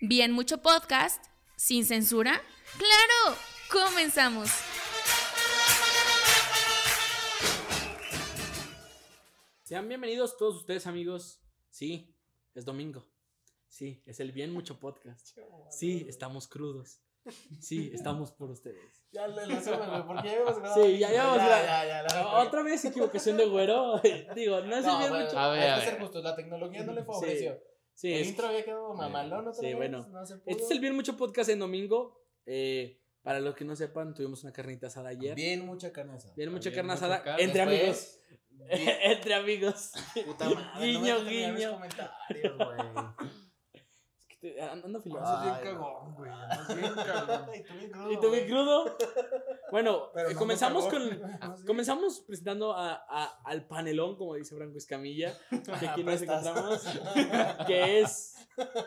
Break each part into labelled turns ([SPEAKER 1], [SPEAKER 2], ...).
[SPEAKER 1] Bien, mucho podcast, sin censura. ¡Claro! ¡Comenzamos!
[SPEAKER 2] Sean bienvenidos todos ustedes, amigos. Sí, es domingo. Sí, es el bien mucho podcast. Sí, este estamos crudos. Sí, estamos por ustedes.
[SPEAKER 3] Ya le lo suben, güey, porque ya hemos grabado.
[SPEAKER 2] Sí, ya llevamos
[SPEAKER 3] Ya,
[SPEAKER 2] la-
[SPEAKER 3] ya, ya, la-
[SPEAKER 2] Otra vez equivocación de güero. Digo, no es el
[SPEAKER 3] No,
[SPEAKER 2] bien
[SPEAKER 3] bueno,
[SPEAKER 2] mucho.
[SPEAKER 4] A ver,
[SPEAKER 3] hay
[SPEAKER 4] a
[SPEAKER 3] que ser
[SPEAKER 4] ver.
[SPEAKER 3] justos, la tecnología no le favoreció.
[SPEAKER 2] Sí,
[SPEAKER 3] el
[SPEAKER 2] es-
[SPEAKER 3] intro había quedado mamalón otra
[SPEAKER 2] Sí,
[SPEAKER 3] vez,
[SPEAKER 2] bueno.
[SPEAKER 3] no se pudo.
[SPEAKER 2] este es el bien mucho podcast en domingo. Eh, para los que no sepan, tuvimos una carnita asada ayer. Bien,
[SPEAKER 3] Bien mucha carne asada.
[SPEAKER 2] mucha
[SPEAKER 4] Bien
[SPEAKER 2] carne
[SPEAKER 4] mucha
[SPEAKER 2] asada
[SPEAKER 4] carne.
[SPEAKER 2] entre amigos.
[SPEAKER 3] Después, bien-
[SPEAKER 2] entre amigos.
[SPEAKER 3] Puta madre,
[SPEAKER 2] Guiño,
[SPEAKER 3] no voy a terminar mis
[SPEAKER 2] guiño.
[SPEAKER 3] comentarios, güey.
[SPEAKER 2] Es que te- Ando filoso.
[SPEAKER 3] Ay,
[SPEAKER 4] bien cagón, güey, andas bien cagón.
[SPEAKER 3] Ay, tú bien crudo,
[SPEAKER 2] ¿Y tú bien
[SPEAKER 3] güey.
[SPEAKER 2] crudo? Bueno,
[SPEAKER 3] Pero
[SPEAKER 2] eh,
[SPEAKER 3] no
[SPEAKER 2] comenzamos
[SPEAKER 3] me
[SPEAKER 2] con...
[SPEAKER 3] cagó. No sé.
[SPEAKER 2] Comenzamos presentando a, a- al panelón, como dice Franco Escamilla, que aquí nos
[SPEAKER 3] Prestas.
[SPEAKER 2] encontramos, que es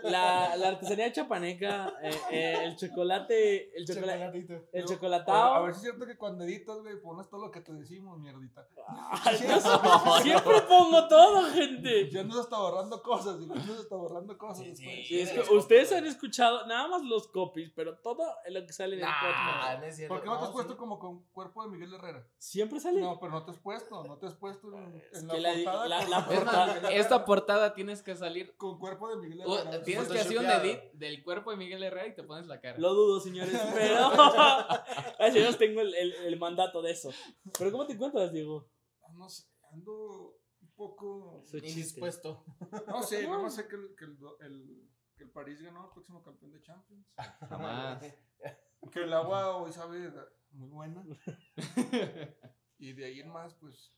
[SPEAKER 2] la, la artesanía chapaneca, eh, eh, el chocolate, el chocolate,
[SPEAKER 3] Chocolatito.
[SPEAKER 2] el
[SPEAKER 5] Yo-
[SPEAKER 2] chocolatado.
[SPEAKER 5] A ver si es cierto que cuando editas, güey, pones todo lo que te decimos, mierdita.
[SPEAKER 2] Ay, yo siempre pongo todo, gente.
[SPEAKER 5] Ya nos está borrando cosas, y ya nos está borrando cosas.
[SPEAKER 3] Sí, sí.
[SPEAKER 5] pues.
[SPEAKER 2] Sí, es que
[SPEAKER 3] los
[SPEAKER 2] ustedes
[SPEAKER 3] copies,
[SPEAKER 2] han escuchado nada más los copies, pero todo lo que sale en el
[SPEAKER 3] Nah,
[SPEAKER 2] podcast.
[SPEAKER 3] no es cierto.
[SPEAKER 5] ¿Por qué no te has
[SPEAKER 3] sí.
[SPEAKER 5] puesto como con cuerpo de Miguel Herrera?
[SPEAKER 2] Siempre sale.
[SPEAKER 5] No, pero no te has puesto, no te has puesto en,
[SPEAKER 2] Es
[SPEAKER 5] en
[SPEAKER 2] que la-
[SPEAKER 5] la portada
[SPEAKER 2] la-
[SPEAKER 5] con-
[SPEAKER 2] la
[SPEAKER 4] Es más, esta portada tienes que salir.
[SPEAKER 5] con cuerpo de Miguel
[SPEAKER 4] o-
[SPEAKER 5] Herrera.
[SPEAKER 4] tienes que hacer un
[SPEAKER 3] Photoshopeado.
[SPEAKER 4] edit del cuerpo de Miguel Herrera y te pones la cara.
[SPEAKER 2] Lo dudo, señores, pero gracias a Dios tengo el, el- el mandato de eso. Pero ¿cómo te encuentras, Diego?
[SPEAKER 5] ah, No sé, ando un poco...
[SPEAKER 2] Su chiste.
[SPEAKER 3] Indispuesto.
[SPEAKER 5] No sé, nada más sé que el, que el, el- que el París ganó el próximo campeón de Champions.
[SPEAKER 4] Jamás.
[SPEAKER 5] Ah, Que el agua hoy sabe muy buena. Y de ahí en más, pues.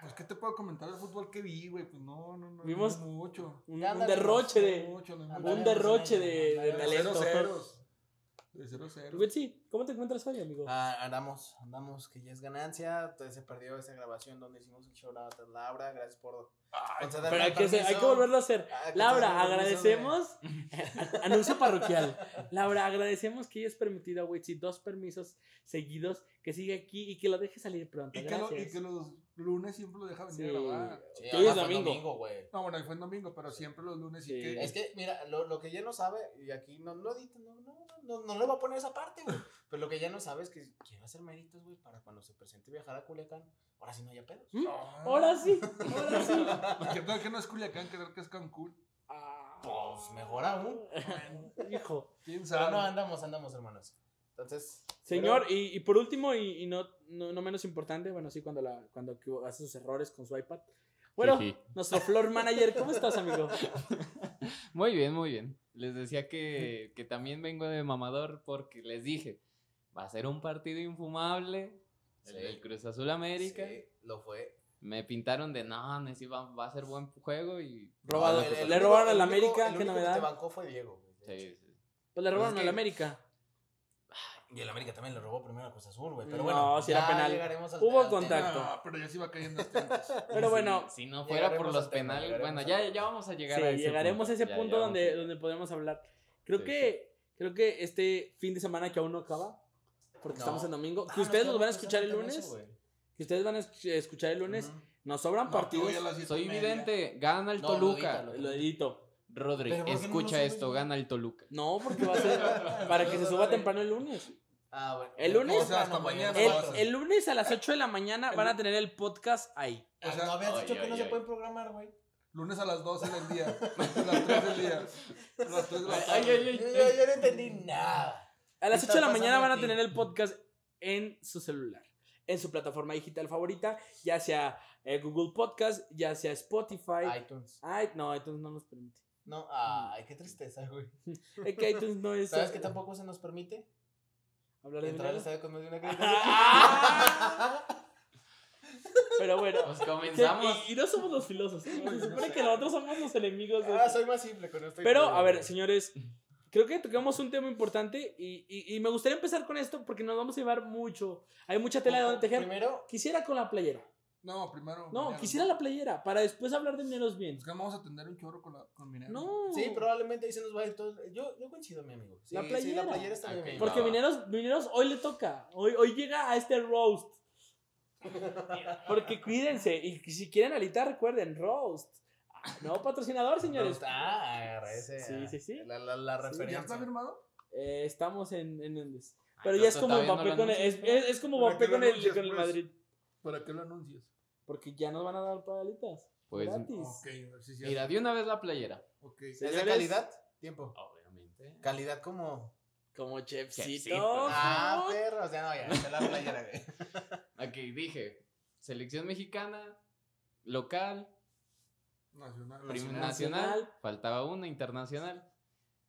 [SPEAKER 5] Pues, ¿qué te puedo comentar del fútbol que vi, güey? Pues no, no, no.
[SPEAKER 2] Vimos-
[SPEAKER 5] no mucho.
[SPEAKER 2] Un,
[SPEAKER 3] Ya
[SPEAKER 2] un
[SPEAKER 3] andaremos,
[SPEAKER 2] derroche
[SPEAKER 5] No
[SPEAKER 2] de.
[SPEAKER 5] mucho, no
[SPEAKER 2] Un
[SPEAKER 5] mucho.
[SPEAKER 3] Andaremos
[SPEAKER 2] derroche
[SPEAKER 3] en
[SPEAKER 2] de,
[SPEAKER 3] ello,
[SPEAKER 2] de
[SPEAKER 5] De cero
[SPEAKER 2] talento.
[SPEAKER 5] ceros. De cero ceros.
[SPEAKER 2] Witsi, ¿cómo te encuentras hoy, amigo?
[SPEAKER 3] Ah, andamos, andamos, que ya es ganancia. Entonces se perdió esa grabación donde hicimos el shout out a Laura. Gracias por concederme
[SPEAKER 2] Pero hay
[SPEAKER 3] el
[SPEAKER 2] que, hacer- hay
[SPEAKER 3] permiso.
[SPEAKER 2] que volverlo a hacer.
[SPEAKER 3] Ah, que
[SPEAKER 2] Laura,
[SPEAKER 3] concederme el permiso
[SPEAKER 2] agradecemos. Eh, Anuncio parroquial. Laura, agradecemos que hayas permitido a Witsi dos permisos seguidos, que siga aquí y que lo deje salir pronto.
[SPEAKER 5] Y que, lo- y
[SPEAKER 2] Gracias.
[SPEAKER 5] que los lunes siempre lo deja venir
[SPEAKER 2] Sí.
[SPEAKER 5] a grabar.
[SPEAKER 3] de- Sí,
[SPEAKER 2] Hoy
[SPEAKER 3] ahora
[SPEAKER 2] es
[SPEAKER 3] fue
[SPEAKER 2] domingo.
[SPEAKER 3] güey.
[SPEAKER 5] No, bueno, ahí fue en domingo, pero siempre los lunes.
[SPEAKER 2] Sí.
[SPEAKER 5] Y que,
[SPEAKER 3] Es que, mira, lo, lo que ya no sabe, y aquí no, no, edita, no, no, no, no le voy a poner esa parte, güey. Pero lo que ya no sabe es que quiero hacer méritos, güey, para cuando se presente viajar a Culiacán. Ahora sí no haya pedos.
[SPEAKER 2] ¿Mm?
[SPEAKER 5] Ah.
[SPEAKER 2] Ahora sí, ahora sí.
[SPEAKER 5] Porque no, que no es Culiacán, que creo que es Cancún.
[SPEAKER 2] Ah.
[SPEAKER 3] Pues, mejor aún.
[SPEAKER 2] Hijo.
[SPEAKER 5] ¿Quién
[SPEAKER 3] Pero no,
[SPEAKER 5] sabe?
[SPEAKER 3] andamos, andamos, hermanos. Entonces.
[SPEAKER 2] Señor, y, y por último, y, y no, no, no menos importante, bueno, sí, cuando, la, cuando que hace sus errores con su iPad. Bueno,
[SPEAKER 4] Jiji.
[SPEAKER 2] nuestro floor manager, ¿cómo estás, amigo?
[SPEAKER 4] Muy bien, muy bien. Les decía que, que también vengo de mamador porque les dije, va a ser un partido infumable.
[SPEAKER 3] Sí.
[SPEAKER 4] El del Cruz Azul América.
[SPEAKER 3] Sí, lo fue.
[SPEAKER 4] Me pintaron de no, Messi va, va a ser buen juego y.
[SPEAKER 2] Robado.
[SPEAKER 4] Ah,
[SPEAKER 3] El- el
[SPEAKER 2] Le
[SPEAKER 3] único-
[SPEAKER 2] robaron
[SPEAKER 3] el
[SPEAKER 2] al
[SPEAKER 3] único-
[SPEAKER 2] América,
[SPEAKER 3] el
[SPEAKER 2] qué
[SPEAKER 3] único que
[SPEAKER 2] novedad.
[SPEAKER 3] te bancó fue Diego, güey. de hecho.
[SPEAKER 4] Sí, sí.
[SPEAKER 2] Pues le robaron
[SPEAKER 3] Es que-
[SPEAKER 2] a la América.
[SPEAKER 3] Y el América también le robó primero a Cruz Azul, güey. Pero
[SPEAKER 2] No,
[SPEAKER 3] bueno,
[SPEAKER 2] si era
[SPEAKER 3] ya
[SPEAKER 2] penal.
[SPEAKER 3] llegaremos al-
[SPEAKER 2] Hubo
[SPEAKER 3] al tema. Ah,
[SPEAKER 2] contacto.
[SPEAKER 5] No, Ah, pero ya se iba cayendo este hasta antes.
[SPEAKER 2] Pero
[SPEAKER 4] Y
[SPEAKER 2] bueno,
[SPEAKER 4] Si, si no fuera por
[SPEAKER 3] llegaremos
[SPEAKER 4] los
[SPEAKER 3] al tema,
[SPEAKER 4] penales.
[SPEAKER 3] llegaremos
[SPEAKER 4] Bueno,
[SPEAKER 3] al
[SPEAKER 4] ya,
[SPEAKER 3] tema.
[SPEAKER 4] ya vamos a llegar
[SPEAKER 2] sí,
[SPEAKER 4] a ese
[SPEAKER 2] llegaremos
[SPEAKER 4] punto.
[SPEAKER 2] a ese
[SPEAKER 4] Ya, ya
[SPEAKER 2] punto
[SPEAKER 4] vamos a
[SPEAKER 2] donde,
[SPEAKER 4] llegar.
[SPEAKER 2] donde podemos hablar. Creo
[SPEAKER 4] Sí,
[SPEAKER 2] que creo que este fin de semana que aún no acaba, porque
[SPEAKER 3] No.
[SPEAKER 2] estamos en domingo,
[SPEAKER 3] Ah,
[SPEAKER 2] que
[SPEAKER 3] nos
[SPEAKER 2] ustedes los
[SPEAKER 3] quedamos
[SPEAKER 2] van a escuchar el
[SPEAKER 3] precisamente
[SPEAKER 2] lunes,
[SPEAKER 3] en eso, güey.
[SPEAKER 2] que ustedes van a esc- escuchar el lunes,
[SPEAKER 3] Ujú.
[SPEAKER 2] nos sobran
[SPEAKER 5] No,
[SPEAKER 2] partidos,
[SPEAKER 5] que voy a las siete
[SPEAKER 4] Soy
[SPEAKER 5] y media.
[SPEAKER 4] vidente, gana el
[SPEAKER 3] No,
[SPEAKER 4] Toluca.
[SPEAKER 3] lo edítalo.
[SPEAKER 2] lo edito.
[SPEAKER 4] Rodri,
[SPEAKER 3] Pero ¿por qué no lo
[SPEAKER 4] escucha
[SPEAKER 3] subes,
[SPEAKER 4] esto,
[SPEAKER 3] güey?
[SPEAKER 4] gana el Toluca.
[SPEAKER 2] No, porque va a ser para que se suba temprano el lunes.
[SPEAKER 3] Ah, bueno.
[SPEAKER 2] El
[SPEAKER 3] Pero
[SPEAKER 2] lunes-
[SPEAKER 3] ¿cómo se
[SPEAKER 5] O
[SPEAKER 3] llama,
[SPEAKER 5] sea, hasta
[SPEAKER 3] güey?
[SPEAKER 5] mañana.
[SPEAKER 2] El,
[SPEAKER 5] Nosotros.
[SPEAKER 2] el lunes a las 8 de la mañana van a tener el podcast ahí.
[SPEAKER 3] Ah,
[SPEAKER 5] O sea,
[SPEAKER 3] no habías dicho
[SPEAKER 4] ay,
[SPEAKER 3] que no
[SPEAKER 4] ay,
[SPEAKER 3] se
[SPEAKER 4] ay.
[SPEAKER 3] pueden programar, güey.
[SPEAKER 5] Lunes a las 12 del día. A las 3 del día. A las 3 de la
[SPEAKER 4] Ay,
[SPEAKER 5] tarde.
[SPEAKER 4] ay, ay.
[SPEAKER 3] Yo, yo- yo no entendí nada.
[SPEAKER 2] A las
[SPEAKER 3] ¿Qué
[SPEAKER 2] 8 de la
[SPEAKER 3] está
[SPEAKER 2] mañana
[SPEAKER 3] pasando
[SPEAKER 2] van a
[SPEAKER 3] aquí?
[SPEAKER 2] tener el podcast en su celular, en su plataforma digital favorita, ya sea eh, Google Podcast, ya sea Spotify.
[SPEAKER 3] iTunes.
[SPEAKER 2] Ay, no, iTunes no nos permite.
[SPEAKER 3] No, ay, qué tristeza, güey.
[SPEAKER 2] Es que iTunes no es
[SPEAKER 3] ¿Sabes que
[SPEAKER 2] eh,
[SPEAKER 3] tampoco se nos permite?
[SPEAKER 2] hablar de
[SPEAKER 3] Entrar
[SPEAKER 2] dinero.
[SPEAKER 3] al estadio con más de una
[SPEAKER 2] Ah.
[SPEAKER 3] acreditación.
[SPEAKER 2] Pero bueno.
[SPEAKER 4] Pues comenzamos.
[SPEAKER 2] Y, y no somos los filosos. ¿eh? Se supone que nosotros somos los enemigos. de-
[SPEAKER 3] Ahora soy más simple con esto.
[SPEAKER 2] Pero, a ver, señores, creo que tocamos un tema importante y, y- y me gustaría empezar con esto porque nos vamos a llevar mucho. Hay mucha tela de donde tejer.
[SPEAKER 3] Primero,
[SPEAKER 2] Quisiera con la playera.
[SPEAKER 5] No, primero.
[SPEAKER 2] No,
[SPEAKER 5] Minero.
[SPEAKER 2] quisiera la playera para después hablar de mineros bien.
[SPEAKER 5] Es que vamos a tener un chorro con, la, con Minero.
[SPEAKER 2] No.
[SPEAKER 3] sí, probablemente ahí se nos va a ir todo. Yo, yo coincido, mi amigo. Sí,
[SPEAKER 2] La
[SPEAKER 3] Sí,
[SPEAKER 2] playera.
[SPEAKER 3] la playera está bien,
[SPEAKER 4] Ok,
[SPEAKER 3] mi amigo.
[SPEAKER 2] Porque
[SPEAKER 4] Va.
[SPEAKER 2] mineros, mineros hoy le toca. Hoy, hoy llega a este roast. Porque cuídense. Y si quieren alitar, recuerden, roast. Ah, No, patrocinador,
[SPEAKER 3] No
[SPEAKER 2] señores.
[SPEAKER 3] está, agradece.
[SPEAKER 2] Sí,
[SPEAKER 3] a-
[SPEAKER 2] sí, sí.
[SPEAKER 3] La, la, la
[SPEAKER 5] ¿Ya
[SPEAKER 3] referencia.
[SPEAKER 5] está firmado?
[SPEAKER 2] Eh, estamos en, en el- Pero
[SPEAKER 4] pero
[SPEAKER 2] ya es
[SPEAKER 4] está
[SPEAKER 2] como
[SPEAKER 4] viendo
[SPEAKER 2] Mbappé
[SPEAKER 4] el
[SPEAKER 2] con el, es,
[SPEAKER 4] anuncio.
[SPEAKER 2] es- es como
[SPEAKER 5] Pero
[SPEAKER 2] Mbappé
[SPEAKER 5] que
[SPEAKER 2] con
[SPEAKER 5] lo
[SPEAKER 2] el,
[SPEAKER 5] anuncias,
[SPEAKER 2] con el
[SPEAKER 5] pues.
[SPEAKER 2] Madrid.
[SPEAKER 5] ¿Para qué lo anuncias?
[SPEAKER 2] Porque ya nos van a dar palitas.
[SPEAKER 4] Pues,
[SPEAKER 2] gratis.
[SPEAKER 5] Ok, sí, sí.
[SPEAKER 4] Mira, de una vez la playera.
[SPEAKER 5] Ok.
[SPEAKER 3] ¿Es de
[SPEAKER 2] Señores.
[SPEAKER 3] calidad? Tiempo.
[SPEAKER 4] Obviamente.
[SPEAKER 3] Calidad como.
[SPEAKER 2] Como
[SPEAKER 4] Chefcito.
[SPEAKER 2] Chefcito.
[SPEAKER 3] Ah, perro. O sea, no, ya, esa es la playera, güey.
[SPEAKER 4] Aquí dije, selección mexicana, local,
[SPEAKER 5] Nacional.
[SPEAKER 4] prim-
[SPEAKER 3] Nacional.
[SPEAKER 4] nacional, faltaba una, internacional.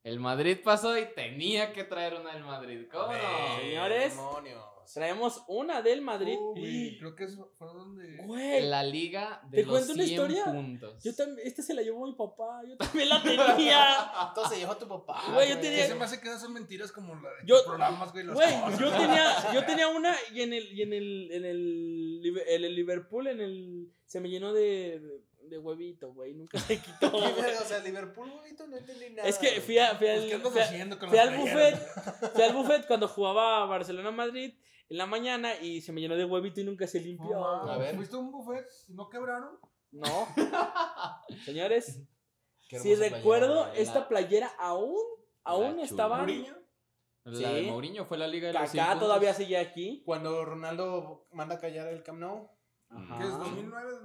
[SPEAKER 4] El Madrid pasó y tenía que traer una del Madrid. ¿Cómo?
[SPEAKER 3] Hombre,
[SPEAKER 4] no?
[SPEAKER 2] señores.
[SPEAKER 3] demonios.
[SPEAKER 2] Traemos una del Madrid.
[SPEAKER 5] Oh, güey,
[SPEAKER 2] Y-
[SPEAKER 5] creo que eso fue donde.
[SPEAKER 2] Güey,
[SPEAKER 4] La liga de
[SPEAKER 2] ¿Te
[SPEAKER 4] los
[SPEAKER 2] cuento una
[SPEAKER 4] 100
[SPEAKER 2] historia?
[SPEAKER 4] puntos.
[SPEAKER 2] yo también, esta se la llevó mi papá, yo también la tenía.
[SPEAKER 3] Entonces llegó tu papá.
[SPEAKER 2] Güey, yo
[SPEAKER 5] Que
[SPEAKER 2] tenía-
[SPEAKER 5] se me hace que esas son mentiras como la de
[SPEAKER 2] Yo-
[SPEAKER 5] los programas, güey. las
[SPEAKER 2] Güey,
[SPEAKER 5] cosas.
[SPEAKER 2] yo tenía, yo tenía una y en el, y en el, en el, Liber- en el Liverpool, en el, se me llenó de, de, de huevito, güey, nunca se quitó.
[SPEAKER 3] ¿Qué
[SPEAKER 2] güey.
[SPEAKER 3] verga? O sea, Liverpool, bonito, no entendí nada.
[SPEAKER 2] Es que fui, a- fui
[SPEAKER 5] Pues,
[SPEAKER 2] al,
[SPEAKER 5] ¿Qué andas
[SPEAKER 2] fui a-
[SPEAKER 5] haciendo con
[SPEAKER 2] fui
[SPEAKER 5] las
[SPEAKER 2] al
[SPEAKER 5] playeras?
[SPEAKER 2] buffet, fui al buffet cuando jugaba Barcelona-Madrid en la mañana y se me llenó de huevito y nunca se limpió.
[SPEAKER 5] No, mames,
[SPEAKER 3] A ver.
[SPEAKER 5] ¿Fuiste a un buffet y no quebraron?
[SPEAKER 2] No. Señores,
[SPEAKER 3] Qué
[SPEAKER 2] si
[SPEAKER 3] hermosa playera,
[SPEAKER 2] recuerdo,
[SPEAKER 3] güey.
[SPEAKER 2] esta playera aún, aún
[SPEAKER 4] chula.
[SPEAKER 2] estaba.
[SPEAKER 4] Mourinho. La de
[SPEAKER 2] Sí.
[SPEAKER 4] Mourinho fue la liga de los 100
[SPEAKER 2] Kaká
[SPEAKER 4] puntos.
[SPEAKER 2] todavía seguía aquí.
[SPEAKER 3] Cuando Ronaldo manda a callar el Camp Nou.
[SPEAKER 5] ¿Qué es?
[SPEAKER 4] Ah.
[SPEAKER 5] ¿2009,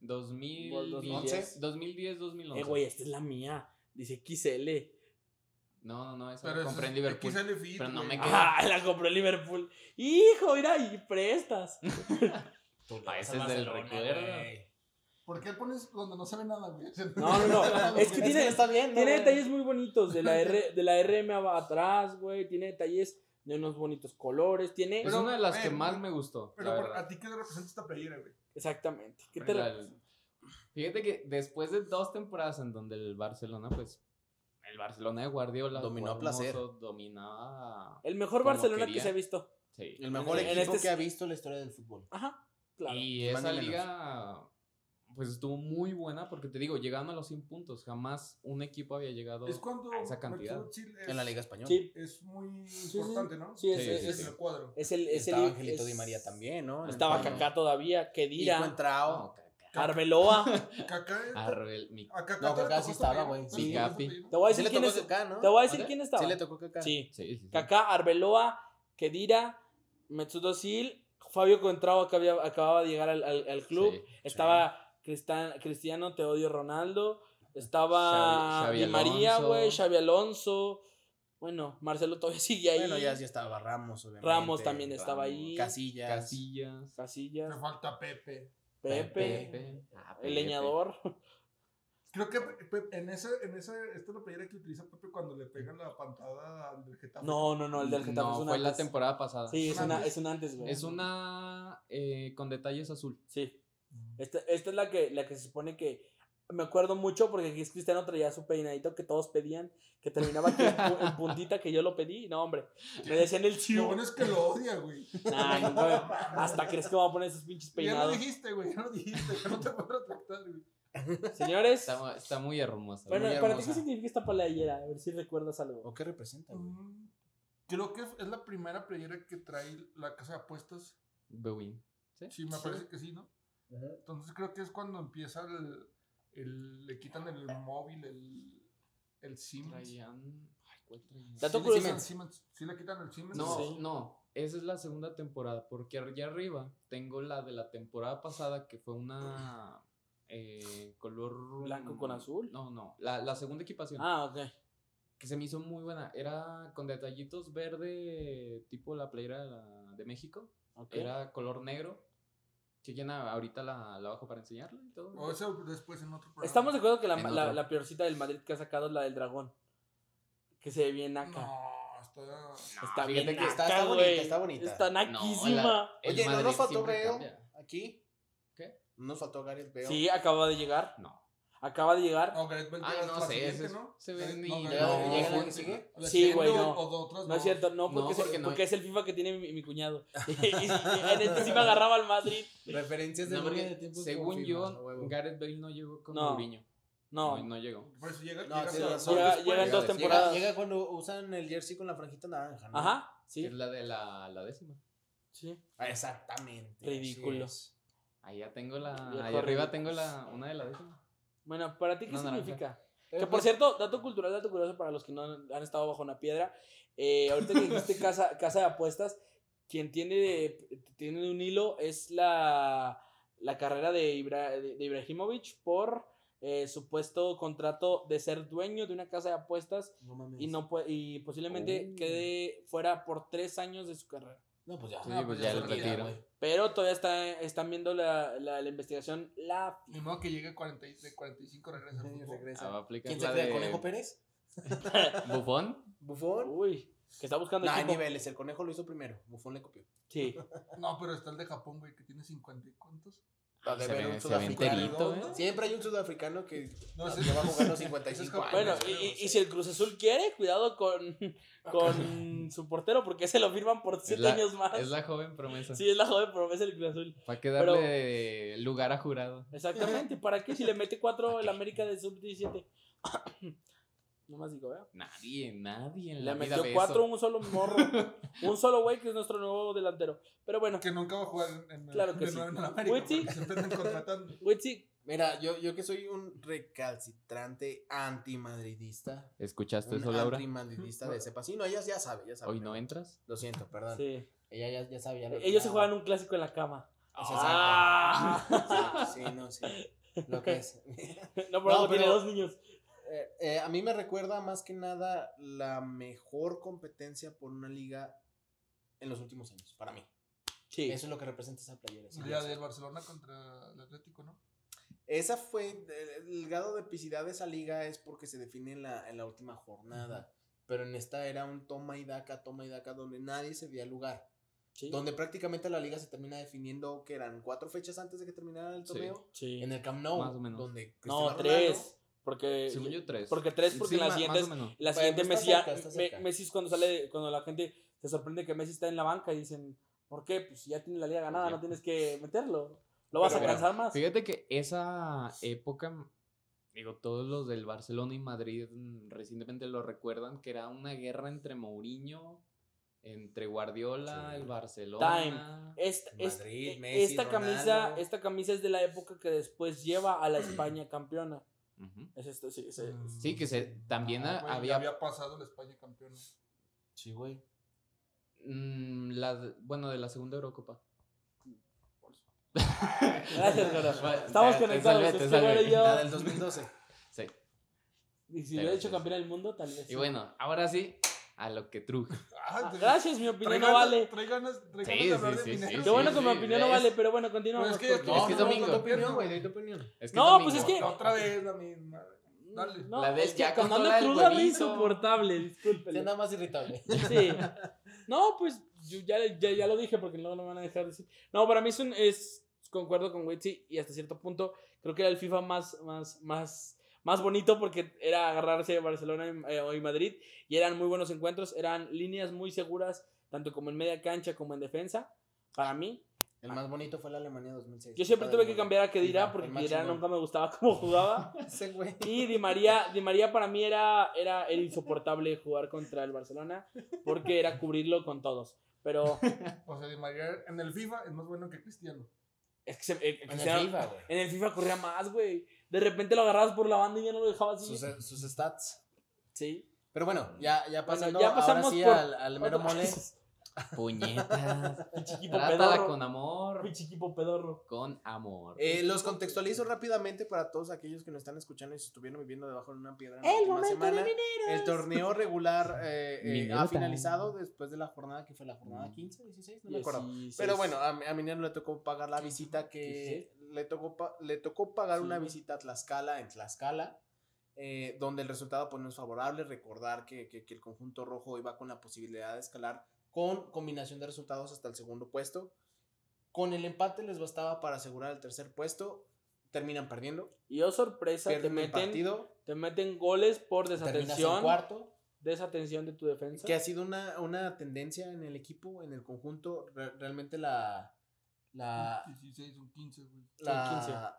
[SPEAKER 5] 2010?
[SPEAKER 4] 2010,
[SPEAKER 3] 2011.
[SPEAKER 4] 2010, 2011.
[SPEAKER 2] Eh, güey, esta es la mía. Dice XL.
[SPEAKER 4] No, no, no, eso
[SPEAKER 5] Pero
[SPEAKER 4] lo
[SPEAKER 5] eso
[SPEAKER 4] compré en
[SPEAKER 5] es
[SPEAKER 4] Liverpool.
[SPEAKER 5] XL Fit,
[SPEAKER 4] pero no
[SPEAKER 5] güey.
[SPEAKER 4] me queda.
[SPEAKER 2] Ah, la compró en Liverpool. Hijo, mira, y prestas.
[SPEAKER 3] Tú
[SPEAKER 4] Ah, ese es del recuerdo.
[SPEAKER 5] ¿Por qué pones donde no se ve nada, güey?
[SPEAKER 2] No, no, no. Es que
[SPEAKER 3] Tiene,
[SPEAKER 2] tiene,
[SPEAKER 3] está bien, ¿no,
[SPEAKER 2] tiene
[SPEAKER 3] güey?
[SPEAKER 2] detalles muy bonitos. De la, R, de la RM va atrás, güey. Tiene detalles de unos bonitos colores. Tiene.
[SPEAKER 4] Es
[SPEAKER 5] Pero,
[SPEAKER 4] una de las
[SPEAKER 5] eh,
[SPEAKER 4] que más
[SPEAKER 5] pero-
[SPEAKER 4] me gustó.
[SPEAKER 5] Pero
[SPEAKER 4] la
[SPEAKER 5] por-
[SPEAKER 4] verdad.
[SPEAKER 5] a ti qué te representa esta playera, güey.
[SPEAKER 2] Exactamente. ¿Qué
[SPEAKER 3] pues
[SPEAKER 2] te
[SPEAKER 4] Pero la-
[SPEAKER 2] representa?
[SPEAKER 4] Fíjate que después de dos temporadas en donde el Barcelona, pues, el Barcelona de Guardiola
[SPEAKER 3] Dominó a
[SPEAKER 4] jugaba
[SPEAKER 3] placer.
[SPEAKER 4] hermoso, Dominaba.
[SPEAKER 2] El mejor
[SPEAKER 4] Como
[SPEAKER 2] Barcelona que
[SPEAKER 4] quería.
[SPEAKER 2] se ha visto.
[SPEAKER 4] Sí.
[SPEAKER 3] El mejor
[SPEAKER 2] En
[SPEAKER 3] equipo
[SPEAKER 2] este-
[SPEAKER 3] que ha visto en la historia del fútbol.
[SPEAKER 2] Ajá, claro.
[SPEAKER 4] Y
[SPEAKER 3] más
[SPEAKER 4] esa
[SPEAKER 3] ni menos.
[SPEAKER 4] liga, pues estuvo muy buena porque te digo, llegaron a los 100 puntos. Jamás un equipo había llegado.
[SPEAKER 5] Es cuando
[SPEAKER 4] a esa cantidad.
[SPEAKER 5] Bertolucci es,
[SPEAKER 3] En la Liga Española.
[SPEAKER 2] Sí,
[SPEAKER 5] es muy
[SPEAKER 2] sí,
[SPEAKER 5] importante, ¿no?
[SPEAKER 2] sí, es,
[SPEAKER 4] Sí,
[SPEAKER 2] es-
[SPEAKER 4] sí,
[SPEAKER 2] es-
[SPEAKER 4] sí.
[SPEAKER 5] En el cuadro.
[SPEAKER 2] es el. Es
[SPEAKER 3] estaba
[SPEAKER 2] el-
[SPEAKER 3] Angelito
[SPEAKER 2] es-
[SPEAKER 3] Di María también, ¿no?
[SPEAKER 2] Estaba
[SPEAKER 4] Antonio.
[SPEAKER 2] Cacá todavía. Que
[SPEAKER 3] Y
[SPEAKER 2] dirá.
[SPEAKER 3] Contrao.
[SPEAKER 4] No, caca.
[SPEAKER 2] Arbeloa.
[SPEAKER 5] Kaká. eh,
[SPEAKER 4] Arbel, mi-
[SPEAKER 5] A Kaká
[SPEAKER 3] No,
[SPEAKER 5] te le
[SPEAKER 3] Kaká
[SPEAKER 5] tocó
[SPEAKER 3] sí
[SPEAKER 5] esta
[SPEAKER 3] estaba,
[SPEAKER 5] playera.
[SPEAKER 3] güey.
[SPEAKER 5] ¿Te
[SPEAKER 4] Sí,
[SPEAKER 5] tocó esta
[SPEAKER 4] Capi.
[SPEAKER 5] playera?
[SPEAKER 2] Te voy a
[SPEAKER 3] Sí
[SPEAKER 2] decir
[SPEAKER 3] le
[SPEAKER 2] quién
[SPEAKER 3] tocó
[SPEAKER 2] es.
[SPEAKER 3] Kaká, ¿no?
[SPEAKER 2] Te voy a decir
[SPEAKER 4] ¿Vale?
[SPEAKER 2] quién estaba.
[SPEAKER 3] Sí le tocó Kaká.
[SPEAKER 2] Sí.
[SPEAKER 4] Sí, sí, sí.
[SPEAKER 2] Kaká, Arbeloa, Kedira, Metsudo Sil, Fabio Contrao que había- acababa de llegar al, al- al club.
[SPEAKER 4] Sí,
[SPEAKER 2] estaba Cristan- Cristiano Teodio Ronaldo. Estaba
[SPEAKER 4] Xavi- Xavi
[SPEAKER 2] Di María,
[SPEAKER 4] Alonso.
[SPEAKER 2] güey, Xavi Alonso. Bueno, Marcelo todavía sigue ahí.
[SPEAKER 3] Bueno, ya, ya estaba Ramos, obviamente.
[SPEAKER 2] Ramos también estaba
[SPEAKER 4] Ramos,
[SPEAKER 2] ahí.
[SPEAKER 3] Casillas.
[SPEAKER 4] Casillas.
[SPEAKER 5] Te
[SPEAKER 2] Casillas,
[SPEAKER 5] falta Pepe.
[SPEAKER 2] Pepe,
[SPEAKER 4] Ah, Pepe.
[SPEAKER 2] el leñador.
[SPEAKER 5] Creo que Pepe- en esa, en esa, esta es la playera que utiliza Pepe cuando le pegan la pantada al del Getafe.
[SPEAKER 2] No, no, no, el del Getafe
[SPEAKER 4] no,
[SPEAKER 2] es un
[SPEAKER 4] fue la
[SPEAKER 2] antes.
[SPEAKER 4] temporada pasada.
[SPEAKER 2] Sí, es,
[SPEAKER 5] Una
[SPEAKER 2] una,
[SPEAKER 5] antes.
[SPEAKER 2] es un antes, güey.
[SPEAKER 4] Es una eh, con detalles azul.
[SPEAKER 2] Sí. Esta, esta es la que, la que se supone que. Me acuerdo mucho porque aquí Cristiano traía su peinadito que todos pedían, que terminaba aquí en, pu- en puntita que yo lo pedí. No, hombre. Me decían el
[SPEAKER 5] Lo
[SPEAKER 2] chivo.
[SPEAKER 5] bueno es que lo odia, güey.
[SPEAKER 2] Nah, nunca me- hasta crees que me voy a poner esos pinches
[SPEAKER 5] Ya lo
[SPEAKER 2] peinados.
[SPEAKER 5] dijiste, güey. Ya lo dijiste. Ya no te puedo retractar, güey.
[SPEAKER 2] Señores,
[SPEAKER 4] Está, está muy hermosa.
[SPEAKER 2] bueno,
[SPEAKER 4] muy
[SPEAKER 2] ¿para ti
[SPEAKER 4] hermosa.
[SPEAKER 2] qué significa esta playera? A ver si recuerdas algo.
[SPEAKER 3] ¿O qué representa, güey?
[SPEAKER 5] Mm, Creo que es la primera playera que trae la casa de apuestas.
[SPEAKER 4] Bewin. ¿Sí?
[SPEAKER 5] Sí, me parece que sí, ¿no? Entonces creo que es cuando empieza el. el- le quitan el móvil, el. El Siemens.
[SPEAKER 4] Traían- ay, ¿cuál traían?
[SPEAKER 2] Dato
[SPEAKER 5] Sí, le
[SPEAKER 2] curioso.
[SPEAKER 5] quitan el Siemens. Sí, le quitan el Siemens.
[SPEAKER 4] No,
[SPEAKER 2] Sí.
[SPEAKER 4] no. Esa es la segunda temporada. Porque allá arriba tengo la de la temporada pasada que fue una. eh, color.
[SPEAKER 2] Blanco con azul.
[SPEAKER 4] No, no. La, la segunda equipación.
[SPEAKER 2] Ah, ok.
[SPEAKER 4] Que se me hizo muy buena. Era con detallitos verde, tipo la playera de, la- de México.
[SPEAKER 2] ok.
[SPEAKER 4] Era color negro. Si quieren, a- ahorita la, la bajo para enseñarla y todo.
[SPEAKER 2] Oh,
[SPEAKER 5] O eso después en otro programa.
[SPEAKER 2] Estamos de acuerdo que la,
[SPEAKER 4] En
[SPEAKER 2] la,
[SPEAKER 4] otro.
[SPEAKER 2] la peorcita del Madrid que ha sacado es la del dragón. Que se ve bien naca.
[SPEAKER 5] No, está.
[SPEAKER 4] No,
[SPEAKER 2] Está
[SPEAKER 4] fíjate
[SPEAKER 2] bien
[SPEAKER 4] que
[SPEAKER 2] naca,
[SPEAKER 3] está- está bonita,
[SPEAKER 2] güey.
[SPEAKER 3] está bonita.
[SPEAKER 2] Está naquísima.
[SPEAKER 4] la- el
[SPEAKER 3] Oye, ¿no
[SPEAKER 4] Madrid
[SPEAKER 3] nos faltó
[SPEAKER 4] siempre
[SPEAKER 3] Bale
[SPEAKER 4] cambia.
[SPEAKER 3] aquí?
[SPEAKER 4] ¿Qué?
[SPEAKER 3] ¿No nos faltó Gareth Bale?
[SPEAKER 2] Sí, acaba de llegar.
[SPEAKER 4] No.
[SPEAKER 2] Acaba de llegar.
[SPEAKER 5] No, Gareth Bale
[SPEAKER 4] Ay,
[SPEAKER 5] llega
[SPEAKER 4] no
[SPEAKER 5] hasta la
[SPEAKER 4] sé,
[SPEAKER 5] siguiente,
[SPEAKER 4] ese-
[SPEAKER 5] ¿no?
[SPEAKER 4] se ve
[SPEAKER 5] Gareth-
[SPEAKER 4] ni-
[SPEAKER 5] Gareth
[SPEAKER 3] ¿Llega-
[SPEAKER 5] Bale
[SPEAKER 3] llega la
[SPEAKER 5] fue-
[SPEAKER 3] que sigue?
[SPEAKER 5] la
[SPEAKER 2] Sí, güey,
[SPEAKER 5] siguiente o-
[SPEAKER 2] no.
[SPEAKER 5] o de otras
[SPEAKER 2] No es cierto, no, porque,
[SPEAKER 4] No,
[SPEAKER 2] se-
[SPEAKER 4] porque no.
[SPEAKER 2] porque es el FIFA que tiene mi, mi cuñado. y, y- en este sí me agarraba al Madrid.
[SPEAKER 3] Referencias de
[SPEAKER 4] No,
[SPEAKER 3] línea
[SPEAKER 4] porque
[SPEAKER 3] de tiempo.
[SPEAKER 4] según
[SPEAKER 3] como
[SPEAKER 4] yo,
[SPEAKER 3] FIFA, huevo.
[SPEAKER 4] Gareth Bale no llegó con
[SPEAKER 2] No.
[SPEAKER 4] Mourinho.
[SPEAKER 2] No,
[SPEAKER 4] No, no llegó.
[SPEAKER 5] Por eso llega.
[SPEAKER 3] No, tienes
[SPEAKER 5] hasta-
[SPEAKER 3] razón.
[SPEAKER 2] Llega-
[SPEAKER 5] después.
[SPEAKER 2] llegan dos
[SPEAKER 5] Llega-
[SPEAKER 2] temporadas.
[SPEAKER 3] Llega, llega cuando usan el jersey con la franjita naranja, ¿no?
[SPEAKER 2] ajá,
[SPEAKER 4] Que
[SPEAKER 2] sí.
[SPEAKER 4] Es la de la, la décima.
[SPEAKER 2] sí.
[SPEAKER 3] Ah, Exactamente.
[SPEAKER 2] Ridículo.
[SPEAKER 3] así es.
[SPEAKER 4] Ahí ya tengo la.
[SPEAKER 2] Viejo
[SPEAKER 4] Ahí arriba
[SPEAKER 2] ridículo.
[SPEAKER 4] tengo la. Una de la décima.
[SPEAKER 2] Bueno, ¿para ti qué
[SPEAKER 4] Una naranja.
[SPEAKER 2] significa? Que por cierto, dato cultural, dato curioso para los que no han han estado bajo una piedra. eh, ahorita que dijiste casa, casa de apuestas, quien tiene, tiene un hilo es la, la carrera de, Ibra- de- de Ibrahimovic por eh, supuesto contrato de ser dueño de una casa de apuestas
[SPEAKER 3] No mames.
[SPEAKER 2] y, no, pue- y posiblemente
[SPEAKER 3] Oh.
[SPEAKER 2] quede fuera por tres años de su carrera.
[SPEAKER 3] No, pues ya.
[SPEAKER 4] Sí,
[SPEAKER 5] Ah,
[SPEAKER 4] pues
[SPEAKER 5] pues
[SPEAKER 4] ya
[SPEAKER 5] ya
[SPEAKER 4] el
[SPEAKER 5] se retira,
[SPEAKER 4] retiro.
[SPEAKER 3] güey.
[SPEAKER 2] Pero todavía está, están viendo la, la- la investigación. La...
[SPEAKER 5] Ni modo que llegue 40 y- de 45 regresa al
[SPEAKER 3] Sí,
[SPEAKER 5] fútbol.
[SPEAKER 4] Ah, va a
[SPEAKER 3] regresa.
[SPEAKER 4] aplicar
[SPEAKER 3] ¿Quién se
[SPEAKER 4] la
[SPEAKER 3] cree?
[SPEAKER 4] de-
[SPEAKER 3] ¿El conejo Pérez?
[SPEAKER 4] ¿Bufón?
[SPEAKER 3] ¿Bufón?
[SPEAKER 2] Uy, que está buscando
[SPEAKER 3] No, hay
[SPEAKER 2] equipo.
[SPEAKER 3] niveles. El conejo lo hizo primero. Bufón le copió.
[SPEAKER 2] Sí.
[SPEAKER 5] No, pero está el de Japón, güey, que tiene 50 y cuántos.
[SPEAKER 3] Ha de
[SPEAKER 4] Ah, Se
[SPEAKER 3] haber
[SPEAKER 4] ve-
[SPEAKER 3] un
[SPEAKER 4] se ve
[SPEAKER 3] sudafricano,
[SPEAKER 4] enterito,
[SPEAKER 3] ¿no?
[SPEAKER 4] ¿eh?
[SPEAKER 3] Siempre hay un sudafricano que
[SPEAKER 5] No sé.
[SPEAKER 3] lleva jugando
[SPEAKER 5] Ese es
[SPEAKER 3] 55
[SPEAKER 5] Japón.
[SPEAKER 2] Bueno,
[SPEAKER 3] años.
[SPEAKER 5] Ay,
[SPEAKER 2] y,
[SPEAKER 5] no,
[SPEAKER 2] y-
[SPEAKER 5] sí.
[SPEAKER 2] y si el Cruz Azul quiere, cuidado con, con su portero, porque se lo firman por siete
[SPEAKER 4] la-
[SPEAKER 2] años más.
[SPEAKER 4] Es la joven promesa.
[SPEAKER 2] Sí, es la joven promesa del Cruz Azul.
[SPEAKER 4] Para que darle lugar a jurado.
[SPEAKER 2] Exactamente, ¿para qué si le mete cuatro
[SPEAKER 4] ¿Para
[SPEAKER 2] el
[SPEAKER 4] qué?
[SPEAKER 2] América de sub-17? Nomás digo, ¿verdad?
[SPEAKER 4] Nadie, nadie en la
[SPEAKER 2] Le
[SPEAKER 4] vida
[SPEAKER 2] metió
[SPEAKER 4] ve
[SPEAKER 2] cuatro
[SPEAKER 4] eso.
[SPEAKER 2] un solo morro. un solo güey que es nuestro nuevo delantero. Pero bueno,
[SPEAKER 5] Que nunca va a jugar en, en
[SPEAKER 2] Claro que
[SPEAKER 5] de
[SPEAKER 2] sí.
[SPEAKER 5] nuevo en el América.
[SPEAKER 2] Uy, sí.
[SPEAKER 5] porque Siempre están contratando.
[SPEAKER 2] Witsi,
[SPEAKER 3] Mira, yo, yo que soy un recalcitrante antimadridista.
[SPEAKER 4] ¿Escuchaste
[SPEAKER 3] Un
[SPEAKER 4] eso, Laura?
[SPEAKER 3] antimadridista de cepa. Sí, no, ella ya sabe, ya sabe.
[SPEAKER 4] ¿Hoy no eh. entras?
[SPEAKER 3] Lo siento, perdón.
[SPEAKER 2] sí.
[SPEAKER 3] Ella ya, ya sabe. Ya lo-
[SPEAKER 2] Ellos se
[SPEAKER 3] ya-
[SPEAKER 2] juegan un clásico en la cama.
[SPEAKER 3] Es
[SPEAKER 2] Ah.
[SPEAKER 3] Sí, sí, no, sí. Lo que es.
[SPEAKER 2] No, por algo
[SPEAKER 3] pero-
[SPEAKER 2] tiene dos niños.
[SPEAKER 3] Eh, eh, a mí me recuerda más que nada la mejor competencia por una liga en los últimos años, para mí.
[SPEAKER 2] Sí.
[SPEAKER 3] Eso es lo que representa esa playera. sí,
[SPEAKER 5] La
[SPEAKER 3] sí.
[SPEAKER 5] del Barcelona contra el Atlético, ¿no?
[SPEAKER 3] Esa fue, el, el grado de epicidad de esa liga es porque se define en la, en la última jornada. Pero en esta era un toma y daca, toma y daca, donde nadie se veía lugar.
[SPEAKER 2] Sí.
[SPEAKER 3] Donde prácticamente la liga se termina definiendo que eran cuatro fechas antes de que terminara el
[SPEAKER 4] Sí.
[SPEAKER 3] torneo.
[SPEAKER 2] Sí.
[SPEAKER 3] En el Camp Nou,
[SPEAKER 4] Más o menos.
[SPEAKER 3] donde
[SPEAKER 2] No,
[SPEAKER 3] Cristiano
[SPEAKER 2] tres. Porque.
[SPEAKER 4] Según yo, tres.
[SPEAKER 2] Eh, Porque tres, porque
[SPEAKER 4] Sí,
[SPEAKER 2] en la
[SPEAKER 4] ma-
[SPEAKER 2] siguiente es
[SPEAKER 4] Más o menos.
[SPEAKER 2] La
[SPEAKER 3] Bueno,
[SPEAKER 2] siguiente
[SPEAKER 3] está
[SPEAKER 2] Messi, ya-
[SPEAKER 3] cerca, está
[SPEAKER 2] Me-
[SPEAKER 3] cerca.
[SPEAKER 2] Messi es cuando sale, cuando la gente se sorprende que Messi está en la banca y dicen, ¿por qué? Pues ya tiene la liga ganada,
[SPEAKER 4] Sí.
[SPEAKER 2] no tienes que meterlo. Lo vas
[SPEAKER 3] Pero
[SPEAKER 2] a
[SPEAKER 3] bueno,
[SPEAKER 2] cansar más.
[SPEAKER 4] Fíjate que esa época, mm, digo, todos los del Barcelona y Madrid mm, recientemente lo recuerdan, que era una guerra entre Mourinho, entre Guardiola,
[SPEAKER 3] Sí.
[SPEAKER 4] el Barcelona.
[SPEAKER 2] Esta, es-
[SPEAKER 3] Madrid,
[SPEAKER 2] eh,
[SPEAKER 3] Messi,
[SPEAKER 2] esta camisa,
[SPEAKER 3] Ronaldo.
[SPEAKER 2] esta camisa es de la época que después lleva a la España campeona.
[SPEAKER 4] Ujú.
[SPEAKER 2] Es esto, sí, sí.
[SPEAKER 3] Mm.
[SPEAKER 4] Sí, que se, también
[SPEAKER 5] Mm. Ah,
[SPEAKER 4] ha-
[SPEAKER 5] güey, ya
[SPEAKER 4] había...
[SPEAKER 5] había pasado la España campeona.
[SPEAKER 3] Sí, güey.
[SPEAKER 4] mm, la de- bueno, de la segunda Eurocopa.
[SPEAKER 2] Gracias, Goro.
[SPEAKER 4] Bueno,
[SPEAKER 2] Estamos
[SPEAKER 4] te- te
[SPEAKER 2] conectados,
[SPEAKER 4] salvé,
[SPEAKER 2] es
[SPEAKER 4] te
[SPEAKER 2] que
[SPEAKER 4] salvé.
[SPEAKER 2] Goro y yo-
[SPEAKER 3] La del 2012.
[SPEAKER 4] Sí.
[SPEAKER 2] Y si hubiera hecho
[SPEAKER 4] Gracias.
[SPEAKER 2] campeón del mundo, tal vez.
[SPEAKER 4] Y bueno, ahora sí, a lo que truje.
[SPEAKER 5] Ah,
[SPEAKER 2] Ah,
[SPEAKER 5] de-
[SPEAKER 2] gracias, mi opinión
[SPEAKER 5] trae
[SPEAKER 2] no
[SPEAKER 5] ganas-
[SPEAKER 2] vale.
[SPEAKER 5] Trae ganas, trae
[SPEAKER 4] Sí,
[SPEAKER 5] ganas de hablar
[SPEAKER 4] sí,
[SPEAKER 5] de
[SPEAKER 4] sí,
[SPEAKER 5] dinero.
[SPEAKER 4] sí,
[SPEAKER 2] Qué bueno que mi
[SPEAKER 4] sí,
[SPEAKER 2] opinión no
[SPEAKER 4] es-
[SPEAKER 2] vale, pero bueno, continuamos.
[SPEAKER 5] Pero es que ya
[SPEAKER 2] porque-
[SPEAKER 4] Es que es
[SPEAKER 5] no,
[SPEAKER 4] domingo.
[SPEAKER 5] no,
[SPEAKER 3] Tu
[SPEAKER 5] no,
[SPEAKER 3] opinión,
[SPEAKER 5] no,
[SPEAKER 3] güey, doy tu opinión.
[SPEAKER 4] Es que
[SPEAKER 2] No,
[SPEAKER 4] domingo.
[SPEAKER 2] pues es que-
[SPEAKER 5] Otra vez la misma. Dale.
[SPEAKER 2] No,
[SPEAKER 4] La vez
[SPEAKER 2] es que
[SPEAKER 4] ya
[SPEAKER 2] Fernando
[SPEAKER 4] controla el
[SPEAKER 2] Cruz la ve
[SPEAKER 4] huevito.
[SPEAKER 2] insoportable, discúlpele.
[SPEAKER 3] Sea nada más irritable.
[SPEAKER 2] Sí. No, pues yo ya, ya, ya lo dije porque no lo van a dejar de decir. No, para mí es un. Es, concuerdo con Witsi y hasta cierto punto creo que era el FIFA más, más, más, más bonito porque era agarrarse Barcelona y, eh, y Madrid y eran muy buenos encuentros, eran líneas muy seguras, tanto como en media cancha como en defensa. Para mí,
[SPEAKER 3] El más bonito fue la Alemania 2006.
[SPEAKER 2] yo siempre tuve que cambiar a Kedira
[SPEAKER 3] FIFA,
[SPEAKER 2] porque
[SPEAKER 3] el más
[SPEAKER 2] Kedira
[SPEAKER 3] chingón.
[SPEAKER 2] nunca me gustaba cómo jugaba.
[SPEAKER 3] Ese güey.
[SPEAKER 2] Y Di María, Di María para mí era, era, era insoportable jugar contra el Barcelona porque era cubrirlo con todos. Pero
[SPEAKER 5] O sea, Di María en el FIFA es más bueno que Cristiano.
[SPEAKER 2] es que se- eh,
[SPEAKER 3] En el
[SPEAKER 2] Cristiano-
[SPEAKER 3] FIFA, güey.
[SPEAKER 2] en el FIFA corría más, güey. De repente lo agarrabas por la banda y ya no lo dejabas así.
[SPEAKER 3] Sus, eh, sus stats.
[SPEAKER 2] Sí.
[SPEAKER 3] Pero bueno, ya, ya pasando
[SPEAKER 2] ya pasamos
[SPEAKER 3] ahora sí
[SPEAKER 2] por
[SPEAKER 3] al, al mero
[SPEAKER 2] Otra-
[SPEAKER 3] mole.
[SPEAKER 4] Puñetas.
[SPEAKER 2] Pinche equipo
[SPEAKER 4] Trátala
[SPEAKER 2] pedorro.
[SPEAKER 4] con amor.
[SPEAKER 2] Pinche equipo pedorro.
[SPEAKER 4] Con amor.
[SPEAKER 3] Eh, los contextualizo rápidamente para todos aquellos que nos están escuchando y se estuvieron viviendo debajo de una piedra en la
[SPEAKER 2] El
[SPEAKER 3] última
[SPEAKER 2] momento de
[SPEAKER 3] semana.
[SPEAKER 2] dinero.
[SPEAKER 3] El torneo regular eh, eh,
[SPEAKER 4] Minero
[SPEAKER 3] ha
[SPEAKER 4] time.
[SPEAKER 3] finalizado después de la jornada que fue la jornada 15, 16, no me acuerdo. Pero bueno, a, a Minero le tocó pagar la visita que le tocó, pa- le tocó pagar
[SPEAKER 2] Sí,
[SPEAKER 3] una
[SPEAKER 2] güey.
[SPEAKER 3] visita a Tlaxcala en Tlaxcala, eh, donde el resultado pues, no es favorable. Recordar que, que- que el conjunto rojo iba con la posibilidad de escalar con combinación de resultados hasta el segundo puesto. Con el empate les bastaba para asegurar el tercer puesto. Terminan perdiendo,
[SPEAKER 2] Y oh sorpresa, te
[SPEAKER 3] pierden el
[SPEAKER 2] meten,
[SPEAKER 3] partido,
[SPEAKER 2] te meten goles por
[SPEAKER 3] terminas en
[SPEAKER 2] desatención.
[SPEAKER 3] cuarto.
[SPEAKER 2] Desatención de tu defensa.
[SPEAKER 3] Que ha sido una, una tendencia en el equipo, en el conjunto. Re- realmente la, la,
[SPEAKER 5] Un 16, un 15, güey.
[SPEAKER 3] la-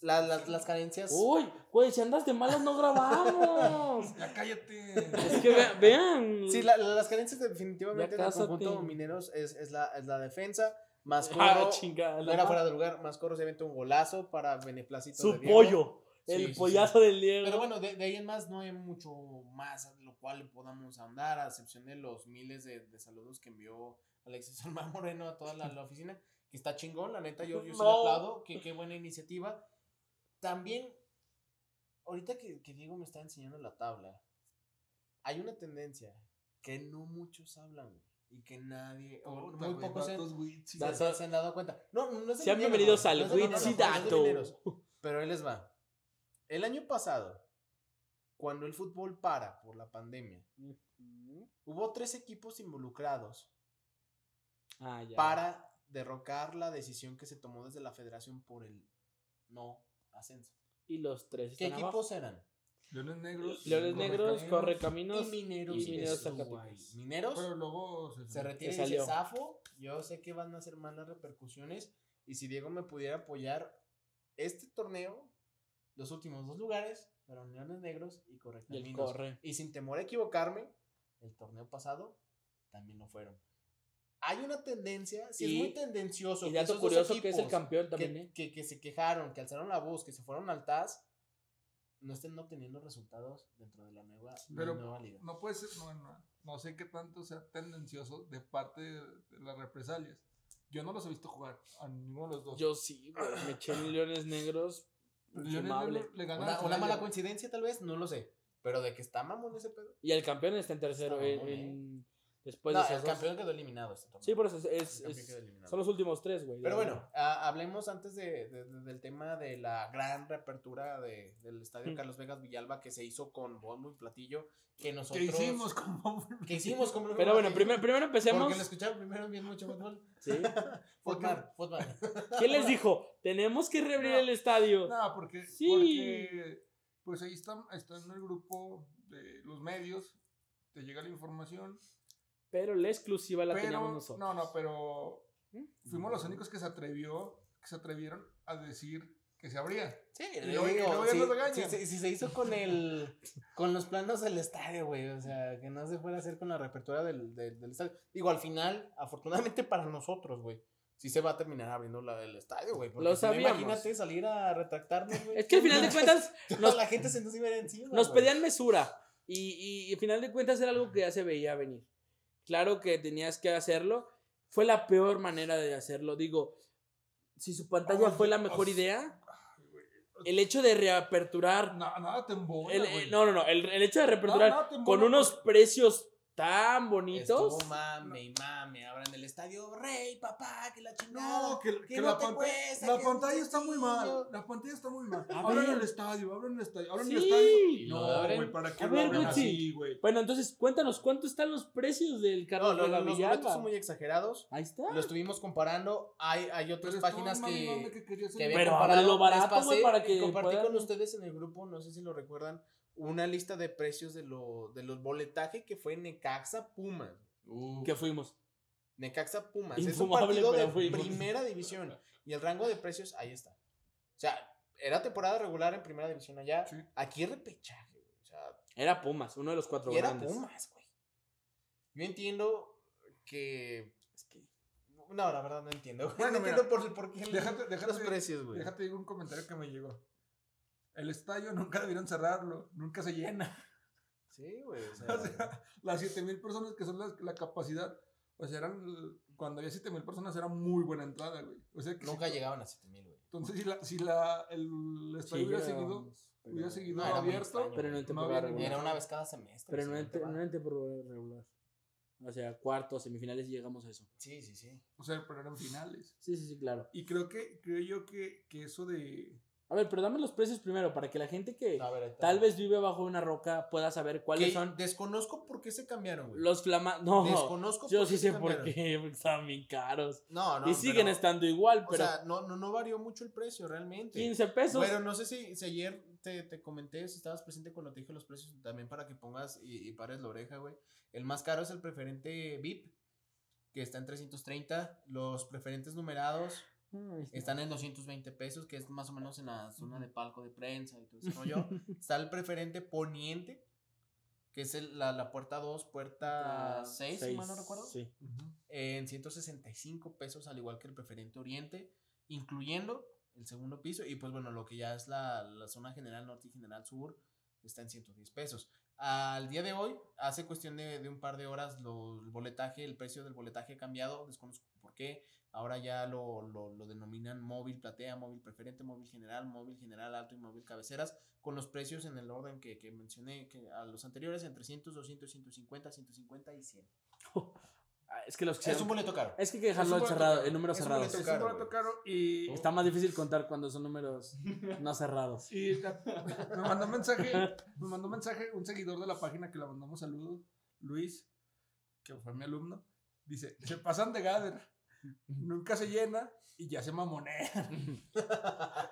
[SPEAKER 2] 15.
[SPEAKER 3] la- las, las carencias.
[SPEAKER 2] Uy, güey, si andas de malas no grabamos.
[SPEAKER 5] Ya cállate.
[SPEAKER 2] Es que vea- vean.
[SPEAKER 3] Sí, la- la- las carencias definitivamente
[SPEAKER 2] Ya
[SPEAKER 3] del
[SPEAKER 2] cásate.
[SPEAKER 3] conjunto mineros es, es la, es la defensa. Más
[SPEAKER 2] Ah,
[SPEAKER 3] coro,
[SPEAKER 2] chinga,
[SPEAKER 3] no
[SPEAKER 2] la-
[SPEAKER 3] era fuera de lugar, más coro se inventó un golazo para beneplacito
[SPEAKER 2] Su
[SPEAKER 3] de Diego.
[SPEAKER 2] pollo. El
[SPEAKER 3] Sí, sí, sí.
[SPEAKER 2] pollazo del Diego.
[SPEAKER 3] Pero bueno, de, de ahí en más no hay mucho más a lo cual podamos andar, a excepción de los miles de, de saludos que envió Alexis Alma Moreno a toda la, la oficina, que está chingón, la neta, yo, yo sí le
[SPEAKER 2] No.
[SPEAKER 3] aplaudo, que qué buena iniciativa. También, ahorita que, que Diego me está enseñando la tabla, hay una tendencia que no muchos hablan güey, y que nadie, o
[SPEAKER 5] Puta,
[SPEAKER 3] muy
[SPEAKER 5] güey,
[SPEAKER 3] pocos se,
[SPEAKER 5] vatos, güey, sí,
[SPEAKER 3] se-
[SPEAKER 5] güey.
[SPEAKER 3] se- se han dado cuenta. No, no es de
[SPEAKER 2] Sean
[SPEAKER 3] dinero,
[SPEAKER 2] bienvenidos
[SPEAKER 3] no
[SPEAKER 2] al
[SPEAKER 3] es de- no, no, no, no, no es de
[SPEAKER 2] Huitzidato.
[SPEAKER 3] dineros. Pero él les va. El año pasado, cuando el fútbol para por la pandemia,
[SPEAKER 2] Mm.
[SPEAKER 3] hubo tres equipos involucrados
[SPEAKER 2] Ah, ya.
[SPEAKER 3] para derrocar la decisión que se tomó desde la federación por el no ascenso.
[SPEAKER 2] Y los tres
[SPEAKER 3] ¿Qué
[SPEAKER 2] están abajo.
[SPEAKER 3] equipos eran?
[SPEAKER 5] Leones negros.
[SPEAKER 2] Leones Negros,
[SPEAKER 5] corre
[SPEAKER 2] Correcaminos.
[SPEAKER 3] mineros.
[SPEAKER 2] y Mineros
[SPEAKER 3] estuvo
[SPEAKER 2] Zacatecas.
[SPEAKER 3] ahí. Mineros
[SPEAKER 5] Pero luego se,
[SPEAKER 3] se retira
[SPEAKER 2] Se
[SPEAKER 3] y dice,
[SPEAKER 2] salió.
[SPEAKER 3] "Zafo, yo sé que van a ser malas repercusiones y si Diego me pudiera apoyar este torneo, los últimos dos lugares fueron Leones Negros y
[SPEAKER 2] Y el
[SPEAKER 3] Correcaminos.
[SPEAKER 2] corre.
[SPEAKER 3] Y sin temor a equivocarme, el torneo pasado también lo fueron. Hay una tendencia, sí
[SPEAKER 2] Y-
[SPEAKER 3] es muy tendencioso.
[SPEAKER 2] Y
[SPEAKER 3] que
[SPEAKER 2] dato
[SPEAKER 3] esos dos
[SPEAKER 2] curioso que es el
[SPEAKER 3] equipos
[SPEAKER 2] campeón
[SPEAKER 3] que-
[SPEAKER 2] también, ¿eh?
[SPEAKER 3] que, que se quejaron, que alzaron la voz, que se fueron al TAS, no estén obteniendo resultados dentro de la nueva,
[SPEAKER 5] Pero-
[SPEAKER 3] nueva liga.
[SPEAKER 5] No puede ser, no, no, no sé qué tanto sea tendencioso de parte de, de las represalias. Yo no los he visto jugar a ninguno de los dos.
[SPEAKER 2] Yo sí, güey, me eché en Leones Negros.
[SPEAKER 5] Leones
[SPEAKER 2] Infumable.
[SPEAKER 5] Negros le ganan
[SPEAKER 3] Una,
[SPEAKER 5] a
[SPEAKER 3] una mala
[SPEAKER 5] Celaya.
[SPEAKER 3] coincidencia tal vez, no lo sé. Pero de que está mamón ese pedo.
[SPEAKER 2] Y el campeón está en tercero.
[SPEAKER 3] Está
[SPEAKER 2] en-
[SPEAKER 3] mamón, ¿eh?
[SPEAKER 2] en- después
[SPEAKER 3] No,
[SPEAKER 2] de esos
[SPEAKER 3] el
[SPEAKER 2] Pues dos.
[SPEAKER 3] campeón quedó eliminado este torneo.
[SPEAKER 2] Sí, por eso es- es-
[SPEAKER 3] El campeón
[SPEAKER 2] es-
[SPEAKER 3] quedó eliminado.
[SPEAKER 2] son los últimos tres, güey.
[SPEAKER 3] Pero
[SPEAKER 2] de-
[SPEAKER 3] bueno, a- hablemos antes de, de- de- del tema de la gran reapertura de- del estadio
[SPEAKER 2] Mm.
[SPEAKER 3] Carlos Vegas Villalba que se hizo con bombo y platillo. Que
[SPEAKER 5] ¿Qué
[SPEAKER 3] nosotros.
[SPEAKER 5] hicimos como
[SPEAKER 3] que hicimos con Bruno
[SPEAKER 2] Pero bueno,
[SPEAKER 3] Martínez,
[SPEAKER 2] primero, primero empecemos.
[SPEAKER 3] Porque lo escucharon primero bien mucho fútbol.
[SPEAKER 2] Sí.
[SPEAKER 3] Fútbol, fútbol.
[SPEAKER 2] ¿Quién les dijo? Tenemos que reabrir el estadio.
[SPEAKER 5] Nada, porque,
[SPEAKER 2] Sí.
[SPEAKER 5] porque, pues ahí están, están en el grupo de los medios, te llega la información.
[SPEAKER 2] Pero la exclusiva la
[SPEAKER 5] pero,
[SPEAKER 2] teníamos nosotros.
[SPEAKER 5] no, no, pero
[SPEAKER 2] ¿Mm?
[SPEAKER 5] fuimos los únicos que se atrevió, que se atrevieron a decir que se abría.
[SPEAKER 3] Sí,
[SPEAKER 5] Y
[SPEAKER 3] le
[SPEAKER 5] luego- y
[SPEAKER 3] digo,
[SPEAKER 5] luego ya
[SPEAKER 3] sí,
[SPEAKER 5] nos regañan.
[SPEAKER 3] sí, sí, sí se hizo con el con los planos del estadio, güey. O sea, que no se fuera a hacer con la reapertura del, del, del estadio. Digo, al final, afortunadamente para nosotros, güey. Sí se va a terminar abriendo la, el estadio, güey. porque
[SPEAKER 2] Lo
[SPEAKER 3] si no,
[SPEAKER 2] sabíamos.
[SPEAKER 3] Imagínate salir a retractarnos, güey.
[SPEAKER 2] Es que al final de cuentas nos-
[SPEAKER 3] la gente se nos iba a ir encima.
[SPEAKER 2] nos
[SPEAKER 3] güey.
[SPEAKER 2] pedían mesura. Y, y, y al final de cuentas era algo que ya se veía venir. Claro que tenías que hacerlo. Fue la peor manera de hacerlo. Digo, si su pantalla
[SPEAKER 5] Oye,
[SPEAKER 2] fue la
[SPEAKER 5] o
[SPEAKER 2] mejor
[SPEAKER 5] sea,
[SPEAKER 2] idea,
[SPEAKER 5] Ay, güey.
[SPEAKER 2] el hecho de reaperturar.
[SPEAKER 5] Na- nada te embona,
[SPEAKER 2] el-
[SPEAKER 5] güey.
[SPEAKER 2] el- no, no, no. El, el hecho de reaperturar
[SPEAKER 5] Nada, nada te
[SPEAKER 2] con
[SPEAKER 5] embona,
[SPEAKER 2] unos precios tan bonitos.
[SPEAKER 3] Estuvo mame y mame, abran el estadio, rey, papá, que la chingada.
[SPEAKER 5] No, que,
[SPEAKER 3] que
[SPEAKER 5] que
[SPEAKER 3] no
[SPEAKER 5] la,
[SPEAKER 3] te
[SPEAKER 5] panta-
[SPEAKER 3] cuesta,
[SPEAKER 5] la
[SPEAKER 3] que es un
[SPEAKER 5] pantalla está muy mal.
[SPEAKER 3] sencillo.
[SPEAKER 5] La pantalla está muy mal.
[SPEAKER 2] A
[SPEAKER 5] Abran
[SPEAKER 2] ver.
[SPEAKER 5] el estadio, abran el estadio, abran el
[SPEAKER 2] Sí.
[SPEAKER 5] estadio.
[SPEAKER 4] Y lo
[SPEAKER 5] No,
[SPEAKER 4] abren.
[SPEAKER 5] güey, ¿para qué
[SPEAKER 2] A
[SPEAKER 5] lo
[SPEAKER 2] ver,
[SPEAKER 5] abren
[SPEAKER 2] Gucci.
[SPEAKER 5] así, güey?
[SPEAKER 2] Bueno, entonces cuéntanos cuánto están los precios del
[SPEAKER 3] No,
[SPEAKER 2] Carlos
[SPEAKER 3] lo-
[SPEAKER 2] Vega
[SPEAKER 3] lo- los
[SPEAKER 2] Villalba?
[SPEAKER 3] boletos son muy exagerados.
[SPEAKER 2] Ahí está.
[SPEAKER 3] Lo estuvimos comparando. Hay, hay otras
[SPEAKER 5] Pero
[SPEAKER 3] páginas
[SPEAKER 5] estuvo mami, mami,
[SPEAKER 3] que,
[SPEAKER 5] quería hacer
[SPEAKER 3] que había
[SPEAKER 5] un-
[SPEAKER 2] Pero
[SPEAKER 3] comparado.
[SPEAKER 2] ábrelo
[SPEAKER 3] Les
[SPEAKER 2] barato, güey,
[SPEAKER 3] pasé
[SPEAKER 2] para
[SPEAKER 3] y
[SPEAKER 2] que
[SPEAKER 3] compartí
[SPEAKER 2] puedan-
[SPEAKER 3] con ustedes en el grupo, no sé si lo recuerdan, una lista de precios de, lo, de los boletaje que fue Necaxa Pumas.
[SPEAKER 4] Uh,
[SPEAKER 2] Que fuimos.
[SPEAKER 3] Necaxa Pumas. Es un
[SPEAKER 2] Infumable,
[SPEAKER 3] partido de
[SPEAKER 2] pero fuimos.
[SPEAKER 3] primera división. Y el rango de precios, ahí está. O sea, era temporada regular en primera división allá.
[SPEAKER 5] Sí.
[SPEAKER 3] Aquí es repechaje, güey. O sea,
[SPEAKER 2] Era Pumas, uno de los cuatro
[SPEAKER 3] y era
[SPEAKER 2] grandes.
[SPEAKER 3] Pumas, güey. Yo entiendo que. Es que. No, la verdad no entiendo. güey.
[SPEAKER 5] Bueno,
[SPEAKER 3] no
[SPEAKER 5] mira,
[SPEAKER 3] entiendo por, por qué
[SPEAKER 5] déjate- déjate-
[SPEAKER 3] los precios, güey.
[SPEAKER 5] Déjate digo un comentario que me llegó. El estadio nunca debieron cerrarlo, nunca se llena.
[SPEAKER 3] Sí, güey. O sea,
[SPEAKER 5] O sea, las 7000 personas que son las- la capacidad, o sea, eran cuando había 7000 personas era muy buena entrada, güey. O sea, que
[SPEAKER 3] nunca
[SPEAKER 5] si-
[SPEAKER 3] llegaban a 7000, güey.
[SPEAKER 5] entonces si la si la el
[SPEAKER 2] Sí,
[SPEAKER 5] estadio hubiera
[SPEAKER 2] era-
[SPEAKER 5] seguido hubiera seguido
[SPEAKER 3] no, era muy
[SPEAKER 5] abierto,
[SPEAKER 3] extraño.
[SPEAKER 2] Pero no en
[SPEAKER 5] No
[SPEAKER 2] temporada
[SPEAKER 5] había
[SPEAKER 2] regular.
[SPEAKER 5] ningún-
[SPEAKER 3] Era una vez cada semestre.
[SPEAKER 2] Pero no en,
[SPEAKER 3] seguramente,
[SPEAKER 2] te-
[SPEAKER 3] va.
[SPEAKER 2] no en temporada regular. O sea, cuartos, semifinales y llegamos a eso.
[SPEAKER 3] Sí, sí, sí.
[SPEAKER 5] o sea, pero eran finales.
[SPEAKER 2] Sí, sí, sí, claro.
[SPEAKER 5] Y creo que creo yo que, que eso de
[SPEAKER 2] A ver, pero dame los precios primero para que la gente que
[SPEAKER 3] No, a ver, ahí está.
[SPEAKER 2] tal vez vive bajo una roca pueda saber cuáles
[SPEAKER 3] Que
[SPEAKER 2] son
[SPEAKER 3] Desconozco por qué se cambiaron, güey.
[SPEAKER 2] los flamas. No,
[SPEAKER 3] Desconozco
[SPEAKER 2] yo
[SPEAKER 3] por
[SPEAKER 2] sí
[SPEAKER 3] qué se
[SPEAKER 2] sé por
[SPEAKER 3] cambiaron.
[SPEAKER 2] qué, porque estaban bien caros.
[SPEAKER 3] No, no.
[SPEAKER 2] y siguen
[SPEAKER 3] pero-
[SPEAKER 2] estando igual,
[SPEAKER 3] O
[SPEAKER 2] pero
[SPEAKER 3] sea, no, no, no varió mucho el precio realmente.
[SPEAKER 2] 15 pesos.
[SPEAKER 3] Bueno, no sé si, si ayer te, te comenté, si estabas presente cuando te dije los precios, también para que pongas y, y pares la oreja, güey. El más caro es el preferente VIP, que está en 330. Los preferentes numerados
[SPEAKER 2] Ay,
[SPEAKER 3] están en 220 pesos, que es más o menos en la zona de palco de prensa y todo ese rollo. está el preferente poniente, que es el- la, la puerta 2, puerta 6, si
[SPEAKER 2] seis,
[SPEAKER 3] mal no recuerdo
[SPEAKER 2] Sí.
[SPEAKER 5] ujú,
[SPEAKER 3] en 165 pesos, al igual que el preferente Oriente, incluyendo el segundo piso. Y pues bueno, lo que ya es la, la zona general norte y general sur está en 110 pesos. Al día de hoy, hace cuestión de, de un par de horas, lo- el boletaje, el precio del boletaje ha cambiado, desconozco por qué. Ahora ya lo, lo- lo denominan móvil platea, móvil preferente, móvil general, móvil general alto y móvil cabeceras, con los precios en el orden que, que mencioné que a los anteriores, entre 300, 200, 150, 150 y 100.
[SPEAKER 2] Ah, Es que los que
[SPEAKER 3] Es un
[SPEAKER 2] sean-
[SPEAKER 3] boleto caro.
[SPEAKER 2] Es que hay que
[SPEAKER 5] Es un
[SPEAKER 2] dejarlo
[SPEAKER 5] boleto
[SPEAKER 2] cerrado,
[SPEAKER 5] caro.
[SPEAKER 2] en números
[SPEAKER 3] Es un
[SPEAKER 2] cerrados. Oh.
[SPEAKER 3] boleto
[SPEAKER 5] Es un
[SPEAKER 3] caro,
[SPEAKER 5] boleto
[SPEAKER 3] güey.
[SPEAKER 5] caro y.
[SPEAKER 2] Está más difícil contar cuando son números no cerrados.
[SPEAKER 5] Y la- me mandó un mensaje, me mandó un mensaje un seguidor de la página que le mandamos saludos, Luis, que fue mi alumno. Dice, se pasan de gather, nunca se llena y ya se mamonea.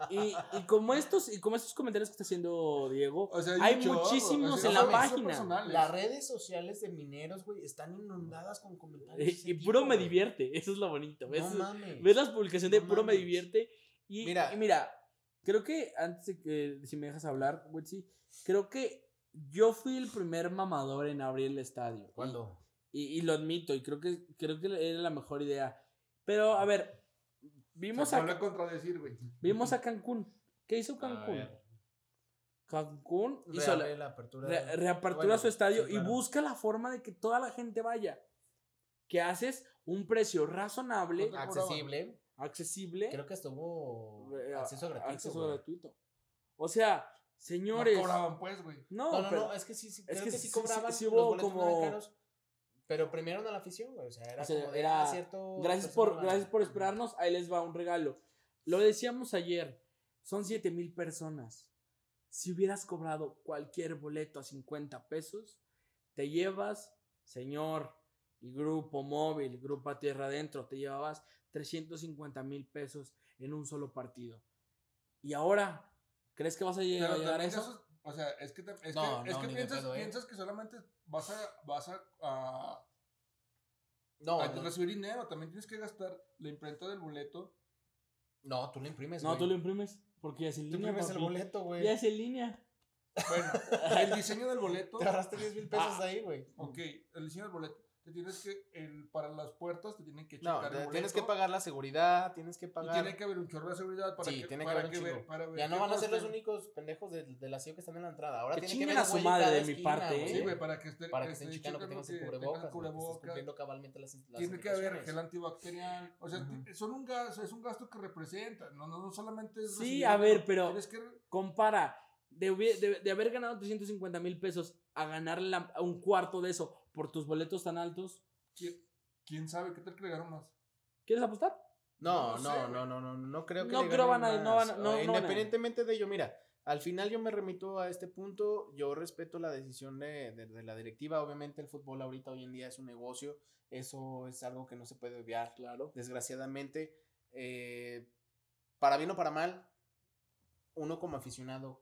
[SPEAKER 2] Y, y como estos y como estos comentarios que está haciendo Diego,
[SPEAKER 5] O sea,
[SPEAKER 2] Hay
[SPEAKER 5] un chorro,
[SPEAKER 2] muchísimos
[SPEAKER 5] o sea,
[SPEAKER 3] en la
[SPEAKER 5] son- son
[SPEAKER 2] página.
[SPEAKER 5] personales.
[SPEAKER 3] Las redes sociales de mineros, güey, están inundadas con comentarios. de
[SPEAKER 2] Eh, y,
[SPEAKER 3] ese
[SPEAKER 2] y puro
[SPEAKER 3] tipo,
[SPEAKER 2] me
[SPEAKER 3] güey.
[SPEAKER 2] divierte, eso es lo bonito. ¿ves?
[SPEAKER 3] No mames.
[SPEAKER 2] Ves las publicaciones de
[SPEAKER 3] No
[SPEAKER 2] puro me
[SPEAKER 3] mames.
[SPEAKER 2] divierte. Y y mira,
[SPEAKER 3] Mira.
[SPEAKER 2] creo que antes de que si me dejas hablar, Witsi, creo que yo fui el primer mamador en abrir el estadio.
[SPEAKER 3] ¿Cuándo?
[SPEAKER 2] Y, y lo admito, y creo que, creo que era la mejor idea. Pero, a ver,
[SPEAKER 5] O
[SPEAKER 2] vimos,
[SPEAKER 5] sea,
[SPEAKER 2] a,
[SPEAKER 5] no le contradecir, güey.
[SPEAKER 2] vimos a Cancún. ¿Qué hizo
[SPEAKER 4] A
[SPEAKER 2] Cancún?
[SPEAKER 4] ver.
[SPEAKER 2] Cancún hizo la,
[SPEAKER 3] Reabre la apertura.
[SPEAKER 2] Re-
[SPEAKER 3] del-
[SPEAKER 2] reapertura
[SPEAKER 3] Bueno,
[SPEAKER 2] su estadio
[SPEAKER 3] sí, claro.
[SPEAKER 2] y busca la forma de que toda la gente vaya. Que haces un precio razonable,
[SPEAKER 5] Otra-
[SPEAKER 3] accesible.
[SPEAKER 2] accesible,
[SPEAKER 3] Pues Creo que estuvo
[SPEAKER 2] eh,
[SPEAKER 3] acceso gratuito.
[SPEAKER 2] acceso
[SPEAKER 3] güey.
[SPEAKER 2] gratuito. O sea, señores.
[SPEAKER 5] No
[SPEAKER 2] No,
[SPEAKER 5] cobraban, pues, güey.
[SPEAKER 3] No, no,
[SPEAKER 2] pero-
[SPEAKER 3] no, es que sí, sí,
[SPEAKER 2] es
[SPEAKER 3] creo
[SPEAKER 2] que
[SPEAKER 3] que,
[SPEAKER 2] sí,
[SPEAKER 3] sí
[SPEAKER 2] sí,
[SPEAKER 3] cobraban.
[SPEAKER 2] sí
[SPEAKER 3] los
[SPEAKER 2] hubo
[SPEAKER 3] boletos no eran
[SPEAKER 2] como-
[SPEAKER 3] caros, pero premiaron a la afición, güey. O sea, era
[SPEAKER 2] O sea,
[SPEAKER 3] como de,
[SPEAKER 2] era-
[SPEAKER 3] ah, cierto.
[SPEAKER 2] Gracias
[SPEAKER 3] persona
[SPEAKER 2] por,
[SPEAKER 3] va-
[SPEAKER 2] gracias por esperarnos. Ahí les va un regalo. Lo decíamos ayer. Son 7 mil personas. Si hubieras cobrado cualquier boleto a 50 pesos, te llevas, señor, y grupo móvil, grupo a tierra adentro, te llevabas 350 mil pesos en un solo partido. Y ahora, ¿crees que vas a llegar,
[SPEAKER 5] Pero
[SPEAKER 2] llegar a
[SPEAKER 5] también
[SPEAKER 2] eso?
[SPEAKER 5] eso- o sea, es que, te- es
[SPEAKER 3] No,
[SPEAKER 5] que, es
[SPEAKER 3] no,
[SPEAKER 5] que
[SPEAKER 3] ni de
[SPEAKER 5] piensas,
[SPEAKER 3] pedo, ¿eh?
[SPEAKER 5] piensas que solamente vas a, vas a, a-
[SPEAKER 3] No,
[SPEAKER 5] a
[SPEAKER 3] no,
[SPEAKER 5] recibir dinero. También tienes que gastar la imprenta del boleto.
[SPEAKER 3] no, tú lo imprimes.
[SPEAKER 2] No,
[SPEAKER 3] güey.
[SPEAKER 2] tú lo imprimes, porque ya es en
[SPEAKER 3] Tú
[SPEAKER 2] línea.
[SPEAKER 3] imprimes el
[SPEAKER 2] papi.
[SPEAKER 3] boleto, güey.
[SPEAKER 2] Ya es en línea.
[SPEAKER 5] Bueno, el diseño del boleto.
[SPEAKER 3] Te ahorraste 10 mil pesos
[SPEAKER 2] Ah.
[SPEAKER 3] ahí, güey.
[SPEAKER 5] Ok, el diseño del boleto. Te tienes que, el, para las puertas te tienen que
[SPEAKER 3] No,
[SPEAKER 5] checar el
[SPEAKER 3] te-
[SPEAKER 5] boleto.
[SPEAKER 3] tienes que pagar la seguridad, tienes que
[SPEAKER 5] Y
[SPEAKER 3] pagar.
[SPEAKER 5] tiene que haber un chorro de seguridad para
[SPEAKER 3] Sí,
[SPEAKER 5] que,
[SPEAKER 3] tiene que
[SPEAKER 5] para
[SPEAKER 3] haber un
[SPEAKER 5] ver-
[SPEAKER 3] chingo.
[SPEAKER 5] para ver
[SPEAKER 3] Ya no
[SPEAKER 5] qué
[SPEAKER 3] van a ser los
[SPEAKER 5] cuestan.
[SPEAKER 3] únicos pendejos del de que están en la entrada. Ahora
[SPEAKER 2] Que
[SPEAKER 3] tiene
[SPEAKER 2] chinguen
[SPEAKER 3] que
[SPEAKER 2] a
[SPEAKER 3] haber
[SPEAKER 2] su
[SPEAKER 3] un güey en
[SPEAKER 2] madre
[SPEAKER 3] cada
[SPEAKER 2] de mi
[SPEAKER 3] esquina,
[SPEAKER 2] parte, ¿eh?
[SPEAKER 5] Sí,
[SPEAKER 3] güey.
[SPEAKER 5] güey, este, para que esté
[SPEAKER 3] Para que estén
[SPEAKER 5] esté
[SPEAKER 3] checando que tengas el
[SPEAKER 5] checando
[SPEAKER 3] cubrebocas,
[SPEAKER 5] tengas
[SPEAKER 3] güey, que estés
[SPEAKER 5] cubrebocas.
[SPEAKER 3] cumpliendo cabalmente las, las
[SPEAKER 5] Tiene que haber
[SPEAKER 3] indicaciones.
[SPEAKER 5] gel antibacterial. O sea,
[SPEAKER 3] Ujú.
[SPEAKER 5] ti- son un gas, es un gasto que representa. No, no, no solamente es.
[SPEAKER 2] Sí,
[SPEAKER 5] recibir
[SPEAKER 2] a ver,
[SPEAKER 5] dinero,
[SPEAKER 2] pero-
[SPEAKER 5] tienes que-
[SPEAKER 2] compara de, hubie- de- de haber ganado 350 mil pesos a ganar la- a un cuarto de eso por tus boletos tan altos.
[SPEAKER 5] ¿quién, quién sabe qué te agregaron más?
[SPEAKER 2] ¿Quieres apostar?
[SPEAKER 3] No,
[SPEAKER 5] No sé,
[SPEAKER 3] no,
[SPEAKER 5] güey.
[SPEAKER 3] no, no, no, no creo que
[SPEAKER 2] No
[SPEAKER 3] le
[SPEAKER 2] creo
[SPEAKER 3] ganen
[SPEAKER 2] van a- no
[SPEAKER 3] más.
[SPEAKER 2] van a- no-
[SPEAKER 3] Eh,
[SPEAKER 2] no van a-
[SPEAKER 3] Independientemente de ello, mira, al final yo me remito a este punto, yo respeto la decisión de, de- de la directiva, obviamente el fútbol ahorita hoy en día es un negocio, eso es algo que no se puede obviar,
[SPEAKER 2] Claro.
[SPEAKER 3] desgraciadamente, eh, para bien o para mal, uno como aficionado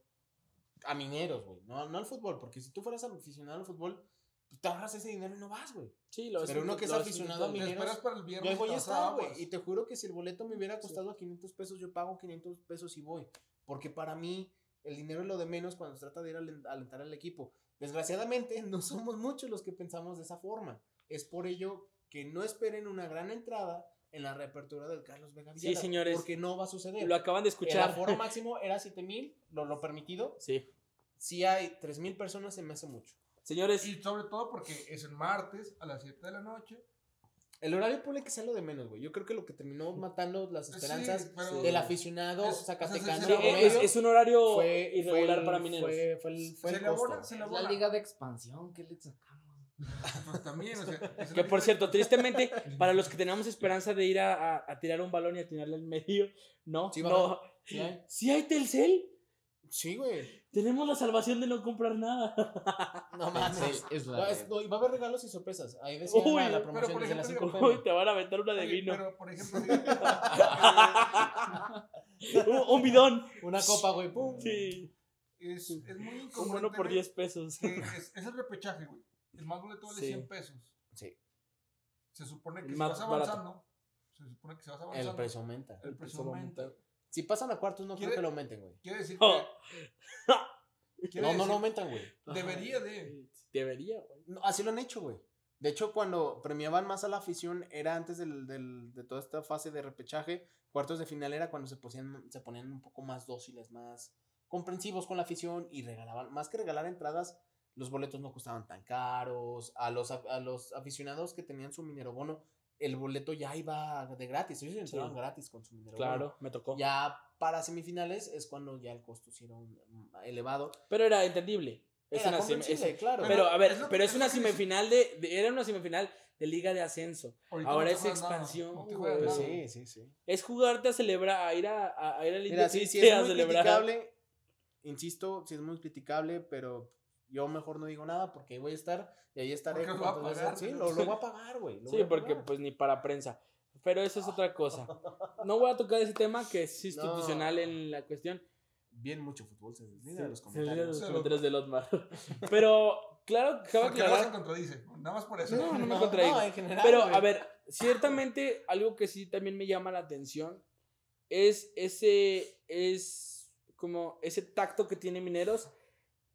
[SPEAKER 3] a mineros, güey, no, no al fútbol, porque si tú fueras aficionado al fútbol, pues te ahorras ese dinero y no vas, güey.
[SPEAKER 2] Sí, lo
[SPEAKER 3] Pero uno que es
[SPEAKER 2] lo
[SPEAKER 3] aficionado a
[SPEAKER 5] Te
[SPEAKER 2] intentado.
[SPEAKER 3] Mineros,
[SPEAKER 5] esperas para el
[SPEAKER 3] Yo
[SPEAKER 5] viernes.
[SPEAKER 3] ahí voy a
[SPEAKER 5] te vas a
[SPEAKER 3] estar, güey.
[SPEAKER 5] Aguas.
[SPEAKER 3] Y te juro que si el boleto me hubiera costado 500 pesos, yo pago 500 pesos y voy. Porque para mí, el dinero es lo de menos cuando se trata de ir a alen- a alentar al equipo. Desgraciadamente, no somos muchos los que pensamos de esa forma. Es por ello que no esperen una gran entrada en la reapertura del Carlos Vega
[SPEAKER 2] Sí,
[SPEAKER 3] Villar.
[SPEAKER 2] señores.
[SPEAKER 3] Porque no va a suceder.
[SPEAKER 2] Lo acaban de
[SPEAKER 3] El
[SPEAKER 2] escuchar.
[SPEAKER 3] aforo máximo era 7000, lo, lo permitido.
[SPEAKER 2] Sí.
[SPEAKER 3] Si hay 3000 personas, se me hace mucho.
[SPEAKER 2] Señores,
[SPEAKER 5] Y sobre todo porque es el martes a las 7 de la noche. Eh,
[SPEAKER 3] El horario pone que sea lo de menos, güey. Yo creo que lo que terminó matando las
[SPEAKER 5] Sí,
[SPEAKER 3] esperanzas
[SPEAKER 5] pero-
[SPEAKER 3] del aficionado
[SPEAKER 5] Es-
[SPEAKER 3] zacatecano
[SPEAKER 5] es-
[SPEAKER 2] sí,
[SPEAKER 5] Pero
[SPEAKER 2] es,
[SPEAKER 3] promedio
[SPEAKER 2] es un horario
[SPEAKER 3] fue
[SPEAKER 2] irregular
[SPEAKER 3] fue el-
[SPEAKER 2] para Mineros.
[SPEAKER 3] Fue, fue el, fue
[SPEAKER 5] se
[SPEAKER 3] el
[SPEAKER 5] le abona,
[SPEAKER 3] costo.
[SPEAKER 5] se le
[SPEAKER 4] Es la
[SPEAKER 5] abona.
[SPEAKER 4] liga de expansión, ¿qué le sacamos?
[SPEAKER 5] Pues también, o sea. es la
[SPEAKER 2] Que
[SPEAKER 5] liga
[SPEAKER 2] por
[SPEAKER 5] de-
[SPEAKER 2] cierto, tristemente, para los que teníamos esperanza de ir a, a- a tirar un balón y atinarle al medio, no,
[SPEAKER 3] Sí,
[SPEAKER 2] no.
[SPEAKER 3] bajaron. Sí, hay-
[SPEAKER 2] Si hay Telcel,
[SPEAKER 3] Sí, güey.
[SPEAKER 2] tenemos la salvación de no comprar nada.
[SPEAKER 3] No mames.
[SPEAKER 4] es
[SPEAKER 3] No,
[SPEAKER 4] la
[SPEAKER 3] es-
[SPEAKER 4] liga.
[SPEAKER 3] no, y va a haber regalos y sorpresas. Ahí decía
[SPEAKER 2] Uy,
[SPEAKER 3] la, la
[SPEAKER 2] pero
[SPEAKER 3] promoción
[SPEAKER 5] por
[SPEAKER 3] desde las
[SPEAKER 5] ejemplo,
[SPEAKER 3] 5
[SPEAKER 2] Uy, te van a aventar una de
[SPEAKER 5] Oye,
[SPEAKER 2] vino.
[SPEAKER 5] Pero, por ejemplo, fíjate,
[SPEAKER 2] Un, un bidón.
[SPEAKER 3] Una copa, güey. Pum.
[SPEAKER 2] Sí.
[SPEAKER 5] eh, es, es muy
[SPEAKER 2] Un
[SPEAKER 5] incongruente.
[SPEAKER 2] uno por
[SPEAKER 5] güey,
[SPEAKER 2] 10 pesos.
[SPEAKER 5] que Es, es el repechaje, güey. El más boleto vale
[SPEAKER 2] Sí.
[SPEAKER 5] 100 pesos.
[SPEAKER 3] Sí.
[SPEAKER 5] Se supone que
[SPEAKER 2] El
[SPEAKER 5] si
[SPEAKER 2] más
[SPEAKER 5] vas
[SPEAKER 2] barato.
[SPEAKER 5] avanzando, se supone que si vas avanzando,
[SPEAKER 3] El precio aumenta.
[SPEAKER 5] el precio aumenta.
[SPEAKER 3] Si pasan a cuartos, no creo
[SPEAKER 5] ¿Quiere-
[SPEAKER 3] que lo aumenten, güey.
[SPEAKER 5] Quiere decir
[SPEAKER 2] Oh.
[SPEAKER 5] que quiere
[SPEAKER 3] No, no
[SPEAKER 5] decir-
[SPEAKER 3] lo aumentan, güey.
[SPEAKER 5] Debería de.
[SPEAKER 2] Debería, güey.
[SPEAKER 3] No, Así lo han hecho, güey. De hecho, cuando premiaban más a la afición, era antes del, del- de toda esta fase de repechaje. Cuartos de final era cuando se ponían, se ponían un poco más dóciles, más comprensivos con la afición y regalaban, más que regalar entradas, los boletos no costaban tan caros. A los, a- a los aficionados que tenían su minero bono, el boleto ya iba de gratis. Ellos entraban gratis con su minero bono.
[SPEAKER 2] Claro, me tocó.
[SPEAKER 3] Ya para semifinales es cuando ya el costo sí era un- un elevado.
[SPEAKER 2] Pero era entendible. Es
[SPEAKER 3] Era
[SPEAKER 2] una semi- es-
[SPEAKER 3] comprensible, claro.
[SPEAKER 2] pero a ver,
[SPEAKER 5] es lo que
[SPEAKER 2] pero es
[SPEAKER 5] pasa
[SPEAKER 2] una
[SPEAKER 5] que es-
[SPEAKER 2] semifinal de, de- era una semifinal de liga de ascenso.
[SPEAKER 5] Ahorita
[SPEAKER 2] Ahora
[SPEAKER 5] no te
[SPEAKER 2] es
[SPEAKER 5] juegas nada,
[SPEAKER 2] expansión,
[SPEAKER 5] no te juegas
[SPEAKER 2] güey.
[SPEAKER 3] sí,
[SPEAKER 5] nada.
[SPEAKER 3] sí, sí.
[SPEAKER 2] Es jugarte a celebrar, a ir a, a, a ir al
[SPEAKER 3] Mira, sí,
[SPEAKER 2] Independiente
[SPEAKER 3] sí es
[SPEAKER 2] a
[SPEAKER 3] muy
[SPEAKER 2] celebrar.
[SPEAKER 3] criticable, insisto, sí es muy criticable, pero yo mejor no digo nada porque voy a estar y ahí estaré.
[SPEAKER 5] Porque lo va a
[SPEAKER 3] cuando yo sea-
[SPEAKER 5] pagar.
[SPEAKER 3] Sí, lo, lo voy a pagar, güey. lo
[SPEAKER 2] Sí,
[SPEAKER 3] voy a
[SPEAKER 2] porque
[SPEAKER 3] pagar.
[SPEAKER 2] pues ni para prensa. Pero eso es otra cosa. No voy a tocar ese tema que es
[SPEAKER 3] No.
[SPEAKER 2] institucional en la cuestión.
[SPEAKER 3] Bien mucho fútbol, se deslina
[SPEAKER 2] Se-
[SPEAKER 3] de los
[SPEAKER 2] se olvida de los
[SPEAKER 3] comentarios.
[SPEAKER 5] Se lo-
[SPEAKER 2] comentarios del Otmar. Pero claro, cabe
[SPEAKER 5] Porque no se
[SPEAKER 2] aclarar.
[SPEAKER 5] contradice. Nada más por eso.
[SPEAKER 2] No, no me
[SPEAKER 3] No,
[SPEAKER 2] contradigo.
[SPEAKER 3] no, en general,
[SPEAKER 2] Pero,
[SPEAKER 3] güey.
[SPEAKER 2] a ver, ciertamente algo que sí también me llama la atención es ese, es como ese tacto que tiene Mineros.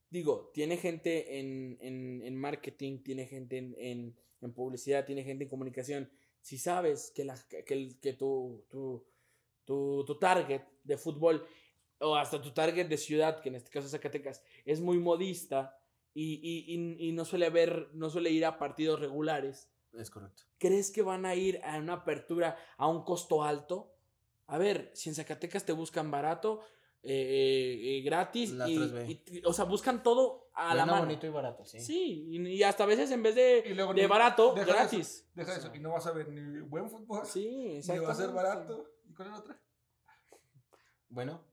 [SPEAKER 2] Digo, tiene gente en, en- en marketing, tiene gente en, en- en publicidad, tiene gente en comunicación. Si sabes que, la, que, el- que tu, tu, tu, tu target de fútbol o hasta tu target de ciudad, que en este caso es Zacatecas, es muy modista y, y- y- y no suele ver, no suele ir a partidos regulares,
[SPEAKER 3] Es correcto.
[SPEAKER 2] ¿crees que van a ir a una apertura a un costo alto? A ver, si en Zacatecas te buscan barato, eh, eh, eh, gratis,
[SPEAKER 3] La
[SPEAKER 2] y,
[SPEAKER 3] 3B.
[SPEAKER 2] y- o sea, buscan todo a la
[SPEAKER 3] Bueno,
[SPEAKER 2] mano.
[SPEAKER 3] bonito y barato, sí.
[SPEAKER 2] Sí, y, y hasta a veces en vez de,
[SPEAKER 5] Y luego
[SPEAKER 2] de
[SPEAKER 5] ni-
[SPEAKER 2] barato,
[SPEAKER 5] deja de eso.
[SPEAKER 2] gratis.
[SPEAKER 5] Deja eso. Y no vas a ver ni buen fútbol.
[SPEAKER 2] Sí,
[SPEAKER 5] ni va a ser
[SPEAKER 2] exactamente.
[SPEAKER 5] barato. ¿Y cuál es la otra?
[SPEAKER 3] Bueno,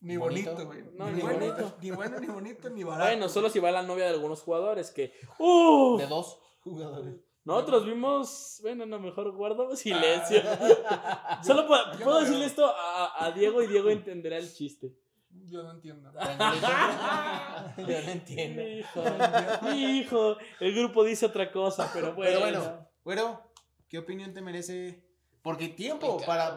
[SPEAKER 5] Ni
[SPEAKER 3] Bonito.
[SPEAKER 5] bonito, güey.
[SPEAKER 2] No,
[SPEAKER 5] ni,
[SPEAKER 2] ni
[SPEAKER 5] bueno,
[SPEAKER 2] bonito.
[SPEAKER 5] ni bueno, ni bonito, ni barato.
[SPEAKER 2] Bueno, solo si va la novia de algunos jugadores que... ¡Uh!
[SPEAKER 3] de dos jugadores.
[SPEAKER 2] Nosotros vimos... Bueno, no, mejor guardo silencio.
[SPEAKER 5] Yo-
[SPEAKER 2] Solo pa-
[SPEAKER 5] Ah. yo
[SPEAKER 2] puedo
[SPEAKER 5] no
[SPEAKER 2] decirle
[SPEAKER 5] veo.
[SPEAKER 2] esto a, a Diego y Diego entenderá el chiste.
[SPEAKER 5] Yo no entiendo.
[SPEAKER 3] Yo no entiendo.
[SPEAKER 2] Hijo, hijo, el grupo dice otra cosa, pero bueno.
[SPEAKER 3] Pero bueno, bueno, ¿qué opinión te merece? Porque tiempo
[SPEAKER 4] Complicado.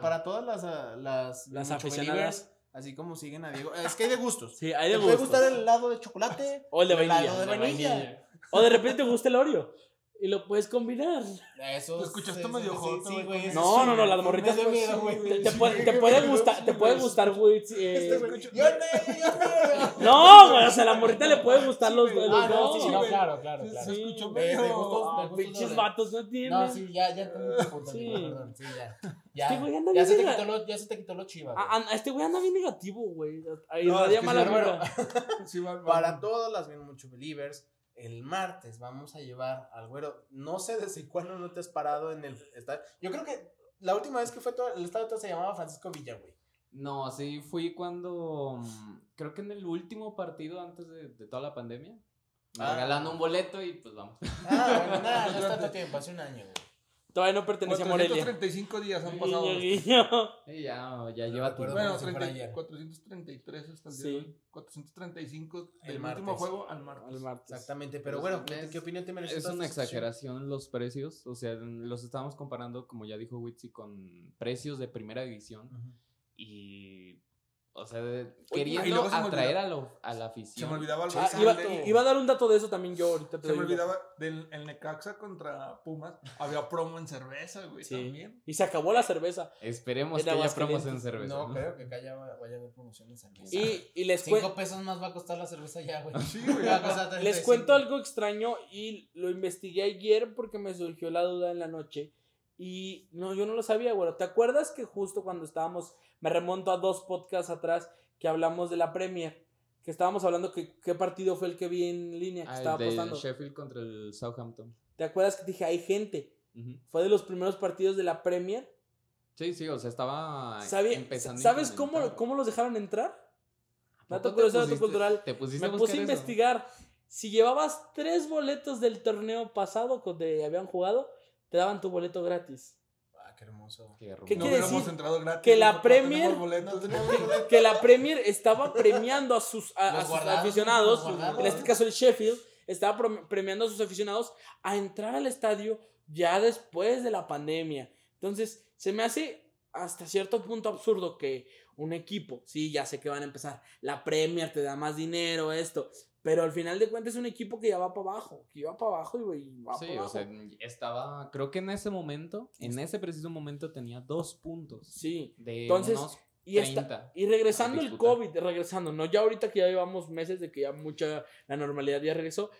[SPEAKER 3] para, para todas las, ah, las,
[SPEAKER 2] Las
[SPEAKER 3] mucho
[SPEAKER 2] aficionadas.
[SPEAKER 3] believers, Así como siguen a Diego. Es que hay de gustos.
[SPEAKER 2] Sí, hay
[SPEAKER 3] Te
[SPEAKER 2] de
[SPEAKER 3] puede
[SPEAKER 2] gusto.
[SPEAKER 3] gustar el helado de chocolate.
[SPEAKER 2] O el de vainilla.
[SPEAKER 3] helado de
[SPEAKER 4] De
[SPEAKER 3] vainilla.
[SPEAKER 4] vainilla.
[SPEAKER 2] O de repente te gusta el Oreo. Y lo puedes combinar.
[SPEAKER 3] Eso
[SPEAKER 5] Lo escuchaste
[SPEAKER 3] sí,
[SPEAKER 5] medio
[SPEAKER 3] sí,
[SPEAKER 5] joto,
[SPEAKER 3] sí,
[SPEAKER 5] güey,
[SPEAKER 3] güey,
[SPEAKER 5] con
[SPEAKER 3] eso
[SPEAKER 2] No,
[SPEAKER 3] sí,
[SPEAKER 2] no, no,
[SPEAKER 3] güey.
[SPEAKER 2] las morritas,
[SPEAKER 3] Me dio
[SPEAKER 2] pues,
[SPEAKER 3] miedo, güey.
[SPEAKER 2] Te, puede, te puede gustar, te puede gustar, güey. sí, eh.
[SPEAKER 3] Este güey, yo no, yo no.
[SPEAKER 2] No, güey, o sea, a la morrita le puede gustar los, los
[SPEAKER 3] Ah, no,
[SPEAKER 2] dos.
[SPEAKER 3] sí,
[SPEAKER 5] no,
[SPEAKER 3] no,
[SPEAKER 5] güey.
[SPEAKER 3] claro, claro,
[SPEAKER 5] Sí,
[SPEAKER 3] claro.
[SPEAKER 5] Se escuchó
[SPEAKER 3] De- de
[SPEAKER 5] medio.
[SPEAKER 3] gustos.
[SPEAKER 2] Ah,
[SPEAKER 3] me gusta
[SPEAKER 2] pinches
[SPEAKER 3] la-
[SPEAKER 2] vatos no tienen.
[SPEAKER 3] No, sí, ya, ya entendí tu punto,
[SPEAKER 2] Sí.
[SPEAKER 3] amigo, perdón, sí, ya. Ya,
[SPEAKER 2] Este güey anda
[SPEAKER 3] ya
[SPEAKER 2] bien
[SPEAKER 3] se te
[SPEAKER 2] diga-
[SPEAKER 3] quitó lo, ya se te quitó lo chiva. güey.
[SPEAKER 2] A- a- este güey anda bien negativo, güey. Ahí
[SPEAKER 5] No, es
[SPEAKER 2] radia
[SPEAKER 5] que
[SPEAKER 2] mala
[SPEAKER 5] sí, bueno.
[SPEAKER 2] vibra.
[SPEAKER 5] Sí, va- va-
[SPEAKER 3] Para todas las bien mucho believers, el martes vamos a llevar al güero. No sé desde cuándo no te has parado en el estadio. Yo creo que la última vez que fue todo, el estadio se llamaba Francisco Villa, güey.
[SPEAKER 4] No, sí, fui cuando. mm, Creo que en el último partido antes de, de toda la pandemia. Me
[SPEAKER 3] Ah.
[SPEAKER 4] regalaron un boleto y pues vamos.
[SPEAKER 3] Ah, bueno, nada, no es tanto tiempo, hace un año, güey.
[SPEAKER 2] Todavía no pertenece a Morelia.
[SPEAKER 5] 435 días han pasado.
[SPEAKER 2] Guiño, guiño.
[SPEAKER 4] Y ya, ya lleva
[SPEAKER 3] recuerdo.
[SPEAKER 4] tiempo.
[SPEAKER 5] Bueno,
[SPEAKER 3] como si fuera
[SPEAKER 5] 30
[SPEAKER 3] ayer.
[SPEAKER 5] 433 hasta el día
[SPEAKER 2] Sí.
[SPEAKER 5] de hoy. 435
[SPEAKER 3] El
[SPEAKER 5] del
[SPEAKER 3] martes.
[SPEAKER 5] último juego al martes.
[SPEAKER 2] Al martes.
[SPEAKER 3] Exactamente, pero
[SPEAKER 4] Pero
[SPEAKER 3] bueno,
[SPEAKER 4] es-
[SPEAKER 3] ¿qué, qué opinión te merece?
[SPEAKER 4] Es
[SPEAKER 3] toda
[SPEAKER 4] una
[SPEAKER 3] esta situación?
[SPEAKER 4] exageración los precios. O sea, los estábamos comparando, como ya dijo Witsi, con precios de primera división.
[SPEAKER 3] Ujú.
[SPEAKER 4] Y. O sea, de-
[SPEAKER 5] y
[SPEAKER 4] queriendo
[SPEAKER 5] luego se me
[SPEAKER 4] atraer a, lo- a la
[SPEAKER 5] Se me
[SPEAKER 4] afición.
[SPEAKER 5] olvidaba algo.
[SPEAKER 2] Ah,
[SPEAKER 5] Se me
[SPEAKER 2] iba,
[SPEAKER 5] olvidaba-
[SPEAKER 2] iba a dar un dato de eso también yo ahorita. te
[SPEAKER 5] Se me
[SPEAKER 2] doy el dato.
[SPEAKER 5] olvidaba del el Necaxa contra Pumas. Había promo en cerveza, güey,
[SPEAKER 2] Sí.
[SPEAKER 5] también.
[SPEAKER 2] Y se acabó la cerveza.
[SPEAKER 4] Esperemos
[SPEAKER 2] Era
[SPEAKER 4] que haya
[SPEAKER 2] Aguascalientes.
[SPEAKER 4] promos en cerveza.
[SPEAKER 3] No,
[SPEAKER 4] ¿no? Ah,
[SPEAKER 3] creo que acá ya va- vaya a haber promoción de cerveza.
[SPEAKER 2] Y, y les, cuen-
[SPEAKER 3] Cinco pesos más va a costar la cerveza ya, güey.
[SPEAKER 5] Sí, güey.
[SPEAKER 3] Va a costar 35.
[SPEAKER 2] les cuento algo extraño y lo investigué ayer porque me surgió la duda en la noche. Y no, yo no lo sabía, güey. ¿Te acuerdas que justo cuando estábamos, me remonto a dos podcasts atrás, que hablamos de la Premier? Que estábamos hablando que qué partido fue el que vi en línea, que
[SPEAKER 4] Ah, el
[SPEAKER 2] estaba
[SPEAKER 4] del
[SPEAKER 2] apostando.
[SPEAKER 4] Sheffield contra el Southampton.
[SPEAKER 2] ¿Te acuerdas que te dije, hay gente?
[SPEAKER 4] Ujú.
[SPEAKER 2] Fue de los primeros partidos de la Premier.
[SPEAKER 4] Sí, sí, o sea, estaba
[SPEAKER 2] Sabía-
[SPEAKER 4] empezando. a
[SPEAKER 2] ¿Sabes cómo,
[SPEAKER 4] implementar.
[SPEAKER 2] cómo los dejaron entrar?
[SPEAKER 4] ¿A poco
[SPEAKER 2] Dato
[SPEAKER 4] te
[SPEAKER 2] curioso, dato
[SPEAKER 4] pusiste-
[SPEAKER 2] cultural.
[SPEAKER 4] Te pusiste
[SPEAKER 2] Me
[SPEAKER 4] a
[SPEAKER 2] puse a
[SPEAKER 4] buscar eso?
[SPEAKER 2] investigar. Si llevabas tres boletos del torneo pasado donde habían jugado, te daban tu boleto gratis.
[SPEAKER 3] Ah, qué hermoso.
[SPEAKER 4] Qué
[SPEAKER 2] ¿Qué
[SPEAKER 5] no
[SPEAKER 2] quiere
[SPEAKER 5] hubiéramos
[SPEAKER 2] decir?
[SPEAKER 5] entrado gratis.
[SPEAKER 2] Que la
[SPEAKER 5] nosotros no
[SPEAKER 2] Premier-
[SPEAKER 5] tenemos boletos.
[SPEAKER 2] Que la Premier estaba premiando a sus, a- a
[SPEAKER 3] Los
[SPEAKER 2] sus
[SPEAKER 3] guardaron,
[SPEAKER 2] aficionados,
[SPEAKER 3] los guardaron.
[SPEAKER 2] en este caso el Sheffield, estaba prom- premiando a sus aficionados a entrar al estadio ya después de la pandemia. Entonces, se me hace hasta cierto punto absurdo que un equipo, sí, ya sé que van a empezar, la Premier te da más dinero, esto, Pero al final de cuentas es un equipo que ya va para abajo, que va para abajo y güey, va
[SPEAKER 4] Sí,
[SPEAKER 2] para
[SPEAKER 4] o
[SPEAKER 2] abajo.
[SPEAKER 4] sea, estaba, creo que en ese momento, en ese preciso momento tenía dos puntos
[SPEAKER 2] sí.
[SPEAKER 4] de
[SPEAKER 2] Entonces,
[SPEAKER 4] unos
[SPEAKER 2] Y, esta-
[SPEAKER 4] 30.
[SPEAKER 2] y regresando
[SPEAKER 4] a
[SPEAKER 2] el
[SPEAKER 4] disputar.
[SPEAKER 2] COVID, regresando, ¿no? Ya ahorita que ya llevamos meses de que ya mucha la normalidad ya regresó,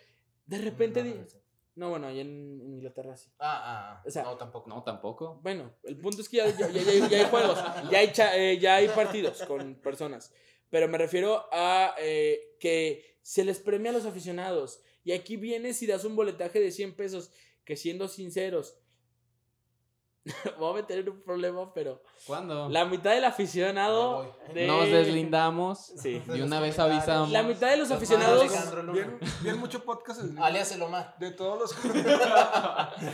[SPEAKER 2] de repente... di- No, bueno, allá en, en Inglaterra sí.
[SPEAKER 3] Ah, ah,
[SPEAKER 2] O sea,
[SPEAKER 3] no, tampoco.
[SPEAKER 4] No, tampoco.
[SPEAKER 2] Bueno, el punto es que ya, ya- ya- ya- ya hay juegos, ya hay, cha- eh, ya hay partidos con personas. Pero me refiero a eh, que se les premia a los aficionados. Y aquí vienes y das un boletaje de 100 pesos, que siendo sinceros, vamos a tener un problema, pero
[SPEAKER 4] ¿Cuándo?
[SPEAKER 2] la mitad del aficionado...
[SPEAKER 3] Me voy.
[SPEAKER 2] de-
[SPEAKER 4] Nos deslindamos.
[SPEAKER 2] Sí.
[SPEAKER 4] De una
[SPEAKER 3] Los
[SPEAKER 4] vez
[SPEAKER 3] comentarios.
[SPEAKER 4] avisamos.
[SPEAKER 2] La mitad de los
[SPEAKER 3] Los
[SPEAKER 2] aficionados...
[SPEAKER 3] malos Ah, Alejandro Luna.
[SPEAKER 5] Bien, bien mucho podcast en-
[SPEAKER 3] Alias el Omar.
[SPEAKER 5] de todos los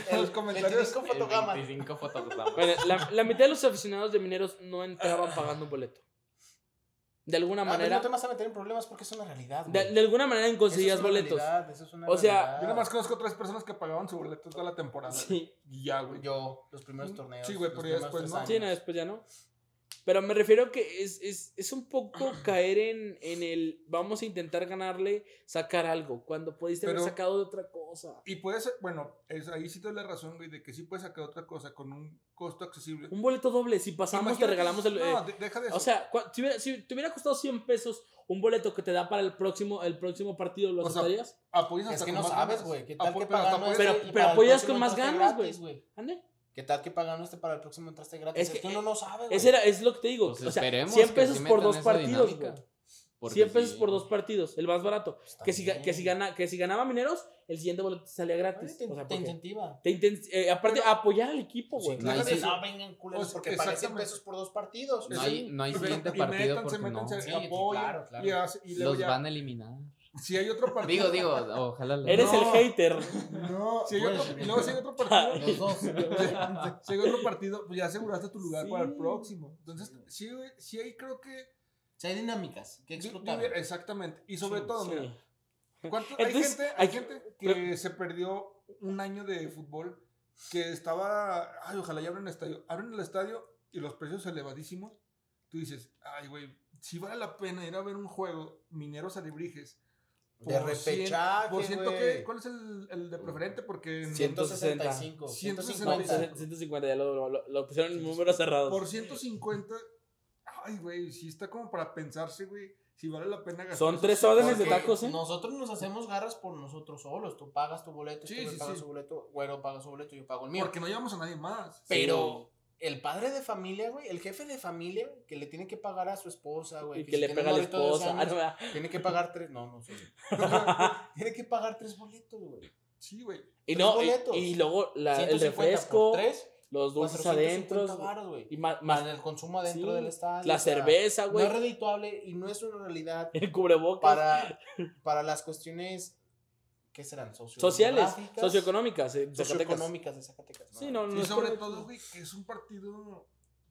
[SPEAKER 3] El-
[SPEAKER 5] los comentarios.
[SPEAKER 3] 25
[SPEAKER 4] El
[SPEAKER 3] fotogramas.
[SPEAKER 4] 25 fotogramas.
[SPEAKER 2] Bueno, la, la mitad de los aficionados de mineros no entraban pagando un boleto. De alguna
[SPEAKER 3] Ah, pero
[SPEAKER 2] manera.
[SPEAKER 3] no te vas a meter en problemas porque es una realidad.
[SPEAKER 2] De, de alguna manera conseguías boletos. O
[SPEAKER 3] o
[SPEAKER 2] sea,
[SPEAKER 3] sea,
[SPEAKER 5] Yo nada más conozco tres personas que pagaban su boleto toda la temporada.
[SPEAKER 2] Sí.
[SPEAKER 5] Y ya, güey.
[SPEAKER 3] yo, los primeros torneos.
[SPEAKER 5] Mm, Sí, güey,
[SPEAKER 3] los
[SPEAKER 5] pero ya
[SPEAKER 3] primeros
[SPEAKER 5] después
[SPEAKER 3] tres
[SPEAKER 5] no.
[SPEAKER 3] años.
[SPEAKER 2] Sí, no, después ya no. Pero me refiero que es, es, es un poco caer en, en el vamos a intentar ganarle, sacar algo, cuando pudiste haber
[SPEAKER 5] Pero-
[SPEAKER 2] sacado de otra cosa.
[SPEAKER 5] Y puede ser, bueno, es- ahí sí te doy la razón, güey, de que sí puedes sacar otra cosa con un costo accesible.
[SPEAKER 2] Un boleto doble, si pasamos te
[SPEAKER 5] Imagínate-
[SPEAKER 2] regalamos el...
[SPEAKER 5] No,
[SPEAKER 2] eh,
[SPEAKER 5] de- deja de eso.
[SPEAKER 2] o sea, cua- si, hubiera- si te hubiera costado 100 pesos un boleto que te da para el próximo, el próximo partido, ¿lo
[SPEAKER 5] O sea,
[SPEAKER 2] aceptarías?
[SPEAKER 5] apoyas
[SPEAKER 3] Es
[SPEAKER 5] hasta
[SPEAKER 3] que
[SPEAKER 5] con
[SPEAKER 3] no
[SPEAKER 5] más
[SPEAKER 3] sabes,
[SPEAKER 5] ganas.
[SPEAKER 3] güey. ¿Qué
[SPEAKER 5] Apo-
[SPEAKER 3] tal que
[SPEAKER 5] pero hasta
[SPEAKER 3] pagando
[SPEAKER 5] apoyas-
[SPEAKER 3] este?
[SPEAKER 2] Pero-
[SPEAKER 3] y
[SPEAKER 2] pero
[SPEAKER 3] para el
[SPEAKER 2] apoyas
[SPEAKER 3] próximo
[SPEAKER 2] con más
[SPEAKER 3] entraste
[SPEAKER 2] ganas,
[SPEAKER 3] gratis,
[SPEAKER 2] ¿Ande?
[SPEAKER 3] ¿Qué tal que pagando este para el próximo entraste gratis?
[SPEAKER 2] Es
[SPEAKER 3] Es
[SPEAKER 2] que- eh,
[SPEAKER 3] que tú no lo sabes, güey.
[SPEAKER 2] Ese era, es lo que te digo.
[SPEAKER 4] Pues
[SPEAKER 2] o sea,
[SPEAKER 4] esperemos
[SPEAKER 2] 100
[SPEAKER 4] que
[SPEAKER 2] pesos
[SPEAKER 4] sí
[SPEAKER 2] por
[SPEAKER 4] metan
[SPEAKER 2] dos
[SPEAKER 4] esa
[SPEAKER 2] partidos,
[SPEAKER 4] dinámica,
[SPEAKER 2] güey.
[SPEAKER 4] porque
[SPEAKER 2] 100 pesos
[SPEAKER 4] sí.
[SPEAKER 2] por dos partidos, el más barato.
[SPEAKER 3] Pues
[SPEAKER 2] Que si, ga- que,
[SPEAKER 3] también.
[SPEAKER 2] si gana, que si ganaba Mineros, el siguiente boleto salía
[SPEAKER 3] Ay,
[SPEAKER 2] gratis.
[SPEAKER 3] Te,
[SPEAKER 2] O sea,
[SPEAKER 3] te
[SPEAKER 2] porque Pues
[SPEAKER 3] incentiva.
[SPEAKER 2] te inten- eh, aparte, apoyar al equipo,
[SPEAKER 3] Sí,
[SPEAKER 2] güey.
[SPEAKER 3] claro,
[SPEAKER 5] Déjate-
[SPEAKER 3] dices, no vengan culeros
[SPEAKER 5] O sea,
[SPEAKER 3] porque pagué 100
[SPEAKER 5] Pues, exactamente.
[SPEAKER 3] pesos por dos partidos.
[SPEAKER 4] No
[SPEAKER 5] Sí.
[SPEAKER 4] hay, no hay
[SPEAKER 5] Pues, Y
[SPEAKER 4] siguiente
[SPEAKER 5] y
[SPEAKER 4] partido
[SPEAKER 5] métanse,
[SPEAKER 4] porque no.
[SPEAKER 5] métanse,
[SPEAKER 3] Sí,
[SPEAKER 5] apoyen,
[SPEAKER 3] claro, claro.
[SPEAKER 5] Y, hace- y luego
[SPEAKER 4] Los
[SPEAKER 5] ya,
[SPEAKER 4] van a eliminar.
[SPEAKER 5] si hay otro partido.
[SPEAKER 4] Digo, digo, ojalá. la-
[SPEAKER 2] Eres el
[SPEAKER 5] No.
[SPEAKER 2] hater.
[SPEAKER 5] No, si hay
[SPEAKER 3] güey.
[SPEAKER 5] otro, y luego si hay otro partido.
[SPEAKER 3] Los dos.
[SPEAKER 5] si hay otro partido, pues ya aseguraste tu lugar para el
[SPEAKER 2] Sí.
[SPEAKER 5] próximo. Entonces, sí, güey, sí ahí creo que.
[SPEAKER 3] Si hay dinámicas que
[SPEAKER 5] vi-
[SPEAKER 3] explotar.
[SPEAKER 5] vive- exactamente. Y sobre todo,
[SPEAKER 2] Sí.
[SPEAKER 5] mira, ¿Cuánto-
[SPEAKER 2] Entonces,
[SPEAKER 5] hay
[SPEAKER 2] hay-
[SPEAKER 5] gente, hay gente que se perdió un año de fútbol que estaba, ay, ojalá ya abran el estadio. Abren el estadio y los precios elevadísimos. Tú dices, ay, güey, si vale la pena ir a ver un juego Mineros Alebrijes.
[SPEAKER 3] De
[SPEAKER 5] por cien-
[SPEAKER 3] repechaje,
[SPEAKER 5] por ciento
[SPEAKER 3] güey.
[SPEAKER 5] que, ¿Cuál es el, el de preferente? Porque en-
[SPEAKER 3] 165.
[SPEAKER 5] 160.
[SPEAKER 3] 150.
[SPEAKER 2] 150, ya lo, lo- lo pusieron en números cerrados.
[SPEAKER 5] por 150, ay, güey, si está como para pensarse, güey, si vale la pena gastar.
[SPEAKER 2] Son
[SPEAKER 5] esos
[SPEAKER 2] tres órdenes de
[SPEAKER 5] porque-
[SPEAKER 2] tacos, ¿eh?
[SPEAKER 3] Nosotros nos hacemos garras por nosotros solos. Tú pagas tu boleto,
[SPEAKER 5] Sí,
[SPEAKER 3] tú
[SPEAKER 5] sí,
[SPEAKER 3] pagas
[SPEAKER 5] sí.
[SPEAKER 3] su boleto, güero paga su boleto, yo pago el mío.
[SPEAKER 5] Porque no llevamos a nadie más.
[SPEAKER 3] Pero el padre de familia, güey, el jefe de familia, que le tiene que pagar a su esposa, güey.
[SPEAKER 2] y que
[SPEAKER 3] si
[SPEAKER 2] le
[SPEAKER 3] tiene
[SPEAKER 2] pega a la
[SPEAKER 3] un boleto de
[SPEAKER 2] esposa.
[SPEAKER 3] 12
[SPEAKER 2] Ah,
[SPEAKER 3] años,
[SPEAKER 2] no, ¿verdad?
[SPEAKER 3] Tiene que pagar tres. No, no sé. tiene que pagar tres boletos, güey.
[SPEAKER 5] Sí, güey.
[SPEAKER 2] y
[SPEAKER 3] Tres
[SPEAKER 2] no, y,
[SPEAKER 3] boletos.
[SPEAKER 2] y luego la- el
[SPEAKER 3] 150 por
[SPEAKER 2] refresco,
[SPEAKER 3] tres,
[SPEAKER 2] los dulces
[SPEAKER 3] 450
[SPEAKER 2] adentro,
[SPEAKER 3] varos, güey.
[SPEAKER 2] y más,
[SPEAKER 3] Más
[SPEAKER 2] más
[SPEAKER 3] el consumo adentro
[SPEAKER 2] Sí,
[SPEAKER 3] del estadio.
[SPEAKER 2] la
[SPEAKER 3] o sea,
[SPEAKER 2] cerveza, güey,
[SPEAKER 3] No es redituable y no es una realidad
[SPEAKER 2] el cubrebocas.
[SPEAKER 3] para,
[SPEAKER 2] pues.
[SPEAKER 3] para las cuestiones. ¿Qué serán?
[SPEAKER 2] sociales,
[SPEAKER 3] Sociográficas,
[SPEAKER 2] socioeconómicas, eh, Zacatecas.
[SPEAKER 3] socioeconómicas de Zacatecas.
[SPEAKER 2] Sí, no, no.
[SPEAKER 5] Y
[SPEAKER 2] es
[SPEAKER 5] sobre
[SPEAKER 2] correcto.
[SPEAKER 5] todo, güey, que es un partido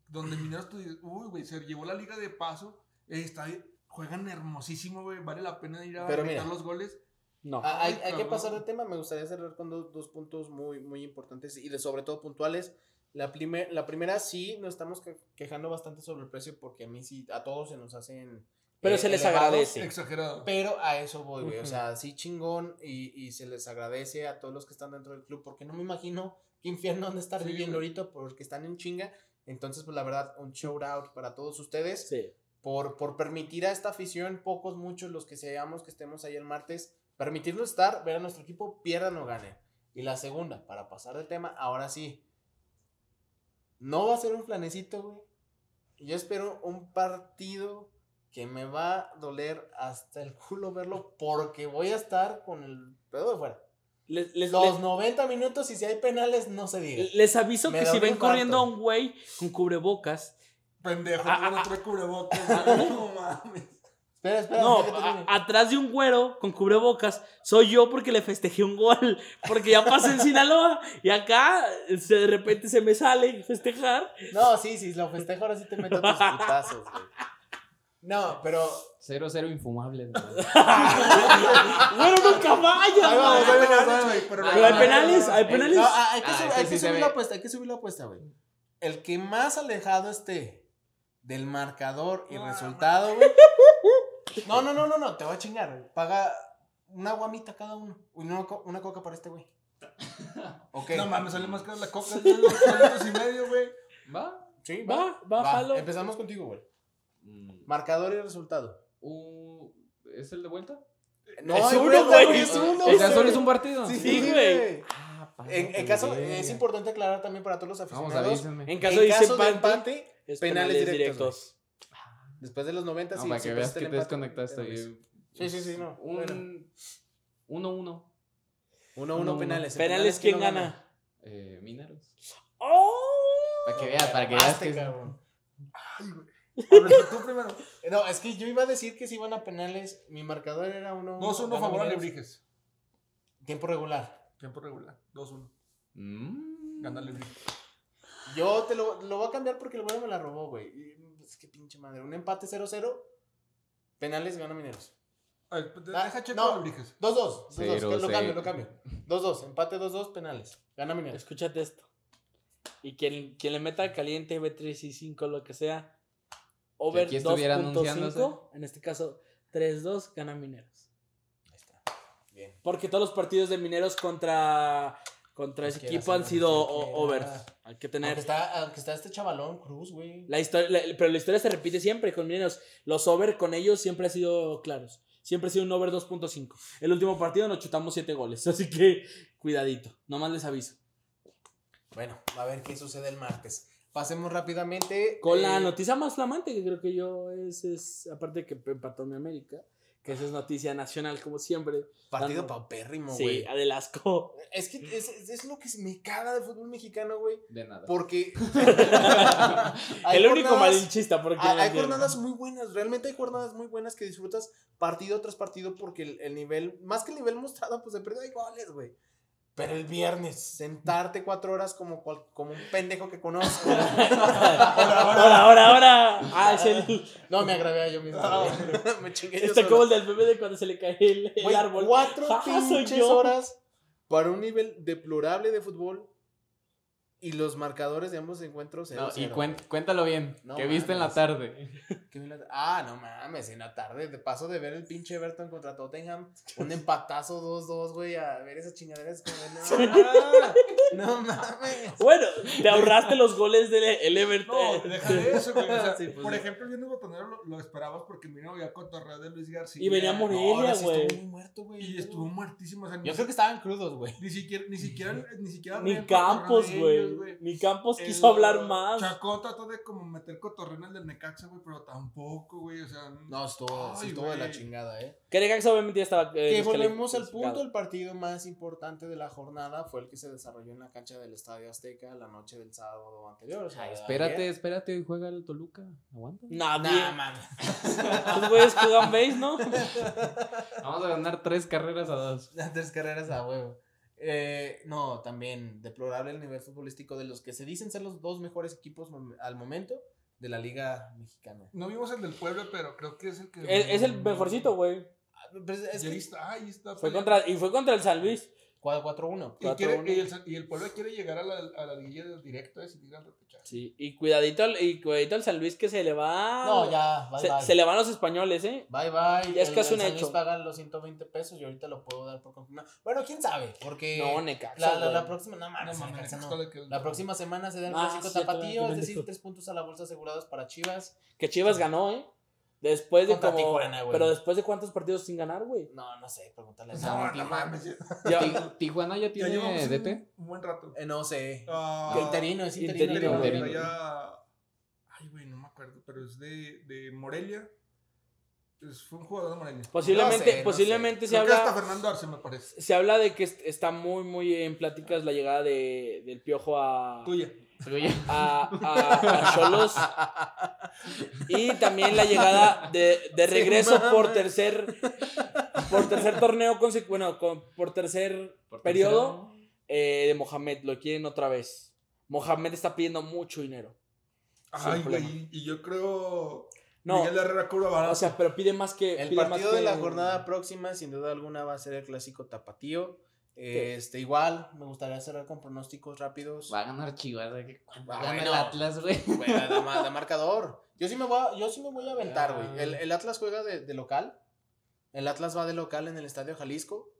[SPEAKER 5] donde Mineros tú dices, uy, güey, se llevó la liga de paso, eh, está, juegan hermosísimo, güey, vale la pena ir a
[SPEAKER 3] Pero
[SPEAKER 5] gritar
[SPEAKER 3] mira.
[SPEAKER 5] los goles.
[SPEAKER 2] No.
[SPEAKER 3] Ah, hay, hay que
[SPEAKER 5] cabrón.
[SPEAKER 3] pasar de tema. Me gustaría cerrar con dos, dos puntos muy, muy importantes y de sobre todo puntuales. La, primer- la primera, sí, nos estamos que- quejando bastante sobre el precio porque a mí sí, a todos se nos hacen.
[SPEAKER 2] Pero
[SPEAKER 3] eh,
[SPEAKER 2] se les
[SPEAKER 3] elevados,
[SPEAKER 2] agradece.
[SPEAKER 5] Exagerado.
[SPEAKER 3] Pero a eso voy, güey. O sea, sí, chingón. Y, y se les agradece a todos los que están dentro del club porque no me imagino qué infierno han de estar
[SPEAKER 5] Sí,
[SPEAKER 3] viviendo
[SPEAKER 5] güey.
[SPEAKER 3] ahorita porque están en chinga. Entonces, pues la verdad, un shout out para todos ustedes
[SPEAKER 2] Sí.
[SPEAKER 3] por, por permitir a esta afición, pocos, muchos, los que seamos que estemos ahí el martes, permitirnos estar, ver a nuestro equipo, pierdan o ganen. Y la segunda, para pasar de tema, ahora sí. No va a ser un planecito, güey. Yo espero un partido que me va a doler hasta el culo verlo porque voy a estar con el pedo de fuera.
[SPEAKER 2] Les, les-
[SPEAKER 3] Los 90 minutos y si hay penales, no se diga.
[SPEAKER 2] les- les aviso
[SPEAKER 3] Me
[SPEAKER 2] que
[SPEAKER 3] da
[SPEAKER 2] si
[SPEAKER 3] un
[SPEAKER 2] ven
[SPEAKER 3] infarto.
[SPEAKER 2] corriendo a un güey con cubrebocas.
[SPEAKER 5] Pendejo,
[SPEAKER 2] Ah,
[SPEAKER 5] yo no trae cubrebocas, güey, no mames.
[SPEAKER 3] Espera, espera.
[SPEAKER 2] No,
[SPEAKER 3] déjate terminar.
[SPEAKER 2] a- atrás de un güero con cubrebocas soy yo porque le festejé un gol. Porque ya pasé en Sinaloa y acá se- de repente se me sale festejar.
[SPEAKER 3] No, sí, sí, lo festejo, ahora sí te meto tus putazos, güey. No, pero.
[SPEAKER 4] Cero, cero infumables. güey.
[SPEAKER 2] ¡Güero nunca
[SPEAKER 3] Ahí
[SPEAKER 2] vaya!
[SPEAKER 3] vamos,
[SPEAKER 2] güey.
[SPEAKER 3] ahí penales,
[SPEAKER 5] Pero no, güey,
[SPEAKER 2] Pero hay
[SPEAKER 5] no,
[SPEAKER 2] penales,
[SPEAKER 5] no,
[SPEAKER 2] hay
[SPEAKER 5] no.
[SPEAKER 2] penales.
[SPEAKER 3] No, ah, hay que,
[SPEAKER 4] Ah,
[SPEAKER 3] sub-
[SPEAKER 4] este
[SPEAKER 3] hay
[SPEAKER 4] sí
[SPEAKER 3] que
[SPEAKER 4] se
[SPEAKER 3] subir
[SPEAKER 4] ve.
[SPEAKER 3] la apuesta, hay que subir la apuesta, güey. El que más alejado esté del marcador y
[SPEAKER 5] No,
[SPEAKER 3] resultado, güey. No, no, no, no, no, te voy a chingar. güey. Paga, una guamita cada uno. Una, co- una coca para este güey. Ok.
[SPEAKER 5] No mames, sale más cara la coca, güey. Dos palitos y medio, güey.
[SPEAKER 4] ¿Va?
[SPEAKER 3] Sí, va.
[SPEAKER 2] Va, va,
[SPEAKER 3] va.
[SPEAKER 2] jalo.
[SPEAKER 3] Empezamos contigo, güey.
[SPEAKER 4] Mm.
[SPEAKER 3] Marcador y resultado.
[SPEAKER 4] Uh, ¿Es el de vuelta?
[SPEAKER 3] No,
[SPEAKER 2] Es
[SPEAKER 3] hay
[SPEAKER 2] uno,
[SPEAKER 3] vuelta,
[SPEAKER 2] güey.
[SPEAKER 3] Es uno,
[SPEAKER 4] o sea,
[SPEAKER 3] güey.
[SPEAKER 4] solo es un partido.
[SPEAKER 3] Sí,
[SPEAKER 2] Sí, güey.
[SPEAKER 3] güey.
[SPEAKER 4] Ah, pa,
[SPEAKER 3] En, en
[SPEAKER 4] pues,
[SPEAKER 3] caso,
[SPEAKER 4] verga.
[SPEAKER 3] es importante aclarar también para todos los
[SPEAKER 4] Vamos,
[SPEAKER 3] aficionados.
[SPEAKER 4] avísenme.
[SPEAKER 2] En
[SPEAKER 3] En
[SPEAKER 2] caso, de dice
[SPEAKER 3] caso de
[SPEAKER 2] empate,
[SPEAKER 3] empate,
[SPEAKER 2] es penales,
[SPEAKER 3] penales
[SPEAKER 2] directos.
[SPEAKER 3] directos. después de los 90,
[SPEAKER 4] No,
[SPEAKER 3] sí.
[SPEAKER 4] para
[SPEAKER 3] sí, pues,
[SPEAKER 4] que veas
[SPEAKER 3] está
[SPEAKER 4] que
[SPEAKER 3] el
[SPEAKER 4] te este,
[SPEAKER 3] empate. eh, Sí,
[SPEAKER 4] desconectaste.
[SPEAKER 3] sí, sí, no.
[SPEAKER 4] Un
[SPEAKER 3] Bueno.
[SPEAKER 4] 1-1. Uno, uno.
[SPEAKER 3] Uno, uno,
[SPEAKER 4] Uno,
[SPEAKER 3] penales.
[SPEAKER 2] Penales, ¿quién gana?
[SPEAKER 4] Eh, Mineros.
[SPEAKER 2] ¡Oh!
[SPEAKER 4] Para que veas, para que veas que.
[SPEAKER 5] Ay, güey. A ver, tú primero.
[SPEAKER 3] Eh, No, es que yo iba a decir que si iban a penales, mi marcador era uno.
[SPEAKER 5] 2-1
[SPEAKER 3] gana
[SPEAKER 5] favorable a
[SPEAKER 3] Mineros.
[SPEAKER 5] Briges.
[SPEAKER 3] Tiempo regular.
[SPEAKER 5] Tiempo regular. 2-1.
[SPEAKER 4] Mm.
[SPEAKER 5] Gana Briges.
[SPEAKER 3] Yo te lo, lo voy a cambiar porque el güey me la robó, güey. Y, mm, Es que pinche madre. Un empate 0-0. Penales gana Mineros.
[SPEAKER 5] A ver, te-
[SPEAKER 3] Ah,
[SPEAKER 5] deja checo
[SPEAKER 3] no.
[SPEAKER 5] a Briges.
[SPEAKER 3] 2-2. 2-2.
[SPEAKER 4] Cero,
[SPEAKER 3] que Lo cambio,
[SPEAKER 4] cero.
[SPEAKER 3] lo cambio. 2-2. Empate 2-2. Penales. Gana Mineros.
[SPEAKER 2] Escúchate esto. Y quien, quien le meta caliente, B3 y 5, lo que sea, over
[SPEAKER 4] aquí estuviera anunciándose.
[SPEAKER 2] 2.5, en este caso 3-2, gana Mineros.
[SPEAKER 3] Ahí está. Bien.
[SPEAKER 2] Porque todos los partidos de Mineros contra, contra ese
[SPEAKER 3] Cualquiera,
[SPEAKER 2] equipo han
[SPEAKER 3] señor,
[SPEAKER 2] sido
[SPEAKER 3] cualquiera.
[SPEAKER 2] o- overs. Hay que
[SPEAKER 3] Aunque
[SPEAKER 2] tener...
[SPEAKER 3] está, aunque está este chavalón, Cruz, güey.
[SPEAKER 2] La historia, la- pero la historia se repite siempre con Mineros. Los over con ellos siempre ha sido claros. Siempre ha sido un over 2.5. El último partido nos chutamos 7 goles. Así que cuidadito. Nomás les aviso.
[SPEAKER 3] Bueno, a ver qué sucede el martes. Pasemos rápidamente.
[SPEAKER 2] Con la
[SPEAKER 3] eh,
[SPEAKER 2] noticia más flamante que creo que yo es, es aparte de que empató mi América, que esa es noticia nacional como siempre.
[SPEAKER 3] Partido
[SPEAKER 2] Dando-
[SPEAKER 3] paupérrimo,
[SPEAKER 2] sí,
[SPEAKER 3] güey.
[SPEAKER 2] del asco.
[SPEAKER 3] Es que es, es- es lo que me caga del fútbol mexicano, güey.
[SPEAKER 4] De nada.
[SPEAKER 3] Porque. Hay
[SPEAKER 2] El único
[SPEAKER 3] jornadas-
[SPEAKER 2] malinchista porque
[SPEAKER 3] hay, hay
[SPEAKER 2] no
[SPEAKER 3] jornadas muy buenas, realmente hay jornadas muy buenas que disfrutas partido tras partido porque el, el nivel, más que el nivel mostrado, pues de perdido hay goles, güey. Pero el viernes, sentarte cuatro horas como, cual- como un pendejo que conozco.
[SPEAKER 2] ahora, ahora, ahora, ahora. Ah, es el,
[SPEAKER 3] no, me agravé a yo mismo.
[SPEAKER 5] Ah,
[SPEAKER 3] güey. me chingué yo
[SPEAKER 2] está
[SPEAKER 3] solo.
[SPEAKER 2] como el del bebé de cuando se le cae el, el
[SPEAKER 3] Güey,
[SPEAKER 2] árbol.
[SPEAKER 3] Cuatro
[SPEAKER 2] Ja, ja, soy
[SPEAKER 3] pinches
[SPEAKER 2] yo.
[SPEAKER 3] horas para un nivel deplorable de fútbol y los marcadores de ambos encuentros.
[SPEAKER 4] No,
[SPEAKER 3] 0-0,
[SPEAKER 4] y
[SPEAKER 3] güey.
[SPEAKER 4] cuen- cuéntalo bien.
[SPEAKER 3] No
[SPEAKER 4] que viste en la
[SPEAKER 3] mames.
[SPEAKER 4] tarde.
[SPEAKER 3] ¿Qué vi en la- Ah, no mames, en la tarde, de paso de ver el pinche Everton contra Tottenham, un empatazo 2-2, güey, a ver esas chingaderas como de, no, no mames.
[SPEAKER 2] Bueno, te ahorraste los goles del el Everton.
[SPEAKER 5] No, deja de eso, güey. O sea,
[SPEAKER 3] Sí, pues,
[SPEAKER 5] por
[SPEAKER 3] sí.
[SPEAKER 5] ejemplo, yo en el botonero lo, lo esperabas porque mi novia cotorrea de Luis García.
[SPEAKER 2] Y venía
[SPEAKER 5] morir.
[SPEAKER 2] Morelia,
[SPEAKER 3] ahora sí
[SPEAKER 2] güey.
[SPEAKER 3] estuvo muy muerto, güey.
[SPEAKER 5] Y estuvo muertísimo. O sea, ni,
[SPEAKER 3] Yo creo que estaban crudos, güey.
[SPEAKER 5] ni siquiera, ni siquiera, ni siquiera.
[SPEAKER 2] Ni
[SPEAKER 5] habían cotorreado
[SPEAKER 2] Campos,
[SPEAKER 5] ellos,
[SPEAKER 2] güey. Ni Campos
[SPEAKER 5] El
[SPEAKER 2] quiso hablar más.
[SPEAKER 5] Chacón trató de como meter cotorreo en el del Necaxa, güey, pero tampoco, güey. O sea,
[SPEAKER 3] No, estuvo, sí
[SPEAKER 5] Ay,
[SPEAKER 3] estuvo de la
[SPEAKER 5] güey.
[SPEAKER 3] chingada, eh.
[SPEAKER 2] Que Necaxa obviamente ya estaba. eh,
[SPEAKER 3] Que volvemos al
[SPEAKER 2] descalificado.
[SPEAKER 3] punto, el partido más importante de la jornada fue el que se desarrolló en la cancha del Estadio Azteca la noche del sábado anterior. o sea,
[SPEAKER 4] Espérate,
[SPEAKER 3] ayer.
[SPEAKER 4] espérate. Hoy juega el Toluca. Aguanta.
[SPEAKER 2] Nadie.
[SPEAKER 3] Nah, mames.
[SPEAKER 2] Los güeyes juegan base, ¿no?
[SPEAKER 4] Vamos a ganar tres carreras a dos.
[SPEAKER 3] Las tres carreras a huevo. Eh, no, también deplorable el nivel futbolístico de los que se dicen ser los dos mejores equipos mom- al momento de la Liga Mexicana.
[SPEAKER 5] No vimos el del pueblo, pero creo que es el que.
[SPEAKER 2] es, es el mejorcito, güey.
[SPEAKER 3] Ah, pues
[SPEAKER 5] Y
[SPEAKER 3] es que-
[SPEAKER 5] ahí está, ahí está.
[SPEAKER 2] Fue
[SPEAKER 5] pelea.
[SPEAKER 2] contra, y fue contra el San Luis.
[SPEAKER 3] cua- 4-1.
[SPEAKER 5] Y, quiere-
[SPEAKER 2] 4-1.
[SPEAKER 5] y el, y el pueblo quiere llegar a la, a la liguilla del directo, eh, si tira el repechaje.
[SPEAKER 2] Sí, y cuidadito, al- y cuidadito al San Luis que se le va.
[SPEAKER 3] No, ya, bye
[SPEAKER 2] Ah, se,
[SPEAKER 3] bye.
[SPEAKER 2] se le van los españoles, ¿eh?
[SPEAKER 3] Bye bye.
[SPEAKER 2] Ya es
[SPEAKER 3] El-
[SPEAKER 2] casi un
[SPEAKER 3] el San Luis
[SPEAKER 2] hecho.
[SPEAKER 3] paga los 120 pesos y ahorita lo puedo dar por confirmado. Bueno, quién sabe, porque
[SPEAKER 2] no, Necaxa.
[SPEAKER 3] la, la, la
[SPEAKER 2] güey.
[SPEAKER 3] próxima, Ah, no, mames,
[SPEAKER 5] No, mames,
[SPEAKER 3] Necaxa no.
[SPEAKER 5] esto le quedó-
[SPEAKER 3] La próxima semana se dan
[SPEAKER 2] Ah,
[SPEAKER 3] los 5
[SPEAKER 2] sí,
[SPEAKER 3] tapatíos,
[SPEAKER 2] te
[SPEAKER 3] es
[SPEAKER 2] dijo.
[SPEAKER 3] decir, 3 puntos a la bolsa asegurados para Chivas.
[SPEAKER 2] Que Chivas ganó, ¿eh? Después de
[SPEAKER 3] Contra
[SPEAKER 2] como.
[SPEAKER 3] Tijuana, güey.
[SPEAKER 2] pero después de cuántos partidos sin ganar, güey.
[SPEAKER 3] No, no sé, pregúntale a
[SPEAKER 4] sea,
[SPEAKER 5] No,
[SPEAKER 3] Santi.
[SPEAKER 5] no mames. Ya,
[SPEAKER 2] Ya-
[SPEAKER 4] Ti- Tijuana ya
[SPEAKER 5] ya
[SPEAKER 4] tiene
[SPEAKER 5] llevamos
[SPEAKER 4] DT.
[SPEAKER 5] un, un buen rato.
[SPEAKER 3] Eh, no sé.
[SPEAKER 5] Ah,
[SPEAKER 3] interino, es interino.
[SPEAKER 2] interino,
[SPEAKER 5] Pero
[SPEAKER 4] Interino.
[SPEAKER 5] traía- Ay, güey, no me acuerdo, pero es de, de Morelia. Es- fue un jugador de Morelia.
[SPEAKER 2] Posiblemente,
[SPEAKER 3] No sé, no
[SPEAKER 2] posiblemente se
[SPEAKER 5] Creo que
[SPEAKER 2] habla.
[SPEAKER 5] hasta Fernando Arce, me parece.
[SPEAKER 2] Se habla de que est- está muy, muy en pláticas la llegada de, del piojo a.
[SPEAKER 5] Tuya.
[SPEAKER 4] Pero ya-
[SPEAKER 2] a, a, a Cholos. Y también la llegada de, de
[SPEAKER 3] Sí,
[SPEAKER 2] regreso por
[SPEAKER 3] mames.
[SPEAKER 2] tercer por tercer torneo consecu- bueno, con- por tercer
[SPEAKER 4] por
[SPEAKER 2] periodo
[SPEAKER 4] tercera-
[SPEAKER 2] eh, de Mohamed, lo quieren otra vez. Mohamed está pidiendo mucho dinero.
[SPEAKER 5] Ay,
[SPEAKER 2] Sin
[SPEAKER 5] güey. Y yo creo.
[SPEAKER 2] No,
[SPEAKER 5] Miguel Herrera Curva barato.
[SPEAKER 2] o sea, pero pide más que
[SPEAKER 3] El
[SPEAKER 2] pide más
[SPEAKER 3] partido de
[SPEAKER 2] que-
[SPEAKER 3] la jornada próxima, sin duda alguna, va a ser el clásico tapatío. Este, igual, me gustaría cerrar con pronósticos rápidos. Ah,
[SPEAKER 4] Va a ganar Chivas. güey, que Va a
[SPEAKER 3] Bueno.
[SPEAKER 4] ganar el Atlas, güey.
[SPEAKER 3] Güey, la de, ma- de marcador. Yo sí me voy a, yo sí me voy a aventar,
[SPEAKER 4] Ah.
[SPEAKER 3] güey. El, el Atlas juega de, de local. El Atlas va de local en el Estadio Jalisco.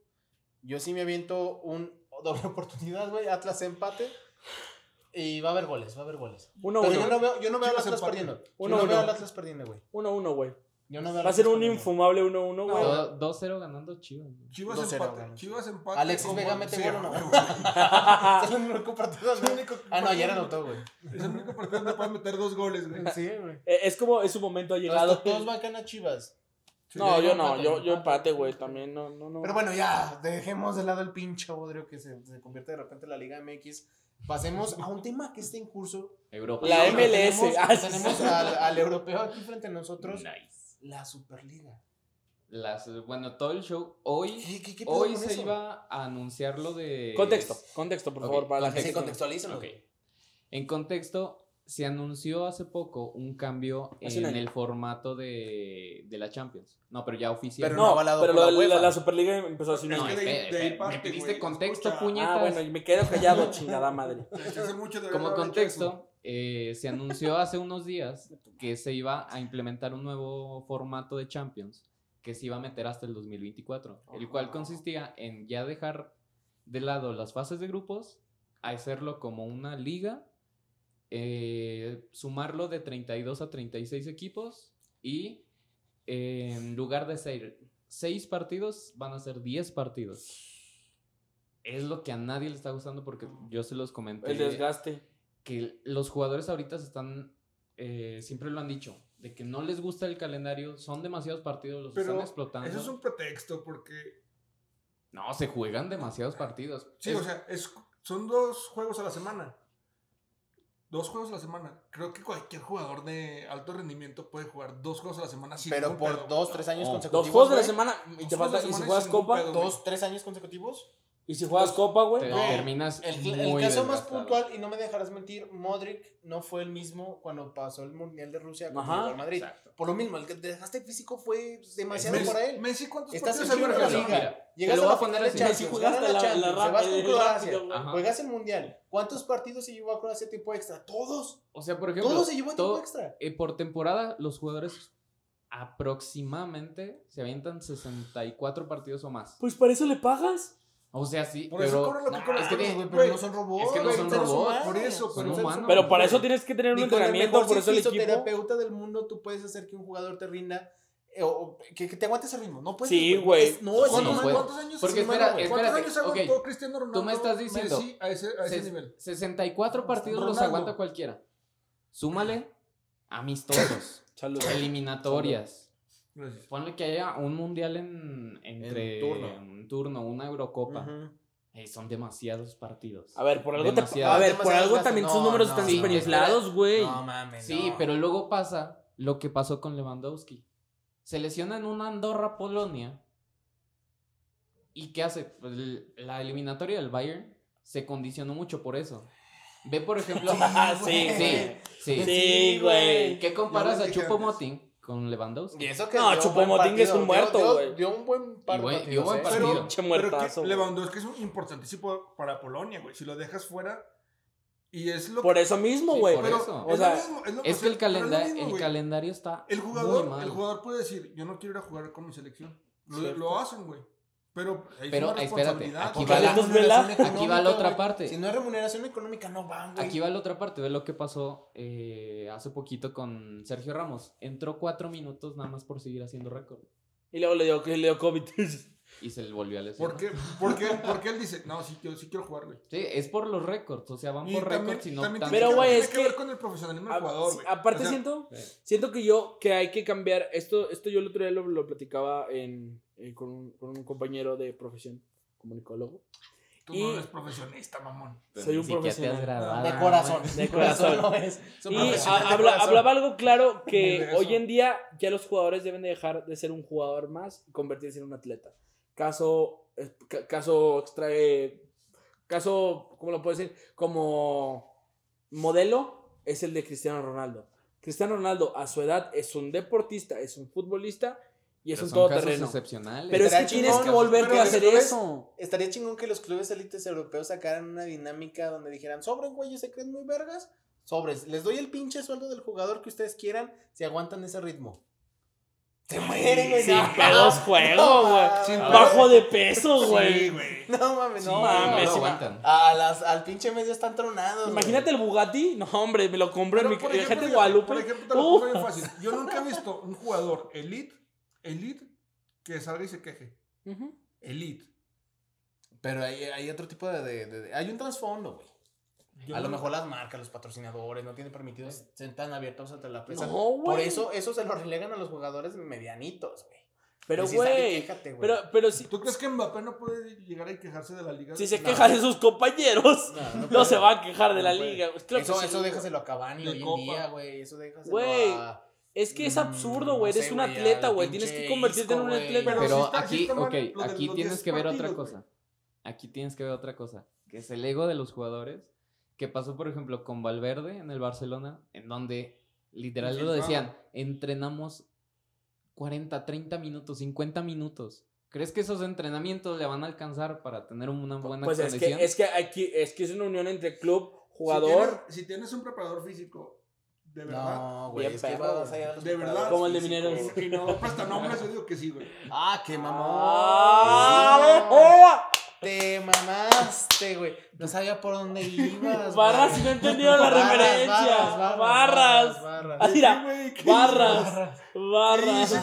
[SPEAKER 3] Yo sí me aviento un doble oportunidad, güey. Atlas empate. Y va a haber goles, va a haber goles.
[SPEAKER 2] Uno,
[SPEAKER 3] Pero
[SPEAKER 2] uno.
[SPEAKER 3] yo no veo, yo no veo al
[SPEAKER 5] Chivas
[SPEAKER 3] Atlas
[SPEAKER 5] empate.
[SPEAKER 3] perdiendo. Yo
[SPEAKER 2] Uno,
[SPEAKER 3] no veo
[SPEAKER 2] uno.
[SPEAKER 3] al Atlas perdiendo, güey.
[SPEAKER 2] Uno, uno, güey.
[SPEAKER 3] Yo no veo al
[SPEAKER 2] Va a ser
[SPEAKER 3] Atlas
[SPEAKER 2] un
[SPEAKER 3] perdiendo.
[SPEAKER 2] infumable 1-1, güey.
[SPEAKER 4] Todo- 2-0 ganando Chivas. güey.
[SPEAKER 5] Chivas
[SPEAKER 3] 2-0
[SPEAKER 5] empate.
[SPEAKER 3] ganas.
[SPEAKER 5] Chivas empate.
[SPEAKER 3] Alexis
[SPEAKER 5] con
[SPEAKER 3] Vega
[SPEAKER 5] gol-
[SPEAKER 3] mete
[SPEAKER 5] Sí, ah,
[SPEAKER 3] gol, ¿no?
[SPEAKER 5] güey, güey.
[SPEAKER 3] Es el único partido, es el único- Ah, no, ayer anotó, güey.
[SPEAKER 5] Es el único partido donde puedes meter dos goles, güey.
[SPEAKER 3] Sí, güey.
[SPEAKER 2] Eh, Es como, es su momento, ha llegado.
[SPEAKER 3] Todos, todos van a ganar Chivas.
[SPEAKER 2] No, yo no,
[SPEAKER 3] empate,
[SPEAKER 2] yo, yo
[SPEAKER 3] empate.
[SPEAKER 2] empate, güey, también, no, no, no.
[SPEAKER 3] Pero bueno, ya, dejemos de lado el pinche bodrio que se, se convierte de repente en la Liga MX. Pasemos a un tema que está en curso.
[SPEAKER 4] Europa.
[SPEAKER 2] La
[SPEAKER 3] Y ahora
[SPEAKER 2] MLS.
[SPEAKER 3] Tenemos,
[SPEAKER 2] Ah, sí.
[SPEAKER 3] tenemos al, al europeo aquí frente a nosotros.
[SPEAKER 4] Nice.
[SPEAKER 3] La Superliga.
[SPEAKER 4] Las, bueno, todo el show. Hoy,
[SPEAKER 3] ¿Qué, qué, qué pedo
[SPEAKER 4] hoy
[SPEAKER 3] con
[SPEAKER 4] se
[SPEAKER 3] eso?
[SPEAKER 4] iba a anunciar lo de.
[SPEAKER 2] Contexto, contexto, por
[SPEAKER 4] Ok,
[SPEAKER 2] favor, para la
[SPEAKER 4] contexto.
[SPEAKER 3] Sí,
[SPEAKER 2] gente. que no-
[SPEAKER 3] contextualízalo.
[SPEAKER 4] Ok. En contexto, se anunció hace poco un cambio
[SPEAKER 2] Hace un
[SPEAKER 4] en
[SPEAKER 2] año.
[SPEAKER 4] el formato de, de la Champions. No, pero ya oficial.
[SPEAKER 3] Pero
[SPEAKER 2] No,
[SPEAKER 3] avalado
[SPEAKER 2] pero
[SPEAKER 3] por
[SPEAKER 2] lo
[SPEAKER 3] la
[SPEAKER 2] de la,
[SPEAKER 3] UEFA.
[SPEAKER 2] la Superliga empezó así.
[SPEAKER 5] Es
[SPEAKER 2] No,
[SPEAKER 5] que
[SPEAKER 4] espera,
[SPEAKER 5] de ahí- de ahí
[SPEAKER 4] espera,
[SPEAKER 5] parte,
[SPEAKER 4] me pediste
[SPEAKER 5] güey,
[SPEAKER 4] contexto,
[SPEAKER 5] escucha.
[SPEAKER 4] puñetas.
[SPEAKER 2] ah, bueno, y me quedo callado, chingada madre.
[SPEAKER 5] Te hace mucho de
[SPEAKER 4] Como
[SPEAKER 5] haber hecho eso.
[SPEAKER 4] contexto, eh, se anunció hace unos días que se iba a implementar un nuevo formato de Champions que se iba a meter hasta el 2024, el cual
[SPEAKER 2] Ajá.
[SPEAKER 4] consistía en ya dejar de lado las fases de grupos, hacerlo como una liga, eh, sumarlo de 32 a 36 equipos y eh, en lugar de ser 6 partidos, van a ser 10 partidos. Es lo que a nadie le está gustando porque yo se los comenté
[SPEAKER 2] El desgaste.
[SPEAKER 4] que los jugadores ahorita se están, eh, siempre lo han dicho, de que no les gusta el calendario, son demasiados partidos, los
[SPEAKER 5] Pero
[SPEAKER 4] están explotando.
[SPEAKER 5] Eso es un pretexto porque.
[SPEAKER 4] No, se juegan demasiados partidos.
[SPEAKER 5] Sí,
[SPEAKER 4] Es-
[SPEAKER 5] o sea, es, son dos juegos a la semana. Dos juegos a la semana. Creo que cualquier jugador de alto rendimiento puede jugar dos juegos a la semana sin
[SPEAKER 3] Pero
[SPEAKER 5] ningún
[SPEAKER 3] por
[SPEAKER 5] pedo.
[SPEAKER 3] dos, tres años
[SPEAKER 4] No.
[SPEAKER 2] Dos
[SPEAKER 3] consecutivos.
[SPEAKER 2] juegos de la
[SPEAKER 3] güey.
[SPEAKER 2] semana y
[SPEAKER 5] Dos
[SPEAKER 2] te
[SPEAKER 5] juegos
[SPEAKER 2] falta,
[SPEAKER 5] de la
[SPEAKER 2] y si
[SPEAKER 5] semana
[SPEAKER 2] juegas
[SPEAKER 5] sin ningún
[SPEAKER 2] copa,
[SPEAKER 5] pedo, güey.
[SPEAKER 3] Dos, tres años consecutivos.
[SPEAKER 2] y si juegas copa,
[SPEAKER 4] te-
[SPEAKER 2] güey.
[SPEAKER 3] No.
[SPEAKER 4] terminas
[SPEAKER 3] El, el
[SPEAKER 4] muy
[SPEAKER 3] caso más
[SPEAKER 4] desgastado.
[SPEAKER 3] puntual, y no me dejarás mentir, Modric no fue el mismo cuando pasó el Mundial de Rusia con
[SPEAKER 2] Ajá,
[SPEAKER 3] el Real Madrid.
[SPEAKER 4] Exacto.
[SPEAKER 3] Por lo mismo, el que dejaste físico fue demasiado
[SPEAKER 5] Messi,
[SPEAKER 3] para él.
[SPEAKER 5] Messi, ¿cuántos
[SPEAKER 3] Estás en
[SPEAKER 5] partidos
[SPEAKER 3] Champions
[SPEAKER 5] juega?
[SPEAKER 3] League.
[SPEAKER 4] Mira, mira,
[SPEAKER 3] Llegas
[SPEAKER 4] te
[SPEAKER 3] a
[SPEAKER 4] lo voy
[SPEAKER 3] la
[SPEAKER 4] a poner
[SPEAKER 3] final
[SPEAKER 4] así.
[SPEAKER 3] de Champions,
[SPEAKER 2] Si jugaste
[SPEAKER 3] ganas la
[SPEAKER 2] la, la,
[SPEAKER 3] Champions,
[SPEAKER 2] rap-
[SPEAKER 3] te vas
[SPEAKER 2] el
[SPEAKER 3] con
[SPEAKER 2] rápido,
[SPEAKER 3] Croacia.
[SPEAKER 2] güey.
[SPEAKER 4] Ajá.
[SPEAKER 3] Juegas el Mundial. ¿Cuántos partidos se llevó a Croacia tiempo extra? Todos.
[SPEAKER 4] O sea, por ejemplo,
[SPEAKER 3] Todo se llevó a tiempo
[SPEAKER 4] todo-
[SPEAKER 3] extra.
[SPEAKER 4] eh, por temporada los jugadores aproximadamente se avientan 64 partidos o más.
[SPEAKER 2] Pues para eso le pagas.
[SPEAKER 4] O sea, sí,
[SPEAKER 5] Por eso
[SPEAKER 4] pero
[SPEAKER 5] cobran lo que
[SPEAKER 4] nah,
[SPEAKER 5] cobran,
[SPEAKER 4] es que
[SPEAKER 5] güey.
[SPEAKER 4] tiene-
[SPEAKER 3] güey, pero no son
[SPEAKER 4] Ah, es
[SPEAKER 3] robots.
[SPEAKER 4] que no
[SPEAKER 3] güey,
[SPEAKER 4] son
[SPEAKER 3] seres
[SPEAKER 4] robots.
[SPEAKER 3] humanos.
[SPEAKER 5] Por eso, pero
[SPEAKER 4] Son
[SPEAKER 3] seres
[SPEAKER 4] humanos.
[SPEAKER 2] Pero para
[SPEAKER 4] güey.
[SPEAKER 2] eso tienes que tener un
[SPEAKER 3] Ni con el
[SPEAKER 2] entrenamiento,
[SPEAKER 3] mejor
[SPEAKER 2] por eso el equipo.
[SPEAKER 3] fisioterapeuta del mundo tú puedes hacer que un jugador te rinda eh, o, o que, que te aguantes el ritmo. No puedes.
[SPEAKER 2] Sí, güey.
[SPEAKER 3] Es- No, es
[SPEAKER 4] Sí,
[SPEAKER 5] ¿Cuántos,
[SPEAKER 3] inhumano.
[SPEAKER 4] güey.
[SPEAKER 5] cuántos años
[SPEAKER 4] Porque
[SPEAKER 5] es inhumano,
[SPEAKER 4] espera,
[SPEAKER 5] güey?
[SPEAKER 4] espérate,
[SPEAKER 5] ¿Cuántos años
[SPEAKER 4] ok.
[SPEAKER 5] aguantó Cristiano Ronaldo?
[SPEAKER 4] me estás diciendo-
[SPEAKER 5] Messi a ese, a ese
[SPEAKER 4] Ses-
[SPEAKER 5] nivel.
[SPEAKER 4] 64 partidos los
[SPEAKER 5] Ronaldo.
[SPEAKER 4] aguanta cualquiera. Súmale amistosos,
[SPEAKER 2] Salud.
[SPEAKER 4] eliminatorias. Ponle que haya un mundial en, entre
[SPEAKER 3] En turno.
[SPEAKER 4] un turno, una Eurocopa.
[SPEAKER 3] Ujú.
[SPEAKER 4] Eh, son demasiados partidos.
[SPEAKER 2] A ver, por algo, te,
[SPEAKER 4] Demasiado.
[SPEAKER 2] a ver, por
[SPEAKER 3] Demasiado
[SPEAKER 2] algo
[SPEAKER 3] gasto.
[SPEAKER 2] también sus
[SPEAKER 3] No,
[SPEAKER 2] números
[SPEAKER 3] no,
[SPEAKER 2] están
[SPEAKER 4] no, no.
[SPEAKER 2] superinflados, güey.
[SPEAKER 3] No mames.
[SPEAKER 4] sí,
[SPEAKER 3] no.
[SPEAKER 4] pero luego pasa lo que pasó con Lewandowski. Se lesiona en una Andorra Polonia. ¿Y qué hace? Pues, l- la eliminatoria del Bayern se condicionó mucho por eso. Ve, por ejemplo.
[SPEAKER 2] Ah, sí,
[SPEAKER 4] sí,
[SPEAKER 2] güey.
[SPEAKER 4] sí.
[SPEAKER 2] Sí, güey.
[SPEAKER 4] ¿Qué comparas
[SPEAKER 5] les
[SPEAKER 4] a
[SPEAKER 5] dije
[SPEAKER 4] Chupo
[SPEAKER 5] antes.
[SPEAKER 4] Motín con Lewandowski?
[SPEAKER 3] Y eso que
[SPEAKER 2] No,
[SPEAKER 3] dio
[SPEAKER 2] Chupomotín
[SPEAKER 3] buen partido,
[SPEAKER 2] es un
[SPEAKER 3] dio-
[SPEAKER 2] muerto,
[SPEAKER 3] dio-
[SPEAKER 2] güey.
[SPEAKER 3] Dio un buen par de
[SPEAKER 4] Güey, dio
[SPEAKER 3] partidos,
[SPEAKER 4] buen
[SPEAKER 3] ¿eh?
[SPEAKER 4] partido.
[SPEAKER 5] Pero,
[SPEAKER 2] Pinche
[SPEAKER 5] pero
[SPEAKER 2] muertazo,
[SPEAKER 5] que
[SPEAKER 2] güey.
[SPEAKER 5] Lewandowski es un importantísimo para Polonia, güey. Si lo dejas fuera. Y es lo
[SPEAKER 2] Por eso mismo,
[SPEAKER 4] Sí,
[SPEAKER 2] güey.
[SPEAKER 4] por
[SPEAKER 5] pero
[SPEAKER 4] eso.
[SPEAKER 5] es
[SPEAKER 2] O
[SPEAKER 5] lo
[SPEAKER 2] sea,
[SPEAKER 5] mismo, lo-
[SPEAKER 4] Es
[SPEAKER 5] o
[SPEAKER 4] que
[SPEAKER 5] sea,
[SPEAKER 4] el,
[SPEAKER 5] pero es lo
[SPEAKER 4] calenda-
[SPEAKER 5] mismo,
[SPEAKER 4] el
[SPEAKER 5] güey.
[SPEAKER 4] calendario está
[SPEAKER 5] El
[SPEAKER 4] muy
[SPEAKER 5] jugador,
[SPEAKER 4] mal.
[SPEAKER 5] el jugador puede decir, yo no quiero ir a jugar con mi selección. Lo,
[SPEAKER 2] Cierto.
[SPEAKER 5] lo hacen, güey. Pero, hay
[SPEAKER 4] Pero,
[SPEAKER 5] una
[SPEAKER 4] espérate,
[SPEAKER 5] responsabilidad,
[SPEAKER 4] aquí
[SPEAKER 5] güey.
[SPEAKER 4] va la-
[SPEAKER 3] Porque
[SPEAKER 2] Entonces, vela,
[SPEAKER 3] remuneración
[SPEAKER 4] aquí va la otra
[SPEAKER 3] económica, güey.
[SPEAKER 4] parte.
[SPEAKER 3] Si no es remuneración económica, no van, güey.
[SPEAKER 4] Aquí va la otra parte, ve lo que pasó eh, hace poquito con Sergio Ramos. Entró cuatro minutos nada más por seguir haciendo récord.
[SPEAKER 2] Y luego le dio, le dio COVID.
[SPEAKER 4] Y se le volvió a lesionar.
[SPEAKER 5] ¿Por qué? ¿Por qué? Porque él dice, no, sí, yo sí quiero jugar, güey.
[SPEAKER 4] Sí, es por los récords. O sea, van
[SPEAKER 5] Y
[SPEAKER 4] por
[SPEAKER 5] también-
[SPEAKER 4] récords y no
[SPEAKER 5] también
[SPEAKER 4] tanto.
[SPEAKER 5] tiene
[SPEAKER 2] Pero,
[SPEAKER 5] que-
[SPEAKER 2] güey,
[SPEAKER 5] tiene
[SPEAKER 2] es
[SPEAKER 5] que ver
[SPEAKER 2] que-
[SPEAKER 5] con el profesionalismo
[SPEAKER 2] A-
[SPEAKER 5] del jugador,
[SPEAKER 2] Ah, sí,
[SPEAKER 5] güey.
[SPEAKER 2] aparte
[SPEAKER 5] O sea,
[SPEAKER 2] siento,
[SPEAKER 4] Sí.
[SPEAKER 2] siento que yo que hay que cambiar esto esto yo el otro día lo, lo platicaba en, eh, con, un, con un compañero de profesión comunicólogo
[SPEAKER 5] Tú no
[SPEAKER 2] y-
[SPEAKER 5] eres profesionista, mamón.
[SPEAKER 2] soy un
[SPEAKER 4] Ni siquiera te has
[SPEAKER 2] profesional.
[SPEAKER 4] graduado,
[SPEAKER 3] De
[SPEAKER 4] ¿no?
[SPEAKER 3] corazón.
[SPEAKER 2] De corazón.
[SPEAKER 3] no es. Es un
[SPEAKER 2] y
[SPEAKER 3] profesional
[SPEAKER 2] ha-
[SPEAKER 3] de
[SPEAKER 2] habla-
[SPEAKER 3] corazón.
[SPEAKER 2] hablaba algo claro
[SPEAKER 5] Ni de
[SPEAKER 2] que
[SPEAKER 5] eso.
[SPEAKER 2] hoy en día ya los jugadores deben de dejar de ser un jugador más y convertirse en un atleta caso eh, ca- caso extrae caso cómo lo puedo decir como modelo es el de Cristiano Ronaldo Cristiano Ronaldo a su edad es un deportista es un futbolista y es
[SPEAKER 4] Pero
[SPEAKER 2] un
[SPEAKER 4] son casos
[SPEAKER 2] todoterreno
[SPEAKER 4] excepcionales.
[SPEAKER 2] Pero es que
[SPEAKER 3] Estaría
[SPEAKER 2] tienes
[SPEAKER 3] chingón,
[SPEAKER 2] que volverte
[SPEAKER 3] pero
[SPEAKER 2] a hacer
[SPEAKER 3] después-
[SPEAKER 2] eso.
[SPEAKER 3] Estaría chingón que los clubes élites europeos sacaran una dinámica donde dijeran, sobren, güeyes, se creen muy vergas. Sobres, les doy el pinche sueldo del jugador que ustedes quieran si aguantan ese ritmo. Se mueren, güey.
[SPEAKER 2] Sin
[SPEAKER 3] no.
[SPEAKER 2] pedos juego, güey.
[SPEAKER 3] Sin
[SPEAKER 5] pedos.
[SPEAKER 2] Bajo de peso,
[SPEAKER 5] Sí,
[SPEAKER 2] güey.
[SPEAKER 5] güey.
[SPEAKER 3] No mames, no.
[SPEAKER 2] Sí,
[SPEAKER 4] No
[SPEAKER 2] mames.
[SPEAKER 4] aguantan.
[SPEAKER 3] A las, al pinche medio están tronados. güey.
[SPEAKER 2] Imagínate el Bugatti. No, hombre, me lo compré en mi
[SPEAKER 5] Pero, por
[SPEAKER 2] en el Jate
[SPEAKER 5] ejemplo,
[SPEAKER 2] Guadalupe.
[SPEAKER 5] Por ejemplo, te lo
[SPEAKER 2] Uf.
[SPEAKER 5] pongo bien fácil. Yo nunca he visto un jugador elite, elite, que salga y se queje.
[SPEAKER 2] Ujú.
[SPEAKER 5] Elite.
[SPEAKER 3] Pero hay, hay otro tipo de, de- de- de- Hay un trasfondo, güey.
[SPEAKER 5] Yo
[SPEAKER 3] A lo
[SPEAKER 5] no-
[SPEAKER 3] mejor las marcas, los patrocinadores, no tienen permitido ser tan abiertos ante la prensa.
[SPEAKER 2] No,
[SPEAKER 3] Por
[SPEAKER 2] güey.
[SPEAKER 3] eso, eso se lo relegan a los jugadores medianitos, güey.
[SPEAKER 2] Pero,
[SPEAKER 3] Y pues, si sale,
[SPEAKER 2] güey.
[SPEAKER 3] quéjate, güey.
[SPEAKER 2] Pero, pero si,
[SPEAKER 5] ¿Tú crees que Mbappé no puede llegar a quejarse de la liga?
[SPEAKER 2] si se
[SPEAKER 5] No.
[SPEAKER 2] queja de sus compañeros,
[SPEAKER 3] No, no
[SPEAKER 2] no,
[SPEAKER 3] puede.
[SPEAKER 2] se va a quejar de la
[SPEAKER 3] No puede.
[SPEAKER 2] liga. güey. Claro que
[SPEAKER 3] Eso,
[SPEAKER 2] sí.
[SPEAKER 3] eso déjaselo a Cavani
[SPEAKER 5] De
[SPEAKER 3] hoy en
[SPEAKER 5] copa.
[SPEAKER 3] día, güey. Eso déjaselo
[SPEAKER 2] Güey,
[SPEAKER 3] a...
[SPEAKER 2] Es que es
[SPEAKER 3] Mm,
[SPEAKER 2] absurdo, güey.
[SPEAKER 3] no
[SPEAKER 2] Eres
[SPEAKER 3] sé,
[SPEAKER 2] un
[SPEAKER 3] güey,
[SPEAKER 2] atleta,
[SPEAKER 3] al
[SPEAKER 2] güey. Tienes
[SPEAKER 3] pinche
[SPEAKER 2] que convertirte en
[SPEAKER 3] Isco,
[SPEAKER 2] un
[SPEAKER 3] güey.
[SPEAKER 2] atleta.
[SPEAKER 5] Pero
[SPEAKER 4] Pero,
[SPEAKER 5] sí está- sí
[SPEAKER 4] aquí,
[SPEAKER 5] está mal
[SPEAKER 4] ok,
[SPEAKER 5] lo de
[SPEAKER 4] aquí
[SPEAKER 5] los
[SPEAKER 4] tienes
[SPEAKER 5] 10
[SPEAKER 4] que ver otra
[SPEAKER 5] partidos, güey.
[SPEAKER 4] cosa. Aquí tienes que ver otra cosa. Que es el ego de los jugadores. Que pasó, por ejemplo, con Valverde en el Barcelona, en donde literal lo
[SPEAKER 5] Sí,
[SPEAKER 4] decían, entrenamos 40, 30 minutos, 50 minutos. ¿Crees que esos entrenamientos le van a alcanzar para tener una buena
[SPEAKER 2] Pues es que,
[SPEAKER 4] condición?
[SPEAKER 2] es que aquí es que es una unión entre club,
[SPEAKER 5] Si
[SPEAKER 2] jugador,
[SPEAKER 5] tienes- Si tienes, un preparador físico, de verdad.
[SPEAKER 3] No, güey.
[SPEAKER 2] Bien
[SPEAKER 3] Es que
[SPEAKER 2] perro,
[SPEAKER 3] vas allá de los
[SPEAKER 5] De verdad.
[SPEAKER 3] jugadores
[SPEAKER 2] Como el de
[SPEAKER 3] físicos.
[SPEAKER 2] Mineros.
[SPEAKER 5] Y no, hasta nombres, yo digo que sí, güey.
[SPEAKER 3] Ah, qué mamón.
[SPEAKER 2] Ah, ¡oh!
[SPEAKER 3] Te mamaste, güey. No sabía por dónde ibas.
[SPEAKER 2] Barras,
[SPEAKER 3] güey.
[SPEAKER 2] si no entendieron la
[SPEAKER 3] Barras,
[SPEAKER 2] referencia. Barras.
[SPEAKER 3] barras.
[SPEAKER 2] Ah, mira,
[SPEAKER 5] Sí, güey, ¿qué
[SPEAKER 2] barras,
[SPEAKER 5] hice?
[SPEAKER 2] barras.
[SPEAKER 5] ¿Qué hice,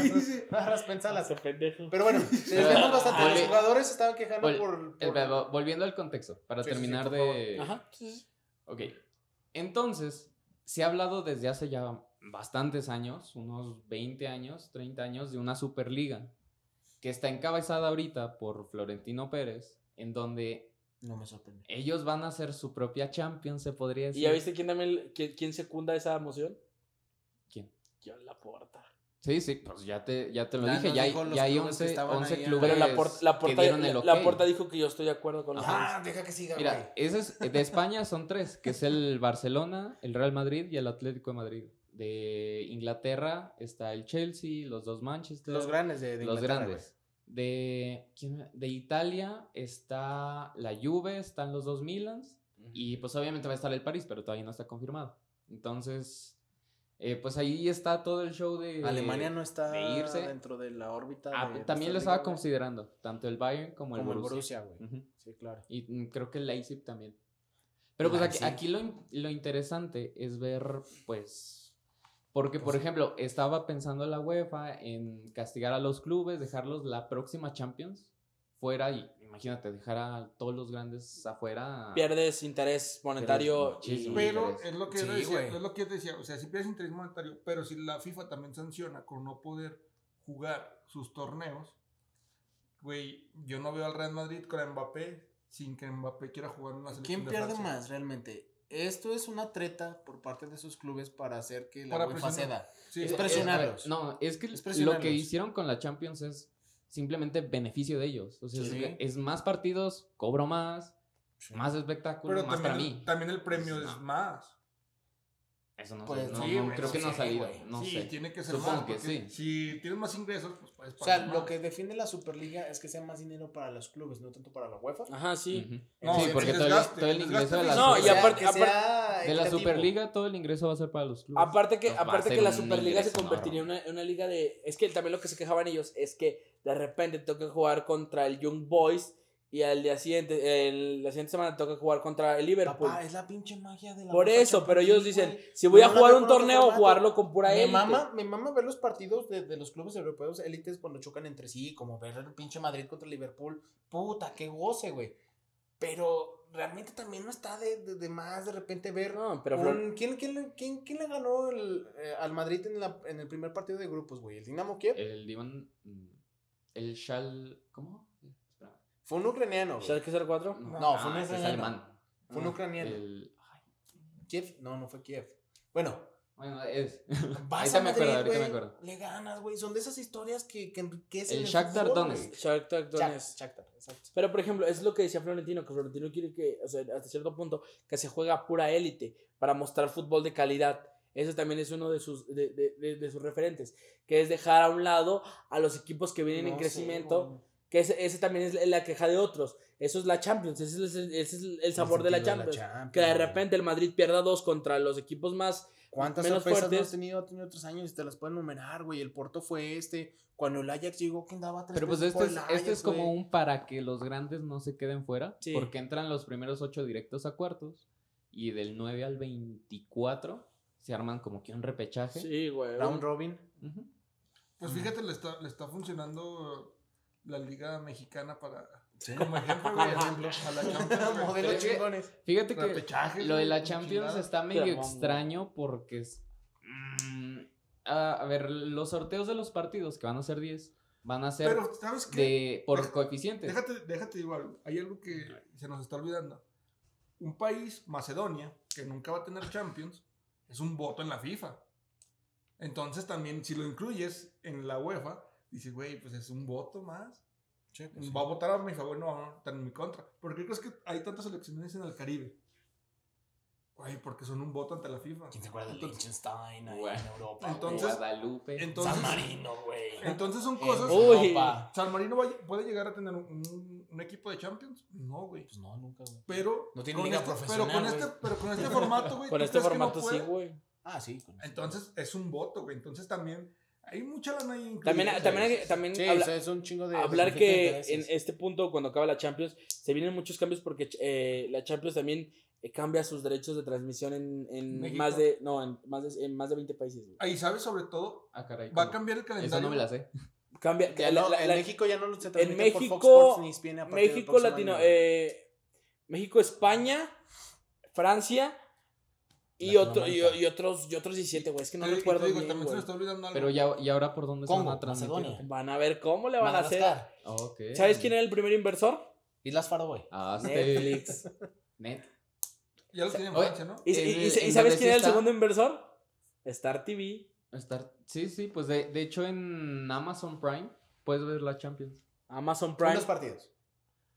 [SPEAKER 5] güey? ¿Qué hice?
[SPEAKER 3] Barras, pensalas.
[SPEAKER 2] Ese pendejo.
[SPEAKER 3] Pero bueno, desviamos bastante. Los
[SPEAKER 4] Volvi-
[SPEAKER 3] jugadores estaban quejando
[SPEAKER 4] vol-
[SPEAKER 3] por.
[SPEAKER 4] El-
[SPEAKER 3] por-
[SPEAKER 4] Volviendo al contexto, para
[SPEAKER 3] Sí, sí, sí,
[SPEAKER 4] terminar
[SPEAKER 3] por
[SPEAKER 4] de,
[SPEAKER 2] Ajá. sí, sí.
[SPEAKER 4] Ok. Entonces, se ha hablado desde hace ya bastantes años, unos 20 años, 30 años, de una Superliga que está encabezada ahorita por Florentino Pérez, en donde
[SPEAKER 3] No me sorprende.
[SPEAKER 4] ellos van a hacer su propia Champions, se podría
[SPEAKER 2] ¿Y
[SPEAKER 4] decir.
[SPEAKER 2] ya viste quién también quién, quién secunda esa moción?
[SPEAKER 4] ¿Quién?
[SPEAKER 2] John Laporta.
[SPEAKER 4] Sí, sí, pues ya te, ya te lo
[SPEAKER 3] Ya
[SPEAKER 4] dije,
[SPEAKER 3] nos
[SPEAKER 4] ya hay,
[SPEAKER 3] dijo los
[SPEAKER 4] ya hay
[SPEAKER 3] clubes que
[SPEAKER 4] 11,
[SPEAKER 3] estaban
[SPEAKER 4] 11
[SPEAKER 3] ahí, ajá.
[SPEAKER 4] clubes
[SPEAKER 2] Pero la Laporta,
[SPEAKER 4] que dieron el ok.
[SPEAKER 2] Laporta dijo que yo estoy de acuerdo con los
[SPEAKER 3] Ah, deja que siga, güey.
[SPEAKER 4] Mira, ese es, de España son tres, que es el Barcelona, el Real Madrid y el Atlético de Madrid. De Inglaterra está el Chelsea, los dos Manchester.
[SPEAKER 3] Los grandes de, de
[SPEAKER 4] los
[SPEAKER 3] Inglaterra,
[SPEAKER 4] grandes. De, ¿quién era? de Italia está la Juve, están los dos Milans.
[SPEAKER 3] güey.
[SPEAKER 4] Y pues obviamente va a estar el París, pero todavía no está confirmado. Entonces, eh, pues ahí está todo el show de...
[SPEAKER 3] Alemania no está
[SPEAKER 4] de irse.
[SPEAKER 3] dentro de la órbita.
[SPEAKER 4] Ah,
[SPEAKER 3] de
[SPEAKER 4] también lo
[SPEAKER 3] nuestra
[SPEAKER 4] estaba
[SPEAKER 3] liga, güey.
[SPEAKER 4] considerando, tanto el Bayern como el
[SPEAKER 3] Como el
[SPEAKER 4] Borussia.
[SPEAKER 3] Borussia, güey.
[SPEAKER 4] Ujú.
[SPEAKER 3] Sí, claro.
[SPEAKER 4] Y mm, creo que el Leipzig también. Pero pues aquí,
[SPEAKER 3] Leipzig.
[SPEAKER 4] aquí lo, in- lo interesante es ver, pues, porque por ejemplo, estaba pensando la UEFA en castigar a los clubes, dejarlos la próxima Champions fuera y imagínate, dejar a todos los grandes afuera.
[SPEAKER 2] Pierdes interés monetario y
[SPEAKER 4] muchísimo.
[SPEAKER 5] Pero
[SPEAKER 4] interés.
[SPEAKER 5] es lo que yo
[SPEAKER 3] Sí,
[SPEAKER 5] decía,
[SPEAKER 3] güey.
[SPEAKER 5] es lo que yo te decía, o sea, si pierdes interés monetario, pero si la FIFA también sanciona con no poder jugar sus torneos, güey, yo no veo al Real Madrid con Mbappé sin que Mbappé quiera jugar en una selección
[SPEAKER 3] ¿Quién
[SPEAKER 5] de
[SPEAKER 3] pierde
[SPEAKER 5] Francia.
[SPEAKER 3] más realmente? Esto es una treta por parte de sus clubes para hacer que la
[SPEAKER 5] Para
[SPEAKER 3] UEFA
[SPEAKER 5] presionar.
[SPEAKER 3] ceda.
[SPEAKER 5] Sí,
[SPEAKER 3] Es
[SPEAKER 5] eh,
[SPEAKER 3] presionar.
[SPEAKER 4] Eh, No, es que
[SPEAKER 3] Es
[SPEAKER 4] lo
[SPEAKER 3] presionarlos.
[SPEAKER 4] que hicieron con la Champions es simplemente beneficio de ellos. O sea, es-
[SPEAKER 3] Sí.
[SPEAKER 4] es, más partidos, cobro más,
[SPEAKER 3] Sí.
[SPEAKER 4] más espectáculo,
[SPEAKER 5] Pero
[SPEAKER 4] más
[SPEAKER 5] también,
[SPEAKER 4] para mí.
[SPEAKER 5] el- también el premio
[SPEAKER 4] Pues,
[SPEAKER 5] es
[SPEAKER 4] no.
[SPEAKER 5] más.
[SPEAKER 4] Eso no,
[SPEAKER 3] Pues,
[SPEAKER 4] sé, no,
[SPEAKER 5] sí,
[SPEAKER 4] no,
[SPEAKER 5] güey,
[SPEAKER 4] creo
[SPEAKER 5] no
[SPEAKER 4] que no ha
[SPEAKER 3] sé,
[SPEAKER 4] salido.
[SPEAKER 3] güey.
[SPEAKER 4] No
[SPEAKER 5] sí,
[SPEAKER 4] sé.
[SPEAKER 5] tiene que ser
[SPEAKER 4] Supongo
[SPEAKER 5] más.
[SPEAKER 4] que
[SPEAKER 5] porque
[SPEAKER 4] sí.
[SPEAKER 5] Si tienes más ingresos, pues puedes
[SPEAKER 3] O sea,
[SPEAKER 5] pagar
[SPEAKER 3] lo
[SPEAKER 5] más.
[SPEAKER 3] que defiende la Superliga es que sea más dinero para los clubes, no tanto para la UEFA.
[SPEAKER 2] Ajá, sí.
[SPEAKER 4] Ujú.
[SPEAKER 5] No,
[SPEAKER 4] sí,
[SPEAKER 5] el
[SPEAKER 4] porque todo el,
[SPEAKER 5] desgaste,
[SPEAKER 4] todo el
[SPEAKER 5] el
[SPEAKER 4] ingreso de
[SPEAKER 5] desgaste
[SPEAKER 4] la,
[SPEAKER 2] No, y
[SPEAKER 4] Superliga-
[SPEAKER 2] aparte-
[SPEAKER 4] de la Superliga, todo el ingreso va a ser para los clubes.
[SPEAKER 2] Aparte que,
[SPEAKER 4] No, va a
[SPEAKER 2] aparte
[SPEAKER 4] ser
[SPEAKER 2] que la
[SPEAKER 4] un
[SPEAKER 2] Superliga se
[SPEAKER 4] ingreso
[SPEAKER 2] convertiría en una, en una liga de... Es que también lo que se quejaban ellos es que de repente toca jugar contra el Young Boys y al día siguiente, el- la siguiente semana toca jugar contra el Liverpool.
[SPEAKER 3] Papá, es la pinche magia de la
[SPEAKER 2] Por
[SPEAKER 3] UEFA
[SPEAKER 2] eso, pero
[SPEAKER 3] Champions
[SPEAKER 2] ellos
[SPEAKER 3] League,
[SPEAKER 2] dicen,
[SPEAKER 3] güey.
[SPEAKER 2] si voy a
[SPEAKER 3] No la
[SPEAKER 2] jugar
[SPEAKER 3] veo
[SPEAKER 2] un
[SPEAKER 3] con otro
[SPEAKER 2] torneo,
[SPEAKER 3] formato.
[SPEAKER 2] jugarlo con pura
[SPEAKER 3] Me
[SPEAKER 2] élite.
[SPEAKER 3] mama, me mama ver los partidos de, de los clubes europeos élites cuando chocan entre sí, como ver el pinche Madrid contra Liverpool. Puta, qué goce, güey. Pero realmente también no está de, de- de más de repente ver.
[SPEAKER 2] No, pero
[SPEAKER 3] un-
[SPEAKER 2] Flor-
[SPEAKER 3] ¿quién, quién, le- quién- quién le ganó el, eh, al Madrid en, la- en el primer partido de grupos, güey? ¿El Dinamo Kiev?
[SPEAKER 2] Eh,
[SPEAKER 4] El Divan. El Shal. ¿Cómo? Espera.
[SPEAKER 3] Fue un ucraniano. güey.
[SPEAKER 2] ¿Schalke 04?
[SPEAKER 5] Mm.
[SPEAKER 3] No,
[SPEAKER 4] Ah,
[SPEAKER 3] fue un
[SPEAKER 4] ese es
[SPEAKER 3] ucraniano.
[SPEAKER 4] alemán. Ah,
[SPEAKER 3] Fue un ucraniano.
[SPEAKER 4] El- ay,
[SPEAKER 3] ¿Kiev? No, no fue Kiev. Bueno,
[SPEAKER 4] Bueno, es.
[SPEAKER 3] vas
[SPEAKER 4] Ahorita
[SPEAKER 3] a
[SPEAKER 4] me
[SPEAKER 3] Madrid,
[SPEAKER 4] acuerdo, ahorita me
[SPEAKER 3] güey,
[SPEAKER 4] acuerdo.
[SPEAKER 3] Le ganas, güey. Son de esas historias que, que enriquecen.
[SPEAKER 4] El Shakhtar
[SPEAKER 3] fútbol,
[SPEAKER 4] Donetsk.
[SPEAKER 3] güey.
[SPEAKER 2] Shakhtar Donetsk.
[SPEAKER 3] Shak- Shakhtar, exacto.
[SPEAKER 2] Pero, por ejemplo, es lo que decía Florentino, que Florentino quiere que, o sea, hasta cierto punto, que se juega pura élite para mostrar fútbol de calidad. Ese también es uno de sus, de, de- de- de sus referentes, que es dejar a un lado a los equipos que vienen en
[SPEAKER 3] No sé,
[SPEAKER 2] crecimiento,
[SPEAKER 3] güey.
[SPEAKER 2] que ese, ese también es la queja de otros. Eso es la Champions, ese es, ese es el sabor de la
[SPEAKER 3] sentido
[SPEAKER 2] Champions. Que de
[SPEAKER 3] güey.
[SPEAKER 2] repente el Madrid pierda dos contra los equipos más,
[SPEAKER 3] ¿Cuántas
[SPEAKER 2] Menos
[SPEAKER 3] sorpresas no
[SPEAKER 2] fuertes.
[SPEAKER 3] has tenido? Ha tenido otros años y te las pueden enumerar, güey. El Porto fue este. Cuando el Ajax llegó, ¿quién daba tres
[SPEAKER 4] Pero pues
[SPEAKER 3] pesos
[SPEAKER 4] este
[SPEAKER 3] por
[SPEAKER 4] es,
[SPEAKER 3] el
[SPEAKER 4] este es
[SPEAKER 3] Ajax,
[SPEAKER 4] como
[SPEAKER 3] güey?
[SPEAKER 4] un para que los grandes no se queden fuera,
[SPEAKER 2] Sí.
[SPEAKER 4] porque entran los primeros ocho directos a cuartos y del 9 al 24 se arman como que un repechaje.
[SPEAKER 2] Sí, güey.
[SPEAKER 3] Round
[SPEAKER 2] un-
[SPEAKER 3] Robin.
[SPEAKER 4] Ujú.
[SPEAKER 5] Pues fíjate, le está, le está funcionando la Liga Mexicana para. Como ejemplo, güey.
[SPEAKER 3] Como ejemplo.
[SPEAKER 5] A la Champions, güey.
[SPEAKER 3] Modelos
[SPEAKER 4] Pero-
[SPEAKER 3] chingones.
[SPEAKER 4] Fíjate que
[SPEAKER 5] Repechajes,
[SPEAKER 4] lo de la
[SPEAKER 5] güey,
[SPEAKER 4] Champions
[SPEAKER 5] chingada.
[SPEAKER 4] está medio
[SPEAKER 2] Ramón, güey.
[SPEAKER 4] extraño porque es... mm, a, a ver, los sorteos de los partidos, que van a ser 10, van a ser
[SPEAKER 5] Pero, ¿sabes qué?
[SPEAKER 4] de, este. por
[SPEAKER 5] Deja-
[SPEAKER 4] coeficientes.
[SPEAKER 5] Déjate, déjate digo algo. Hay algo que se nos está olvidando. Un país, Macedonia, que nunca va a tener Champions, es un voto en la FIFA. Entonces también, si lo incluyes en la UEFA, dices, güey, pues es un voto más. Va a votar a mi favor, no va a votar en mi contra. ¿Por qué crees que hay tantas elecciones en el Caribe? Güey, porque son un voto ante la FIFA.
[SPEAKER 3] ¿Quién se acuerda de
[SPEAKER 5] Entonces-
[SPEAKER 3] Liechtenstein ahí
[SPEAKER 4] Güey.
[SPEAKER 3] en Europa?
[SPEAKER 5] Entonces-
[SPEAKER 3] güey?
[SPEAKER 4] Guadalupe.
[SPEAKER 5] Entonces,
[SPEAKER 3] San Marino, güey.
[SPEAKER 5] entonces son
[SPEAKER 3] En
[SPEAKER 5] cosas...
[SPEAKER 2] Uy.
[SPEAKER 3] Europa.
[SPEAKER 5] ¿San Marino va- puede llegar a tener un, un equipo de Champions? No, güey.
[SPEAKER 3] Pues no, nunca, güey.
[SPEAKER 5] Pero,
[SPEAKER 3] No tiene
[SPEAKER 5] con
[SPEAKER 3] liga
[SPEAKER 5] este,
[SPEAKER 3] profesional,
[SPEAKER 5] pero con
[SPEAKER 3] güey.
[SPEAKER 5] este, pero con este formato, güey.
[SPEAKER 2] Con
[SPEAKER 5] ¿tú
[SPEAKER 2] este
[SPEAKER 5] crees que no
[SPEAKER 2] formato sí,
[SPEAKER 5] puede?
[SPEAKER 2] güey.
[SPEAKER 3] Ah, sí. con-
[SPEAKER 5] Entonces es un voto, güey. Entonces también hay mucha lana ahí. incluida,
[SPEAKER 2] También,
[SPEAKER 5] güey.
[SPEAKER 2] también, hay- también
[SPEAKER 3] Sí,
[SPEAKER 2] habla-
[SPEAKER 3] o sea, es un chingo de. de
[SPEAKER 2] hablar
[SPEAKER 3] conflicto de
[SPEAKER 2] que
[SPEAKER 3] intereses.
[SPEAKER 2] en este punto, cuando acaba la Champions, se vienen muchos cambios porque eh, la Champions también eh, cambia sus derechos de transmisión en, en
[SPEAKER 5] México.
[SPEAKER 2] más de no en más de, en más de 20 países. güey.
[SPEAKER 5] Ahí sabes, sobre todo,
[SPEAKER 4] Ah, caray,
[SPEAKER 5] va a
[SPEAKER 4] ¿cómo?
[SPEAKER 5] cambiar el
[SPEAKER 4] Esa
[SPEAKER 5] calendario.
[SPEAKER 4] no me la sé.
[SPEAKER 2] Cambia
[SPEAKER 3] Ya
[SPEAKER 2] la-
[SPEAKER 3] no,
[SPEAKER 2] la-
[SPEAKER 3] en
[SPEAKER 2] la-
[SPEAKER 3] México ya no lo se
[SPEAKER 2] en
[SPEAKER 3] transmite por Fox
[SPEAKER 2] México-
[SPEAKER 3] Sports ni ESPN a partir del
[SPEAKER 2] México,
[SPEAKER 3] próximo
[SPEAKER 2] Latino,
[SPEAKER 3] año.
[SPEAKER 2] eh, México, España, Francia y, otro, y,
[SPEAKER 3] Latinoamérica.
[SPEAKER 2] y otros y otros 17, güey. Es que no
[SPEAKER 5] Te- Eh, te
[SPEAKER 2] recuerdo.
[SPEAKER 5] digo,
[SPEAKER 2] bien,
[SPEAKER 5] también se
[SPEAKER 2] güey.
[SPEAKER 5] me está olvidando algo.
[SPEAKER 4] Pero ya, ¿y ahora por dónde se van
[SPEAKER 3] Congo,
[SPEAKER 4] a transmitir?
[SPEAKER 3] Macedonia.
[SPEAKER 2] Van a ver cómo le van a hacer.
[SPEAKER 3] Madagascar.
[SPEAKER 4] Ok.
[SPEAKER 2] ¿Sabes quién era el primer inversor?
[SPEAKER 3] Islas Faroe.
[SPEAKER 4] Aztec.
[SPEAKER 2] Netflix.
[SPEAKER 4] Net.
[SPEAKER 5] ya lo tienen en
[SPEAKER 4] Oye,
[SPEAKER 5] Francia, ¿no?
[SPEAKER 2] ¿Y, y-
[SPEAKER 4] El-
[SPEAKER 2] y- y sabes
[SPEAKER 4] el
[SPEAKER 2] quién era el
[SPEAKER 4] Indonesista.
[SPEAKER 2] segundo inversor? Star TV.
[SPEAKER 4] Star- Sí, sí, pues de, de hecho en Amazon Prime puedes ver la Champions.
[SPEAKER 2] Amazon Prime.
[SPEAKER 3] Unos partidos.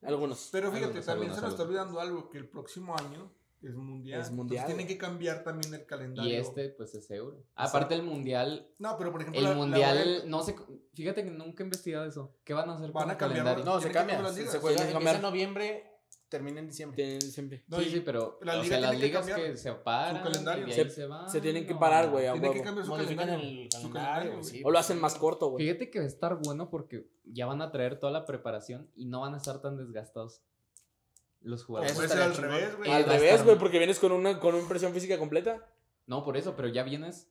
[SPEAKER 2] Algunos.
[SPEAKER 5] Pero fíjate,
[SPEAKER 4] Algunos,
[SPEAKER 5] también se
[SPEAKER 4] algunos,
[SPEAKER 5] nos está
[SPEAKER 4] algunos.
[SPEAKER 5] olvidando algo, que el próximo año es mundial.
[SPEAKER 2] Es mundial.
[SPEAKER 5] Entonces tienen que cambiar también el calendario.
[SPEAKER 4] Y este, pues es euro. Aparte el mundial,
[SPEAKER 5] No, pero por ejemplo,
[SPEAKER 4] el
[SPEAKER 5] la- la
[SPEAKER 4] mundial,
[SPEAKER 5] UEFA
[SPEAKER 4] no sé, fíjate que nunca he investigado eso. ¿Qué van a hacer
[SPEAKER 5] Van
[SPEAKER 4] con
[SPEAKER 5] a
[SPEAKER 4] el
[SPEAKER 5] cambiar,
[SPEAKER 4] calendario?
[SPEAKER 3] No,
[SPEAKER 5] Tiene
[SPEAKER 3] se
[SPEAKER 5] que
[SPEAKER 3] cambia.
[SPEAKER 5] cambiar las
[SPEAKER 3] Se
[SPEAKER 5] ligas.
[SPEAKER 3] se juega
[SPEAKER 2] Tiene que
[SPEAKER 3] empieza en
[SPEAKER 2] cambiar.
[SPEAKER 3] noviembre, termina en diciembre.
[SPEAKER 2] Tienen siempre.
[SPEAKER 5] No,
[SPEAKER 4] sí,
[SPEAKER 5] y
[SPEAKER 4] sí, pero
[SPEAKER 5] la
[SPEAKER 4] o
[SPEAKER 5] liga
[SPEAKER 4] sea, las
[SPEAKER 5] tiene que
[SPEAKER 4] ligas
[SPEAKER 5] cambiar
[SPEAKER 4] que se paran
[SPEAKER 5] calendario.
[SPEAKER 4] y de
[SPEAKER 2] Se-
[SPEAKER 4] ahí se van.
[SPEAKER 2] Se tienen que
[SPEAKER 4] o-
[SPEAKER 2] parar, güey, a
[SPEAKER 5] Tiene que
[SPEAKER 2] huevo.
[SPEAKER 5] cambiar su
[SPEAKER 3] Modifican
[SPEAKER 5] calendario.
[SPEAKER 3] el
[SPEAKER 5] Su
[SPEAKER 3] calendario,
[SPEAKER 5] güey.
[SPEAKER 3] sí.
[SPEAKER 2] O lo hacen más corto, güey.
[SPEAKER 4] Fíjate que va a estar bueno porque ya van a traer toda la preparación y no van a estar tan desgastados los
[SPEAKER 5] Puede
[SPEAKER 4] jugadores.
[SPEAKER 3] Eso
[SPEAKER 5] ser
[SPEAKER 3] estaría
[SPEAKER 5] al
[SPEAKER 3] chingón.
[SPEAKER 5] revés, güey.
[SPEAKER 2] Al
[SPEAKER 4] va a
[SPEAKER 2] revés,
[SPEAKER 4] estar-
[SPEAKER 2] güey, porque vienes con una, con una presión física completa.
[SPEAKER 4] No, por eso, pero ya vienes.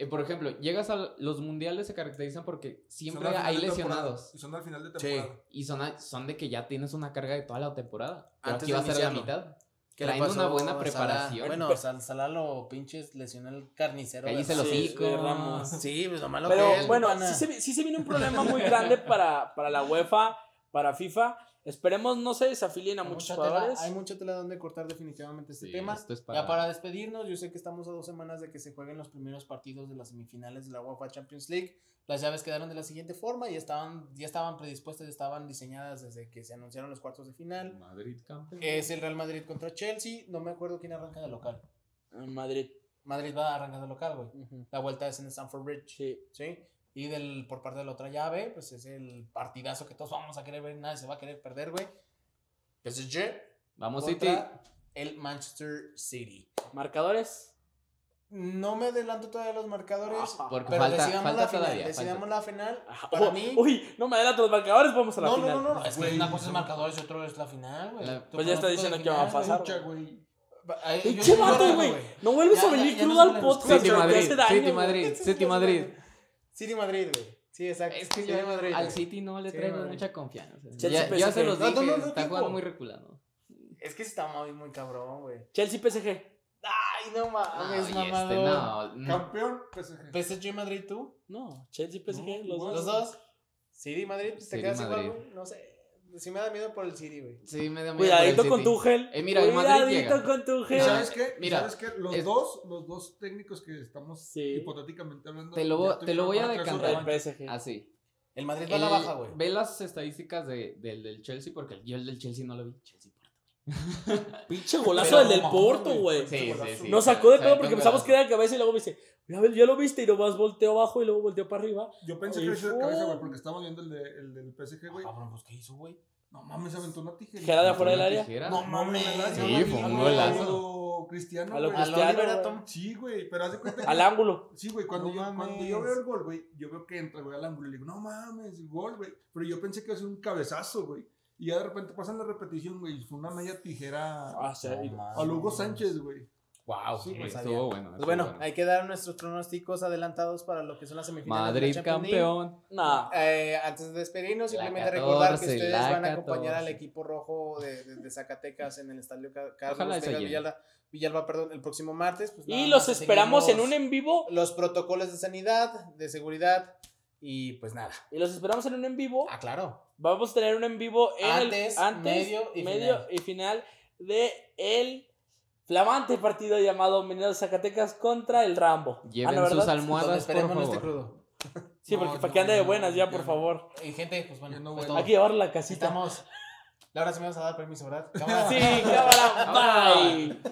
[SPEAKER 4] eh, por ejemplo, llegas a los mundiales se caracterizan porque
[SPEAKER 5] Son
[SPEAKER 4] siempre
[SPEAKER 5] al final
[SPEAKER 4] hay
[SPEAKER 5] de temporada.
[SPEAKER 4] lesionados.
[SPEAKER 5] Y son al final de
[SPEAKER 3] Sí.
[SPEAKER 5] temporada.
[SPEAKER 4] Y son, a- son de que ya tienes una carga de toda la temporada. Pero
[SPEAKER 3] Antes
[SPEAKER 4] aquí
[SPEAKER 3] de
[SPEAKER 4] va a ser la
[SPEAKER 3] iniciarlo.
[SPEAKER 4] mitad.
[SPEAKER 3] ¿Qué le
[SPEAKER 4] Traen una
[SPEAKER 3] pasó
[SPEAKER 4] buena
[SPEAKER 3] a Salah?
[SPEAKER 4] preparación.
[SPEAKER 3] Bueno, Sal- Salah lo pinches lesionó el carnicero.
[SPEAKER 4] Que ahí
[SPEAKER 3] de
[SPEAKER 4] se los
[SPEAKER 3] Ramos.
[SPEAKER 2] Sí, de
[SPEAKER 4] hocico.
[SPEAKER 2] Ramos.
[SPEAKER 3] Sí, pues nomás lo
[SPEAKER 2] Pero
[SPEAKER 3] que es,
[SPEAKER 2] bueno,
[SPEAKER 3] pana.
[SPEAKER 2] sí se, vi- sí se viene un problema muy grande para, para la UEFA, para FIFA. Esperemos no se desafilien a
[SPEAKER 3] Hay
[SPEAKER 2] muchos
[SPEAKER 3] mucha tela-
[SPEAKER 2] jugadores.
[SPEAKER 3] Hay mucha tela donde cortar definitivamente este
[SPEAKER 4] Sí,
[SPEAKER 3] tema.
[SPEAKER 4] esto es para-
[SPEAKER 3] Ya para despedirnos, yo sé que estamos a dos semanas de que se jueguen los primeros partidos de las semifinales de la UEFA Champions League. Las llaves quedaron de la siguiente forma y estaban, ya estaban predispuestas, ya estaban diseñadas desde que se anunciaron los cuartos de final.
[SPEAKER 4] Madrid campeón.
[SPEAKER 3] Es el Real Madrid contra Chelsea. No me acuerdo quién arranca de local.
[SPEAKER 2] Madrid.
[SPEAKER 3] Madrid va arrancando local, güey.
[SPEAKER 2] Ujú.
[SPEAKER 3] La vuelta es en Stamford Bridge.
[SPEAKER 2] Sí.
[SPEAKER 3] ¿sí? Y del, por parte de la otra llave, pues es el partidazo que todos vamos a querer ver, nadie se va a querer perder, güey. PSG
[SPEAKER 4] Vamos, City.
[SPEAKER 3] contra el Manchester City.
[SPEAKER 2] Marcadores.
[SPEAKER 3] No me adelanto todavía a los marcadores,
[SPEAKER 2] Ajá.
[SPEAKER 4] Porque
[SPEAKER 3] pero
[SPEAKER 4] falta,
[SPEAKER 3] decidamos
[SPEAKER 4] falta
[SPEAKER 3] la final.
[SPEAKER 4] todavía. falta.
[SPEAKER 3] decidamos la final.
[SPEAKER 2] Ajá.
[SPEAKER 3] Para
[SPEAKER 2] Oh,
[SPEAKER 3] mí.
[SPEAKER 2] Uy, no me adelanto los marcadores, vamos a la
[SPEAKER 3] no, no,
[SPEAKER 2] final.
[SPEAKER 3] no, no, no, Es que
[SPEAKER 5] Güey,
[SPEAKER 3] una cosa es
[SPEAKER 5] no.
[SPEAKER 3] marcadores y otra es la final, güey.
[SPEAKER 4] La-
[SPEAKER 3] Tu
[SPEAKER 2] Pues ya está
[SPEAKER 3] pronóstico de
[SPEAKER 2] diciendo que va a
[SPEAKER 3] final,
[SPEAKER 2] pasar.
[SPEAKER 5] Lucha, güey.
[SPEAKER 3] güey. Ay, yo
[SPEAKER 2] Pinche
[SPEAKER 3] estoy
[SPEAKER 2] vato,
[SPEAKER 3] guardando,
[SPEAKER 2] güey. No vuelves
[SPEAKER 3] Ya,
[SPEAKER 2] a venir
[SPEAKER 3] ya, ya
[SPEAKER 2] crudo
[SPEAKER 3] no
[SPEAKER 2] al
[SPEAKER 3] salen los
[SPEAKER 2] podcast,
[SPEAKER 4] City
[SPEAKER 3] City
[SPEAKER 2] güey, te
[SPEAKER 4] Madrid,
[SPEAKER 2] hace daño,
[SPEAKER 4] City
[SPEAKER 2] güey.
[SPEAKER 4] Madrid, City Madrid.
[SPEAKER 3] City Madrid, güey. Sí, exacto.
[SPEAKER 4] Es que
[SPEAKER 3] City
[SPEAKER 4] yo
[SPEAKER 3] Madrid,
[SPEAKER 4] al
[SPEAKER 3] güey.
[SPEAKER 4] City no le
[SPEAKER 3] Sí,
[SPEAKER 4] traigo
[SPEAKER 3] Madrid.
[SPEAKER 4] mucha confianza.
[SPEAKER 2] Chelsea,
[SPEAKER 4] ya, ya
[SPEAKER 2] PSG.
[SPEAKER 4] se los
[SPEAKER 3] No,
[SPEAKER 4] dije,
[SPEAKER 3] no, no, no,
[SPEAKER 4] está
[SPEAKER 3] tipo.
[SPEAKER 4] jugando muy reculado.
[SPEAKER 3] Es que está muy, muy cabrón, güey.
[SPEAKER 2] Chelsea PSG.
[SPEAKER 3] Ay, no mames,
[SPEAKER 4] Ay, este,
[SPEAKER 3] Ah, mamado.
[SPEAKER 4] no, no.
[SPEAKER 5] Campeón pues, PSG.
[SPEAKER 3] PSG Madrid, tú.
[SPEAKER 2] No, Chelsea PSG,
[SPEAKER 5] No,
[SPEAKER 2] los dos.
[SPEAKER 5] igual.
[SPEAKER 3] Los dos. City Madrid, pues, te
[SPEAKER 4] City,
[SPEAKER 3] quedas
[SPEAKER 4] Madrid.
[SPEAKER 3] igual, güey. No sé. Sí me da miedo por el City, güey.
[SPEAKER 4] Sí, me da miedo por el
[SPEAKER 2] Cuidadito con
[SPEAKER 4] City.
[SPEAKER 2] tu gel.
[SPEAKER 4] Eh, mira, el Madrid
[SPEAKER 2] Cuidadito
[SPEAKER 4] llega.
[SPEAKER 2] con tu
[SPEAKER 5] ¿Y
[SPEAKER 4] Eh,
[SPEAKER 2] gel.
[SPEAKER 5] sabes qué? ¿Y
[SPEAKER 4] mira,
[SPEAKER 5] ¿Sabes qué? Los
[SPEAKER 4] es-
[SPEAKER 5] dos, los dos técnicos que estamos
[SPEAKER 2] Sí.
[SPEAKER 5] hipotéticamente hablando.
[SPEAKER 4] Te lo-
[SPEAKER 5] ya
[SPEAKER 4] te lo voy a
[SPEAKER 5] tuvieron para traer su
[SPEAKER 4] decantar.
[SPEAKER 5] revancha.
[SPEAKER 2] El PSG.
[SPEAKER 4] Así.
[SPEAKER 3] El Madrid va a la baja, güey.
[SPEAKER 4] Ah, Ve las estadísticas de, del, del Chelsea, porque yo el del Chelsea no lo vi. Chelsea Porto.
[SPEAKER 2] Pinche golazo del del
[SPEAKER 5] mamón,
[SPEAKER 2] Porto, güey.
[SPEAKER 5] Sí, sí, sí.
[SPEAKER 2] Nos sacó de
[SPEAKER 4] Se
[SPEAKER 2] pedo
[SPEAKER 4] aventó
[SPEAKER 2] porque
[SPEAKER 4] un
[SPEAKER 2] pensamos
[SPEAKER 4] golazo.
[SPEAKER 2] que era de cabeza y luego me dice, ya, ves, ya lo viste y nomás volteó abajo y luego volteó para arriba.
[SPEAKER 5] Yo pensé que
[SPEAKER 2] Ay,
[SPEAKER 5] era de cabeza, güey,
[SPEAKER 2] fu-
[SPEAKER 5] porque estábamos viendo el, de, el del PSG, güey.
[SPEAKER 3] Ah, cabrón, pues, ¿qué hizo, güey?
[SPEAKER 5] No mames, se aventó una tijera.
[SPEAKER 2] Jala de afuera del
[SPEAKER 4] Una
[SPEAKER 2] área.
[SPEAKER 4] tijera.
[SPEAKER 3] No mames.
[SPEAKER 4] Sí, fue un golazo.
[SPEAKER 5] Cristiano,
[SPEAKER 2] A lo
[SPEAKER 5] güey.
[SPEAKER 3] Al
[SPEAKER 2] Cristiano,
[SPEAKER 3] Oliver
[SPEAKER 2] güey.
[SPEAKER 3] Atom.
[SPEAKER 5] Sí, güey, pero haz de cuenta que...
[SPEAKER 2] Al ángulo.
[SPEAKER 5] Sí, güey, cuando,
[SPEAKER 3] No
[SPEAKER 5] yo, cuando
[SPEAKER 3] mames.
[SPEAKER 5] yo veo el gol, güey, yo veo que entra, güey, al ángulo y le digo, no mames, el gol, güey. Pero yo pensé que iba a ser un cabezazo, güey. Y ya de repente pasan la repetición, güey, y fue una media tijera
[SPEAKER 2] Ah, sí.
[SPEAKER 3] No mames.
[SPEAKER 5] a Lugo Sánchez, güey.
[SPEAKER 4] Wow,
[SPEAKER 3] Sí, pues, sabía.
[SPEAKER 4] estuvo bueno.
[SPEAKER 3] Pues
[SPEAKER 4] estuvo
[SPEAKER 3] bueno,
[SPEAKER 4] bueno.
[SPEAKER 3] hay que dar nuestros pronósticos adelantados para lo que son las semifinales. de la
[SPEAKER 4] Madrid
[SPEAKER 3] Champions League.
[SPEAKER 4] campeón.
[SPEAKER 2] Nah.
[SPEAKER 3] Eh, antes de despedirnos,
[SPEAKER 4] La
[SPEAKER 3] simplemente
[SPEAKER 4] 14,
[SPEAKER 3] recordar que ustedes
[SPEAKER 4] la
[SPEAKER 3] van a acompañar al
[SPEAKER 4] 14.
[SPEAKER 3] equipo rojo de, de- de Zacatecas en el estadio Ca- Carlos
[SPEAKER 4] Ojalá y se
[SPEAKER 3] Vega
[SPEAKER 4] llene.
[SPEAKER 3] Villalba, Villalba, perdón, el próximo martes. pues, nada
[SPEAKER 2] Y
[SPEAKER 3] más
[SPEAKER 2] los
[SPEAKER 3] a
[SPEAKER 2] esperamos en
[SPEAKER 3] seguirnos
[SPEAKER 2] un em-, en vivo.
[SPEAKER 3] Los protocolos de sanidad, de seguridad y pues nada.
[SPEAKER 2] Y los esperamos en un en vivo.
[SPEAKER 3] Ah, claro.
[SPEAKER 2] Vamos a tener un en vivo en el-
[SPEAKER 3] Antes, medio y final.
[SPEAKER 2] y final de el flamante partido llamado Mineros Zacatecas contra el Rambo.
[SPEAKER 4] Lleven
[SPEAKER 2] Ah, ¿no,
[SPEAKER 4] sus
[SPEAKER 2] verdad?
[SPEAKER 3] Donde
[SPEAKER 4] almohadas, por
[SPEAKER 3] esperemos no esté
[SPEAKER 4] favor.
[SPEAKER 3] crudo.
[SPEAKER 2] Sí,
[SPEAKER 5] No,
[SPEAKER 2] porque
[SPEAKER 5] yo
[SPEAKER 2] para que ande de
[SPEAKER 5] no,
[SPEAKER 2] buenas ya,
[SPEAKER 5] yo
[SPEAKER 2] por
[SPEAKER 5] no. Eh,
[SPEAKER 2] favor.
[SPEAKER 3] Y gente, pues bueno,
[SPEAKER 5] Yo no
[SPEAKER 3] fue
[SPEAKER 5] vuelvo.
[SPEAKER 3] todo.
[SPEAKER 2] Hay que llevar la casita.
[SPEAKER 3] estamos. Laura, se me vas a dar permiso, ¿verdad? Cámara.
[SPEAKER 2] Sí, cámara, bye.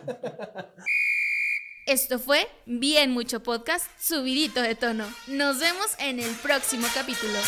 [SPEAKER 1] Esto fue Bien Mucho Podcast, subidito de tono. Nos vemos en el próximo capítulo.